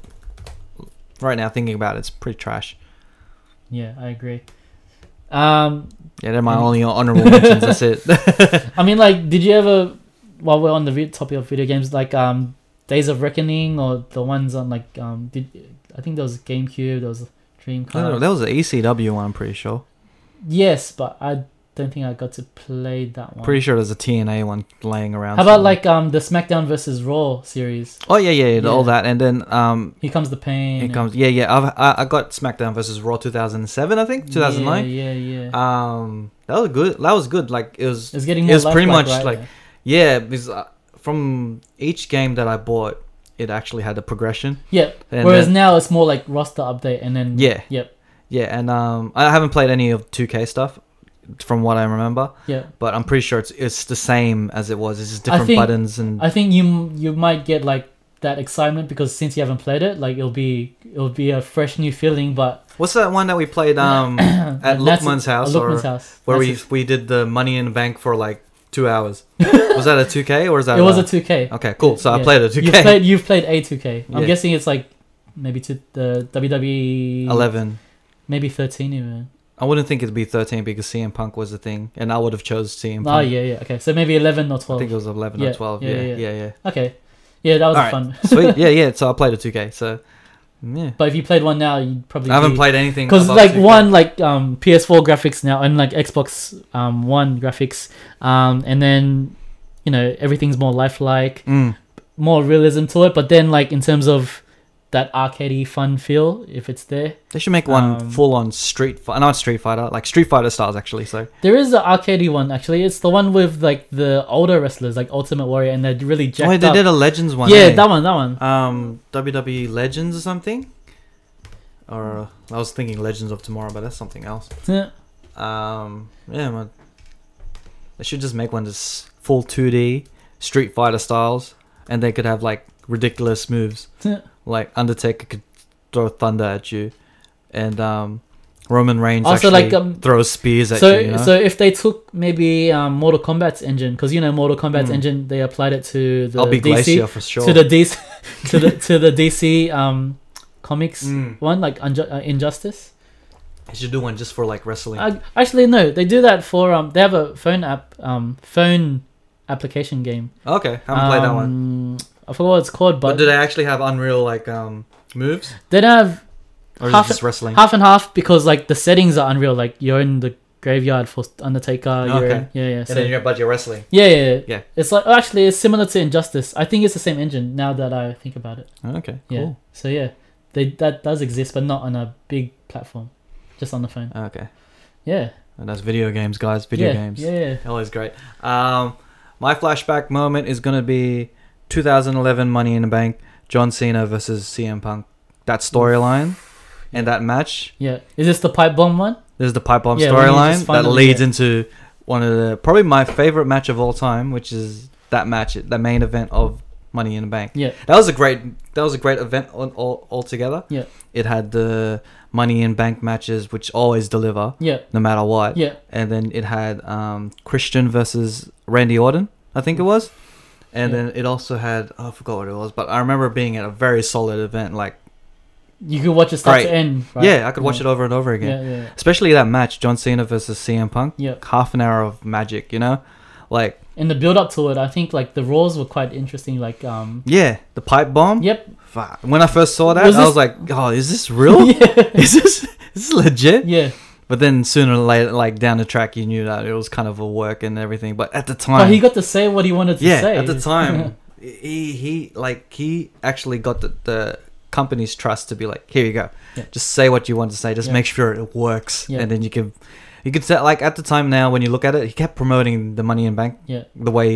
Speaker 1: right now thinking about it, it's pretty trash.
Speaker 2: Yeah, I agree. Um,
Speaker 1: Yeah, they're my
Speaker 2: Mm.
Speaker 1: only honorable mentions. That's it.
Speaker 2: I mean, like, did you ever, while we're on the vi- topic of video games, like um, Days of Reckoning or the ones on like um, did I think there was GameCube, there was Dreamcast.
Speaker 1: No, no, that was the ECW one. I'm pretty sure.
Speaker 2: Yes, but I don't think I got to play that one.
Speaker 1: Pretty sure there's a TNA one laying around.
Speaker 2: How about
Speaker 1: somewhere.
Speaker 2: like um the SmackDown versus Raw series?
Speaker 1: Oh yeah, yeah, yeah, all
Speaker 2: Yeah.
Speaker 1: that, and then um,
Speaker 2: Here comes the pain.
Speaker 1: it
Speaker 2: and-
Speaker 1: comes. Yeah, yeah. I've, I I got SmackDown versus Raw 2007, I think 2009.
Speaker 2: Yeah, yeah. yeah.
Speaker 1: Um, that was good. That was good. Like it was.
Speaker 2: it's getting
Speaker 1: it
Speaker 2: more
Speaker 1: was pretty
Speaker 2: lifelike,
Speaker 1: much
Speaker 2: right?
Speaker 1: like- Yeah, because uh, from each game that I bought, it actually had a progression.
Speaker 2: yeah.
Speaker 1: And
Speaker 2: Whereas
Speaker 1: then-
Speaker 2: now it's more like roster update and then
Speaker 1: yeah,
Speaker 2: yep,
Speaker 1: yeah, and um, I haven't played any of 2K stuff, from what I remember.
Speaker 2: yeah.
Speaker 1: But I'm pretty sure it's it's the same as it was. It's just different
Speaker 2: think-
Speaker 1: buttons and
Speaker 2: I think you you might get like that excitement because since you haven't played it, like it'll be it'll be a fresh new feeling. But
Speaker 1: what's that one that we played um at
Speaker 2: Natsu-
Speaker 1: Lukman's
Speaker 2: at
Speaker 1: house or
Speaker 2: Lukman's house,
Speaker 1: where we
Speaker 2: Natsu-
Speaker 1: we did the money in the bank for like two hours. was that a two K or is that?
Speaker 2: it was
Speaker 1: a-
Speaker 2: a two K.
Speaker 1: Okay, cool. Uh, So I
Speaker 2: Yeah.
Speaker 1: played a two
Speaker 2: You've
Speaker 1: K.
Speaker 2: played you've played a two K. I'm
Speaker 1: Yeah.
Speaker 2: guessing it's like maybe to the WWE
Speaker 1: Eleven.
Speaker 2: maybe thirteen even.
Speaker 1: I wouldn't think it'd be thirteen because CM Punk was the thing, and I would have chose CM Punk.
Speaker 2: Oh yeah, yeah. Okay, so maybe eleven or
Speaker 1: I
Speaker 2: twelve.
Speaker 1: think it was eleven
Speaker 2: Yeah,
Speaker 1: or twelve.
Speaker 2: yeah,
Speaker 1: Yeah,
Speaker 2: yeah.
Speaker 1: yeah, yeah.
Speaker 2: Okay, yeah, that was
Speaker 1: Alright.
Speaker 2: fun.
Speaker 1: Sweet. Yeah, yeah. So I played a two K. So yeah,
Speaker 2: But if you played one now, you'd probably
Speaker 1: I haven't
Speaker 2: be-
Speaker 1: played anything
Speaker 2: because
Speaker 1: above
Speaker 2: like
Speaker 1: 2K.
Speaker 2: one like um PS4 graphics now and like Xbox um One graphics um and then you know everything's more lifelike,
Speaker 1: Mm.
Speaker 2: more realism to it. But then like in terms of that arcadey fun feel, if it's there,
Speaker 1: They should make one
Speaker 2: Um,
Speaker 1: full on Street Fighter, not Street Fighter, like Street Fighter styles actually. So
Speaker 2: there is the arcadey one actually. It's the one with like the older wrestlers like Ultimate Warrior and they're really jacked
Speaker 1: oh, wait, they
Speaker 2: up.
Speaker 1: did a Legends one.
Speaker 2: yeah,
Speaker 1: eh?
Speaker 2: that one, that one.
Speaker 1: um WWE Legends or something. Or I was thinking Legends of Tomorrow, but that's something else.
Speaker 2: Yeah.
Speaker 1: Um, yeah, man. They should just make one just full 2D Street Fighter styles, and they could have like ridiculous moves.
Speaker 2: Yeah.
Speaker 1: Like Undertaker could throw thunder at you, and um, Roman Reigns
Speaker 2: Also,
Speaker 1: actually
Speaker 2: like, um,
Speaker 1: throws spears at
Speaker 2: So,
Speaker 1: you. you know?
Speaker 2: so if they took maybe um, Mortal Kombat's engine, because you know Mortal Kombat's
Speaker 1: Mm.
Speaker 2: engine, they applied it to the
Speaker 1: I'll be
Speaker 2: DC
Speaker 1: Glacier for sure.
Speaker 2: to the DC to the to the DC um comics
Speaker 1: Mm.
Speaker 2: one like Unju- uh, injustice
Speaker 1: They should do one just for like wrestling.
Speaker 2: uh, actually no they do that for um they have a phone app um phone application game
Speaker 1: okay, I haven't played that one.
Speaker 2: Um, I forgot what it's called
Speaker 1: But
Speaker 2: but,
Speaker 1: do they actually have unreal like um moves,
Speaker 2: they don't have
Speaker 1: or is
Speaker 2: Half-
Speaker 1: it just wrestling?
Speaker 2: half and half because like the settings are unreal like you're in the graveyard for Undertaker you're
Speaker 1: Oh, Okay.
Speaker 2: in, yeah yeah so-
Speaker 1: and then you're about your wrestling.
Speaker 2: yeah, yeah, yeah,
Speaker 1: Yeah.
Speaker 2: It's like oh, actually, it's similar to Injustice. I think it's the same engine. Now that I think about it,
Speaker 1: Okay,
Speaker 2: yeah. So yeah, they that does exist, but not on a big platform, just on the phone.
Speaker 1: Okay,
Speaker 2: Yeah.
Speaker 1: and that's video games, guys. Video
Speaker 2: yeah,
Speaker 1: games.
Speaker 2: Yeah.
Speaker 1: Always great. Um, My flashback moment is gonna be 2011 Money in the Bank, John Cena versus CM Punk. That storyline and that match.
Speaker 2: Yeah. Is this the pipe bomb one?
Speaker 1: This is the pipe bomb
Speaker 2: Yeah, when you
Speaker 1: storyline
Speaker 2: just
Speaker 1: that
Speaker 2: finally-
Speaker 1: leads into one of the probably my favorite match of all time, which is that match, the main event of Money in the Bank.
Speaker 2: Yeah.
Speaker 1: That was a great. That was a great event on all altogether.
Speaker 2: Yeah.
Speaker 1: It had the Money in Bank matches, which always deliver
Speaker 2: Yeah.
Speaker 1: no matter what.
Speaker 2: Yeah.
Speaker 1: And then it had um, Christian versus Randy Orton, I think it was. And
Speaker 2: Yeah.
Speaker 1: then it also had oh, I forgot what it was, but I remember it being at a very solid event. Like
Speaker 2: You could watch it start
Speaker 1: Right.
Speaker 2: to end. Right?
Speaker 1: yeah, I could watch it over and over again.
Speaker 2: Yeah. Yeah.
Speaker 1: Especially that match, John Cena versus CM Punk.
Speaker 2: Yeah.
Speaker 1: Half an hour of magic, you know. Like
Speaker 2: And the build up to it, I think like the roars were quite interesting. Like um.
Speaker 1: yeah, the pipe bomb.
Speaker 2: Yep.
Speaker 1: Fuck. When I first saw that,
Speaker 2: Was
Speaker 1: I
Speaker 2: this-
Speaker 1: was like, oh, is this real?
Speaker 2: yeah.
Speaker 1: Is this is this legit?
Speaker 2: Yeah.
Speaker 1: But then sooner or later, like down the track, you knew that it was kind of a work and everything. But at the time,
Speaker 2: But he got to say what he wanted to
Speaker 1: yeah
Speaker 2: say.
Speaker 1: at the time he he like he actually got the, the company's trust to be like here you go
Speaker 2: Yeah.
Speaker 1: just say what you want to say just
Speaker 2: Yeah.
Speaker 1: make sure it works
Speaker 2: Yeah.
Speaker 1: and then you can you could say like at the time now when you look at it he kept promoting the money in bank
Speaker 2: yeah.
Speaker 1: the way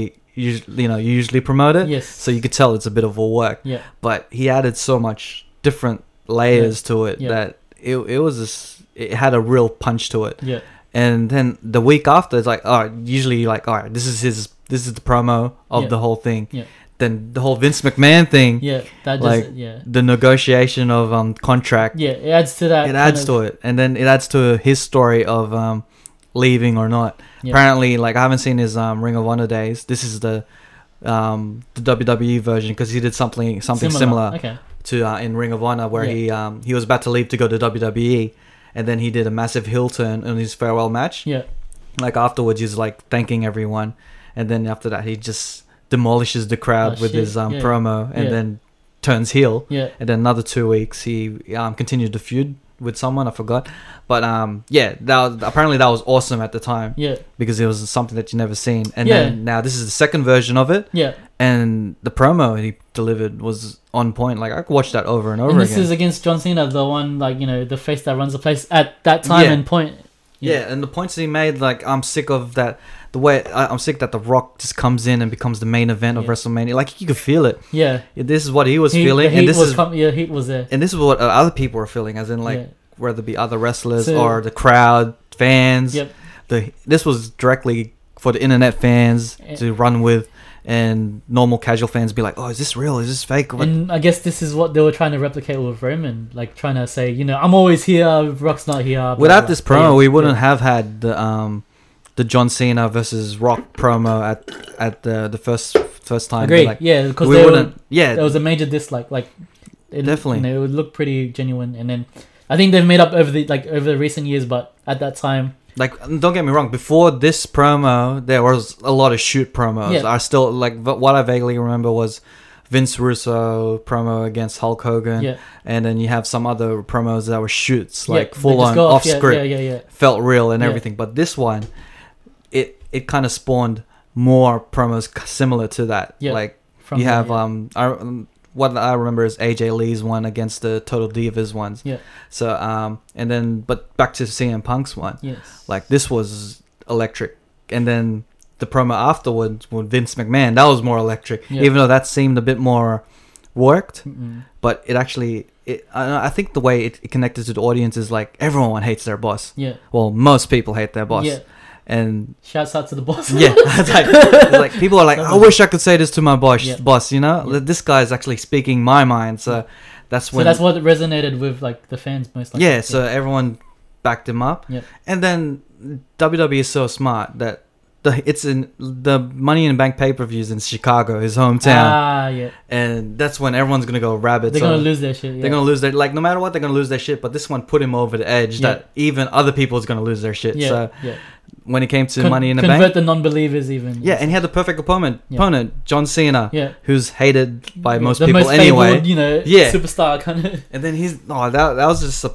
Speaker 1: you us- you know you usually promote it
Speaker 2: Yes.
Speaker 1: so you could tell it's a bit of a work
Speaker 2: Yeah.
Speaker 1: but he added so much different layers to it
Speaker 2: Yeah.
Speaker 1: that it, it was this, it had a real punch to it
Speaker 2: Yeah.
Speaker 1: and then the week after it's like all right usually you're like all right this is his this is the promo of
Speaker 2: Yeah.
Speaker 1: the whole thing
Speaker 2: Yeah.
Speaker 1: then the whole vince mcmahon thing
Speaker 2: Yeah. That just
Speaker 1: Like,
Speaker 2: yeah.
Speaker 1: the negotiation of um contract
Speaker 2: Yeah. It adds to that.
Speaker 1: it adds
Speaker 2: kind of-
Speaker 1: to it and then it adds to his story of um leaving or not
Speaker 2: Yeah.
Speaker 1: apparently like i haven't seen his um ring of honor days this is the um the wwe version because he did something something similar,
Speaker 2: Okay.
Speaker 1: to uh, in Ring of Honor where
Speaker 2: Yeah.
Speaker 1: he um, he was about to leave to go to WWE, and then he did a massive heel turn in his farewell match.
Speaker 2: Yeah.
Speaker 1: Like afterwards, he's like thanking everyone, and then after that, he just demolishes the crowd
Speaker 2: Oh,
Speaker 1: with
Speaker 2: shit.
Speaker 1: his um,
Speaker 2: Yeah.
Speaker 1: promo, and
Speaker 2: Yeah.
Speaker 1: then turns heel.
Speaker 2: Yeah.
Speaker 1: And then another two weeks, he um, continued the feud with someone I forgot, but um, yeah, that was, apparently that was awesome at the time
Speaker 2: Yeah.
Speaker 1: because it was something that you never seen. And
Speaker 2: Yeah.
Speaker 1: then now this is the second version of it
Speaker 2: Yeah.
Speaker 1: and the promo he delivered was on point. Like I could watch that over and over
Speaker 2: and this
Speaker 1: again.
Speaker 2: is against John Cena, the one like you know the face that runs the place at that time
Speaker 1: Yeah.
Speaker 2: and point.
Speaker 1: yeah. and the points that he made, like I'm sick of that. The way I, I'm sick that The Rock just comes in and becomes the main event of
Speaker 2: Yeah.
Speaker 1: WrestLemania. Like you could feel it.
Speaker 2: Yeah.
Speaker 1: This is what he was
Speaker 2: He-
Speaker 1: feeling,
Speaker 2: the heat
Speaker 1: and this
Speaker 2: was
Speaker 1: is
Speaker 2: com- yeah, heat was there.
Speaker 1: and this is what uh, other people were feeling, as in like whether it be other wrestlers
Speaker 2: So-
Speaker 1: or the crowd, fans.
Speaker 2: Yep.
Speaker 1: The this was directly for the internet fans
Speaker 2: And-
Speaker 1: to run with, and normal casual fans be like, "Oh, is this real? Is this fake?"
Speaker 2: yeah. and I guess this is what they were trying to replicate with Roman, like trying to say, you know, I'm always here, Rock's not here. blah,
Speaker 1: Without
Speaker 2: blah.
Speaker 1: this promo,
Speaker 2: Yeah,
Speaker 1: we wouldn't
Speaker 2: yeah.
Speaker 1: have had the um, the John Cena versus Rock promo at at the the first first time.
Speaker 2: Agreed.
Speaker 1: Like,
Speaker 2: yeah, because
Speaker 1: we
Speaker 2: there,
Speaker 1: wouldn't.
Speaker 2: were-
Speaker 1: yeah,
Speaker 2: there was a major dislike. Like, it,
Speaker 1: Definitely.
Speaker 2: you know, it would look pretty genuine. And then I think they've made up over the like over the recent years, but at that time,
Speaker 1: like don't get me wrong. Before this promo, there was a lot of shoot promos.
Speaker 2: Yeah.
Speaker 1: I still like v- what I vaguely remember was Vince Russo promo against Hulk Hogan,
Speaker 2: yeah,
Speaker 1: and then you have some other promos that were shoots, like
Speaker 2: yeah, they
Speaker 1: full
Speaker 2: just
Speaker 1: on
Speaker 2: go
Speaker 1: off
Speaker 2: yeah,
Speaker 1: script.
Speaker 2: Yeah, yeah, yeah.
Speaker 1: felt real and
Speaker 2: Yeah.
Speaker 1: everything. But this one, it it kind of spawned more promos c- similar to that.
Speaker 2: Yeah.
Speaker 1: Like
Speaker 2: From
Speaker 1: you
Speaker 2: there,
Speaker 1: have
Speaker 2: yeah.
Speaker 1: um, I, um, what I remember is AJ Lee's one against the Total Divas ones.
Speaker 2: Yeah.
Speaker 1: So um, and then but back to CM Punk's one.
Speaker 2: yes,
Speaker 1: Like this was electric, and then the promo afterwards with Vince McMahon that was more electric.
Speaker 2: Yeah.
Speaker 1: Even though that seemed a bit more worked,
Speaker 2: Mm-mm.
Speaker 1: but it actually. It, I I think the way it, it connected to the audience is like everyone hates their boss.
Speaker 2: yeah,
Speaker 1: Well, most people hate their boss.
Speaker 2: yeah.
Speaker 1: And
Speaker 2: Shouts out to the boss.
Speaker 1: yeah, it's like, it's like people are like, I wish I could say this to my boss.
Speaker 2: Yeah.
Speaker 1: Boss, you know,
Speaker 2: Yeah.
Speaker 1: this guy is actually speaking my mind. So that's
Speaker 2: so
Speaker 1: when.
Speaker 2: that's what resonated with like the fans most. Likely.
Speaker 1: yeah, so everyone backed him up.
Speaker 2: Yeah.
Speaker 1: And then WWE is so smart that the it's in the Money in the Bank pay per views in Chicago, his hometown,
Speaker 2: Ah, yeah.
Speaker 1: and that's when everyone's gonna go rabid.
Speaker 2: They're
Speaker 1: so
Speaker 2: gonna lose their shit. Yeah.
Speaker 1: They're gonna lose their like no matter what they're gonna lose their shit, but this one put him over the edge
Speaker 2: Yeah.
Speaker 1: that even other people is gonna lose their shit.
Speaker 2: yeah,
Speaker 1: So
Speaker 2: yeah.
Speaker 1: when it came to
Speaker 2: Con-
Speaker 1: Money in the Bank,
Speaker 2: convert the non-believers even.
Speaker 1: Yeah, and he had the perfect opponent,
Speaker 2: Yeah.
Speaker 1: opponent John Cena,
Speaker 2: yeah.
Speaker 1: who's hated by
Speaker 2: Yeah,
Speaker 1: most
Speaker 2: the
Speaker 1: people
Speaker 2: most
Speaker 1: anyway.
Speaker 2: favored, you know,
Speaker 1: Yeah.
Speaker 2: superstar kind of.
Speaker 1: And then he's oh that that was just a,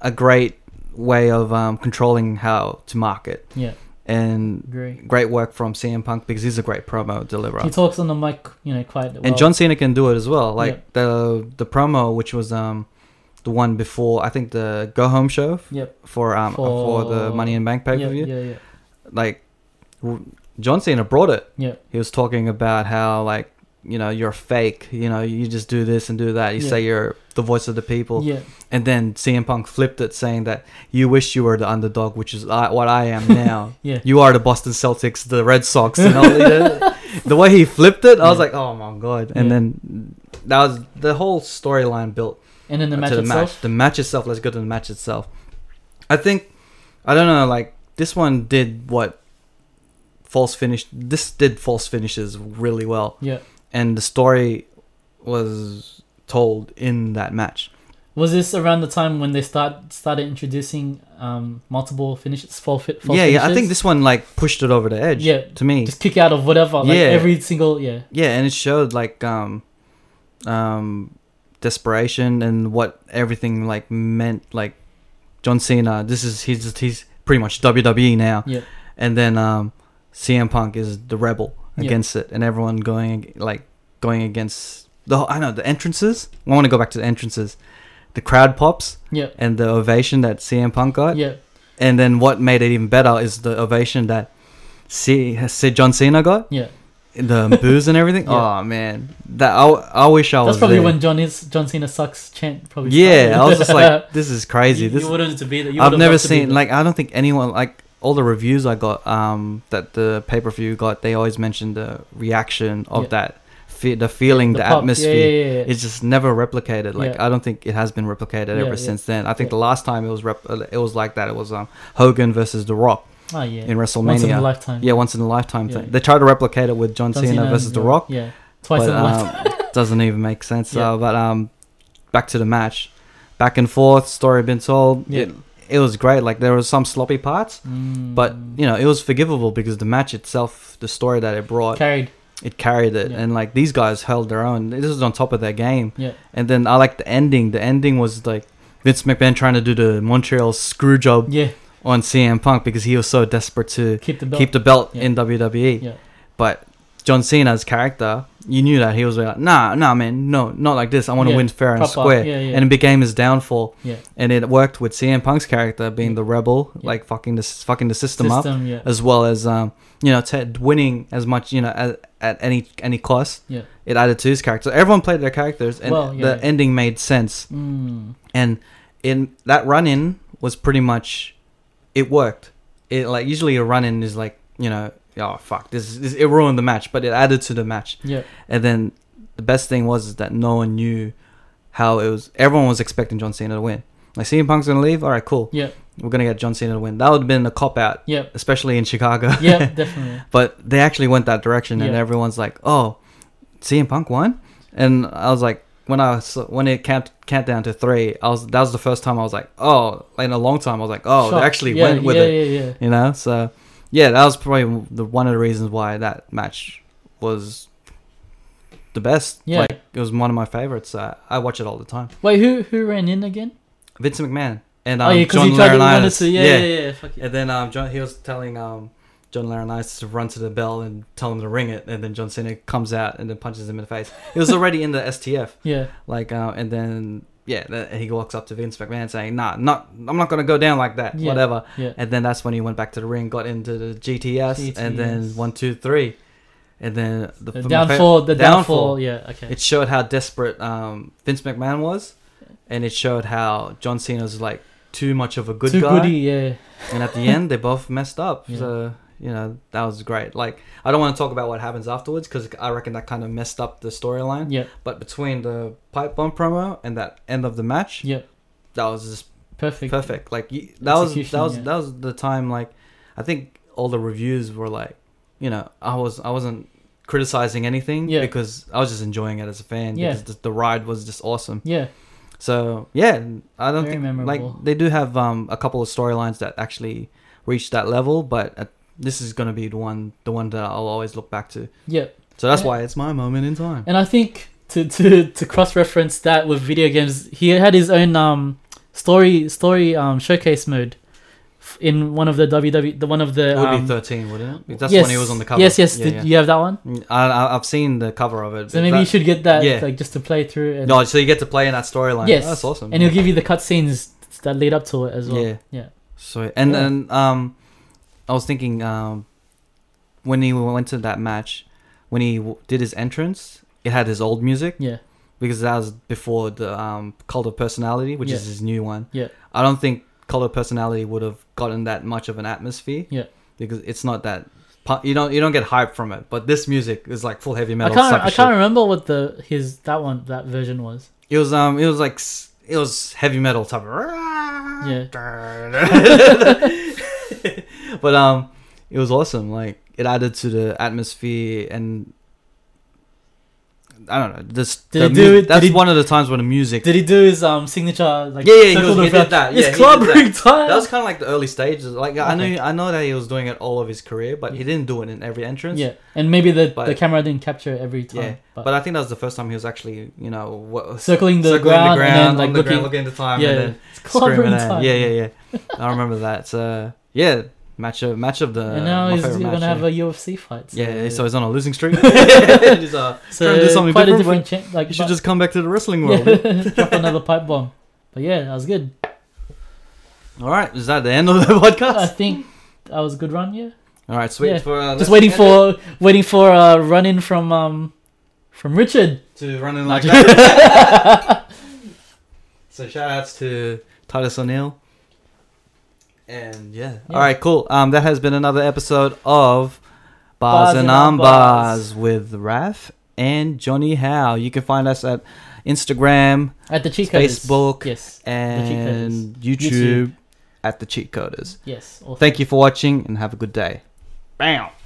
Speaker 1: a great way of um, controlling how to market
Speaker 2: Yeah,
Speaker 1: and
Speaker 2: agree.
Speaker 1: great work from CM Punk because he's a great promo deliverer.
Speaker 2: He talks on the mic, you know, quite well.
Speaker 1: and John Cena can do it as well. Like
Speaker 2: Yeah.
Speaker 1: the the promo which was um the one before I think the Go Home show
Speaker 2: Yep.
Speaker 1: for um for, the
Speaker 2: For-
Speaker 1: Money in Bank pay per view.
Speaker 2: Yeah, yeah, yeah.
Speaker 1: Like w- John Cena brought it.
Speaker 2: Yeah.
Speaker 1: He was talking about how like you know you're fake. You know you just do this and do that. You
Speaker 2: Yeah.
Speaker 1: say you're the voice of the people.
Speaker 2: Yeah.
Speaker 1: And then CM Punk flipped it, saying that you wish you were the underdog, which is I, what I am now.
Speaker 2: Yeah.
Speaker 1: You are the Boston Celtics, the Red Sox, and all the, the way he flipped it, I was
Speaker 2: Yeah.
Speaker 1: like, oh my god! And
Speaker 2: Yeah.
Speaker 1: then that was the whole storyline built
Speaker 2: And then the
Speaker 1: Uh, to
Speaker 2: match
Speaker 1: the
Speaker 2: itself.
Speaker 1: match. The match itself. Let's go to the match itself. I think I don't know. Like this one did what false finish. This did false finishes really well,
Speaker 2: Yeah.
Speaker 1: and the story was told in that match.
Speaker 2: Was this around the time when they start started introducing um, multiple finishes, false, fi- false
Speaker 1: yeah,
Speaker 2: finishes?
Speaker 1: yeah. I think this one like pushed it over the edge.
Speaker 2: Yeah.
Speaker 1: to me.
Speaker 2: just kick out of whatever. Like
Speaker 1: Yeah.
Speaker 2: every single yeah.
Speaker 1: yeah, and it showed like um, um, desperation and what everything like meant. Like John Cena, this is he's he's pretty much WWE now.
Speaker 2: Yeah.
Speaker 1: And then um, CM Punk is the rebel
Speaker 2: Yeah.
Speaker 1: against it, and everyone going like going against the whole- I know the entrances. I want to go back to the entrances. The crowd pops
Speaker 2: Yeah.
Speaker 1: and the ovation that CM Punk got.
Speaker 2: Yeah.
Speaker 1: And then what made it even better is the ovation that C, C John Cena got.
Speaker 2: Yeah.
Speaker 1: The booze and everything.
Speaker 2: Yeah.
Speaker 1: Oh man, that I, I wish I
Speaker 2: That's
Speaker 1: was.
Speaker 2: probably
Speaker 1: there.
Speaker 2: when John is John Cena sucks chant probably.
Speaker 1: Yeah,
Speaker 2: started.
Speaker 1: I was just like, this is crazy.
Speaker 2: you,
Speaker 1: This
Speaker 2: you wouldn't to be that. You
Speaker 1: I've
Speaker 2: would've
Speaker 1: never
Speaker 2: loved to be
Speaker 1: seen
Speaker 2: there.
Speaker 1: like I don't think anyone like all the reviews I got um that the pay per view got. They always mentioned the reaction of
Speaker 2: Yeah.
Speaker 1: that, fe- the feeling, the,
Speaker 2: pop. Yeah,
Speaker 1: atmosphere.
Speaker 2: Yeah, yeah, yeah.
Speaker 1: It's just never replicated. Like
Speaker 2: Yeah.
Speaker 1: I don't think it has been replicated
Speaker 2: Yeah,
Speaker 1: ever
Speaker 2: yeah.
Speaker 1: since then. I think
Speaker 2: Yeah.
Speaker 1: the last time it was rep- uh, it was like that. It was um Hogan versus The Rock
Speaker 2: oh yeah.
Speaker 1: in WrestleMania.
Speaker 2: Once in a lifetime.
Speaker 1: Yeah, once in a lifetime
Speaker 2: Yeah.
Speaker 1: thing. They tried to replicate it with John,
Speaker 2: John
Speaker 1: Cena, versus The
Speaker 2: yeah,
Speaker 1: Rock.
Speaker 2: Yeah. Twice
Speaker 1: but,
Speaker 2: in a lifetime.
Speaker 1: um, doesn't even make sense.
Speaker 2: Yeah.
Speaker 1: Uh, but um, back to the match, back and forth story been told.
Speaker 2: Yeah.
Speaker 1: It, it was great. Like there was some sloppy parts, but
Speaker 2: Mm.
Speaker 1: you know it was forgivable because the match itself, the story that it brought,
Speaker 2: carried.
Speaker 1: it carried it,
Speaker 2: Yeah.
Speaker 1: and like these guys held their own. This was on top of their game.
Speaker 2: Yeah.
Speaker 1: And then I like the ending. The ending was like Vince McMahon trying to do the Montreal screw job
Speaker 2: Yeah.
Speaker 1: on CM Punk because he was so desperate to
Speaker 2: Keep the belt.
Speaker 1: keep the belt
Speaker 2: Yeah.
Speaker 1: in WWE.
Speaker 2: Yeah.
Speaker 1: But John Cena's character, you knew that he was like, nah, nah, man, no, not like this. I want to
Speaker 2: Yeah,
Speaker 1: win fair and
Speaker 2: proper.
Speaker 1: square.
Speaker 2: Yeah, yeah.
Speaker 1: And it became his downfall.
Speaker 2: Yeah.
Speaker 1: And it worked with CM Punk's character being
Speaker 2: Yeah.
Speaker 1: the rebel,
Speaker 2: Yeah.
Speaker 1: like fucking the fucking the system,
Speaker 2: system.
Speaker 1: up,
Speaker 2: yeah.
Speaker 1: as well as um, you know, Ted winning as much, you know, at, at any any cost.
Speaker 2: Yeah.
Speaker 1: It added to his character. Everyone played their characters, and
Speaker 2: Well, yeah,
Speaker 1: the
Speaker 2: yeah.
Speaker 1: ending made sense.
Speaker 2: Mm.
Speaker 1: And in that run in was pretty much, it worked. It like usually a run in is like you know. Oh fuck! This, this it ruined the match, but it added to the match.
Speaker 2: Yeah.
Speaker 1: And then the best thing was is that no one knew how it was. Everyone was expecting John Cena to win. Like CM Punk's gonna leave. All right, cool.
Speaker 2: Yeah.
Speaker 1: We're gonna get John Cena to win. That would have been a cop out,
Speaker 2: Yeah.
Speaker 1: especially in Chicago.
Speaker 2: Yeah. Definitely.
Speaker 1: but they actually went that direction, and
Speaker 2: Yeah.
Speaker 1: everyone's like, "Oh, CM Punk won," and I was like. When I was, when it count count down to three, I was that was the first time I was like, oh, in a long time I was like, oh,
Speaker 2: Shock.
Speaker 1: they actually
Speaker 2: yeah,
Speaker 1: went with
Speaker 2: yeah,
Speaker 1: it,
Speaker 2: Yeah. Yeah.
Speaker 1: you know. So yeah, that was probably the one of the reasons why that match was the best.
Speaker 2: Yeah.
Speaker 1: Like, it was one of my favorites. Uh, I watch it all the time.
Speaker 2: Wait, who who ran in again?
Speaker 1: Vince McMahon and
Speaker 2: oh
Speaker 1: um,
Speaker 2: yeah, because
Speaker 1: John
Speaker 2: you tried to run it
Speaker 1: Laurinaitis.
Speaker 2: to yeah yeah yeah. yeah. Fuck yeah.
Speaker 1: And then um, John, he was telling um, John Laurinaitis to run to the bell and tell him to ring it, and then John Cena comes out and then punches him in the face. It was already in the STF,
Speaker 2: Yeah.
Speaker 1: like, uh, and then yeah, th- and he walks up to Vince McMahon saying, "Nah, not, I'm not gonna go down like that,
Speaker 2: Yeah.
Speaker 1: whatever."
Speaker 2: Yeah.
Speaker 1: And then that's when he went back to the ring, got into the GTS, and
Speaker 2: GTS.
Speaker 1: then one, two, three, and then the,
Speaker 2: The
Speaker 1: my fa-
Speaker 2: downfall. The downfall. Yeah. Okay.
Speaker 1: It showed how desperate um, Vince McMahon was, and it showed how John Cena was like too much of a good
Speaker 2: Too
Speaker 1: guy.
Speaker 2: goody. Yeah.
Speaker 1: And at the end, they both messed up.
Speaker 2: Yeah.
Speaker 1: So you know that was great. Like I don't want to talk about what happens afterwards because I reckon that kind of messed up the storyline.
Speaker 2: Yeah.
Speaker 1: But between the pipe bomb promo and that end of the match,
Speaker 2: Yeah.
Speaker 1: that was just
Speaker 2: Perfect.
Speaker 1: perfect. Like you, that was that
Speaker 2: Execution,
Speaker 1: was
Speaker 2: yeah.
Speaker 1: that was the time. Like I think all the reviews were like, you know, I was I wasn't criticizing anything
Speaker 2: Yeah.
Speaker 1: because I was just enjoying it as a fan.
Speaker 2: Yeah.
Speaker 1: Because the, the ride was just awesome.
Speaker 2: Yeah.
Speaker 1: So yeah, I don't
Speaker 2: Very
Speaker 1: think
Speaker 2: memorable.
Speaker 1: like they do have um, a couple of storylines that actually reach that level, but uh this is gonna be the one the one that I'll always look back to.
Speaker 2: Yeah.
Speaker 1: So that's
Speaker 2: Yeah.
Speaker 1: why it's my moment in time.
Speaker 2: And I think to to to cross reference that with video games, he had his own um story story um showcase mode f- in one of the WW the one of the
Speaker 1: It would be
Speaker 2: um,
Speaker 1: thirteen, wouldn't it? That's
Speaker 2: yes,
Speaker 1: when he was on the cover.
Speaker 2: Yes, yes.
Speaker 1: Yeah,
Speaker 2: did
Speaker 1: yeah. Mm,
Speaker 2: you have that one?
Speaker 1: I, I, I've seen the cover of it.
Speaker 2: So maybe you
Speaker 1: That-
Speaker 2: should get that
Speaker 1: yeah.
Speaker 2: like just to play through and
Speaker 1: No, so you get to play in that storyline.
Speaker 2: yes,
Speaker 1: that's awesome.
Speaker 2: And he'll give you the cutscenes that lead up to it as well.
Speaker 1: Yeah.
Speaker 2: Yeah.
Speaker 1: So and
Speaker 2: Yeah.
Speaker 1: then um, I was thinking um, when he went to that match, when he w- did his entrance, it had his old music
Speaker 2: Yeah.
Speaker 1: because that was before the um, Cult of Personality, which is
Speaker 2: Yeah.
Speaker 1: his new one.
Speaker 2: Yeah.
Speaker 1: I don't think Cult of Personality would have gotten that much of an atmosphere.
Speaker 2: Yeah.
Speaker 1: because it's not that pu- you don't you don't get hype from it. But this music is like full heavy
Speaker 2: I
Speaker 1: metal.
Speaker 2: can't.
Speaker 1: sucker
Speaker 2: I
Speaker 1: shit.
Speaker 2: can't remember what the his that one that version was.
Speaker 1: It was um it was like s- it was heavy metal type. Of, but um it was awesome. Like it added to the atmosphere and I don't know. This
Speaker 2: Did
Speaker 1: the
Speaker 2: he do
Speaker 1: mu-
Speaker 2: it- did
Speaker 1: That's
Speaker 2: he-
Speaker 1: one of the times when the music.
Speaker 2: Did he do his um signature like?
Speaker 1: Yeah, yeah, he
Speaker 2: circle
Speaker 1: was-
Speaker 2: the
Speaker 1: he
Speaker 2: flag?
Speaker 1: did that, yeah, he
Speaker 2: It's
Speaker 1: did
Speaker 2: clobbering time.
Speaker 1: that was kind of like the early stages. Like I
Speaker 2: Okay.
Speaker 1: know, I know that he was doing it all of his career, but he didn't do it in every entrance.
Speaker 2: yeah, and maybe the,
Speaker 1: But-
Speaker 2: the camera didn't capture it every time.
Speaker 1: yeah.
Speaker 2: but,
Speaker 1: But, I think that was the first time he was actually, you know, what,
Speaker 2: circling the ground and then like
Speaker 1: on the
Speaker 2: looking.
Speaker 1: ground, looking at the time,
Speaker 2: yeah,
Speaker 1: and then
Speaker 2: it's
Speaker 1: screaming.
Speaker 2: clobbering
Speaker 1: At,
Speaker 2: time.
Speaker 1: yeah, yeah, yeah. I remember that. So yeah, match of match of the.
Speaker 2: and now
Speaker 1: Uh, my
Speaker 2: he's
Speaker 1: favorite
Speaker 2: gonna
Speaker 1: match,
Speaker 2: have
Speaker 1: yeah.
Speaker 2: a UFC fight. So,
Speaker 1: yeah, so he's on a losing streak. he's uh,
Speaker 2: so
Speaker 1: trying to do something
Speaker 2: quite
Speaker 1: different,
Speaker 2: a different change. Like
Speaker 1: you should
Speaker 2: but-
Speaker 1: just come back to the wrestling world.
Speaker 2: yeah, drop another pipe bomb. But yeah, that was good.
Speaker 1: All right, is that the end of the
Speaker 2: I
Speaker 1: podcast?
Speaker 2: think that was a good run. Yeah,
Speaker 1: All right, sweet.
Speaker 2: Yeah.
Speaker 1: For, uh, let's
Speaker 2: just waiting
Speaker 1: end
Speaker 2: for waiting for a run in from um from Richard.
Speaker 1: it to run in
Speaker 2: Nah,
Speaker 1: like
Speaker 2: just-
Speaker 1: that. So shout outs to Titus O'Neill. And yeah.
Speaker 2: Yeah.
Speaker 1: All right, cool. Um, that has been another episode of Bars,
Speaker 2: Bars
Speaker 1: and
Speaker 2: and
Speaker 1: Ambars
Speaker 2: Ambars.
Speaker 1: with Raf and Johnny Howe. You can find us at Instagram
Speaker 2: At the cheat coders.
Speaker 1: Facebook.
Speaker 2: Yes.
Speaker 1: and YouTube,
Speaker 2: YouTube.
Speaker 1: at the Cheat Coders.
Speaker 2: Yes. Awesome.
Speaker 1: Thank you for watching and have a good day. Bam.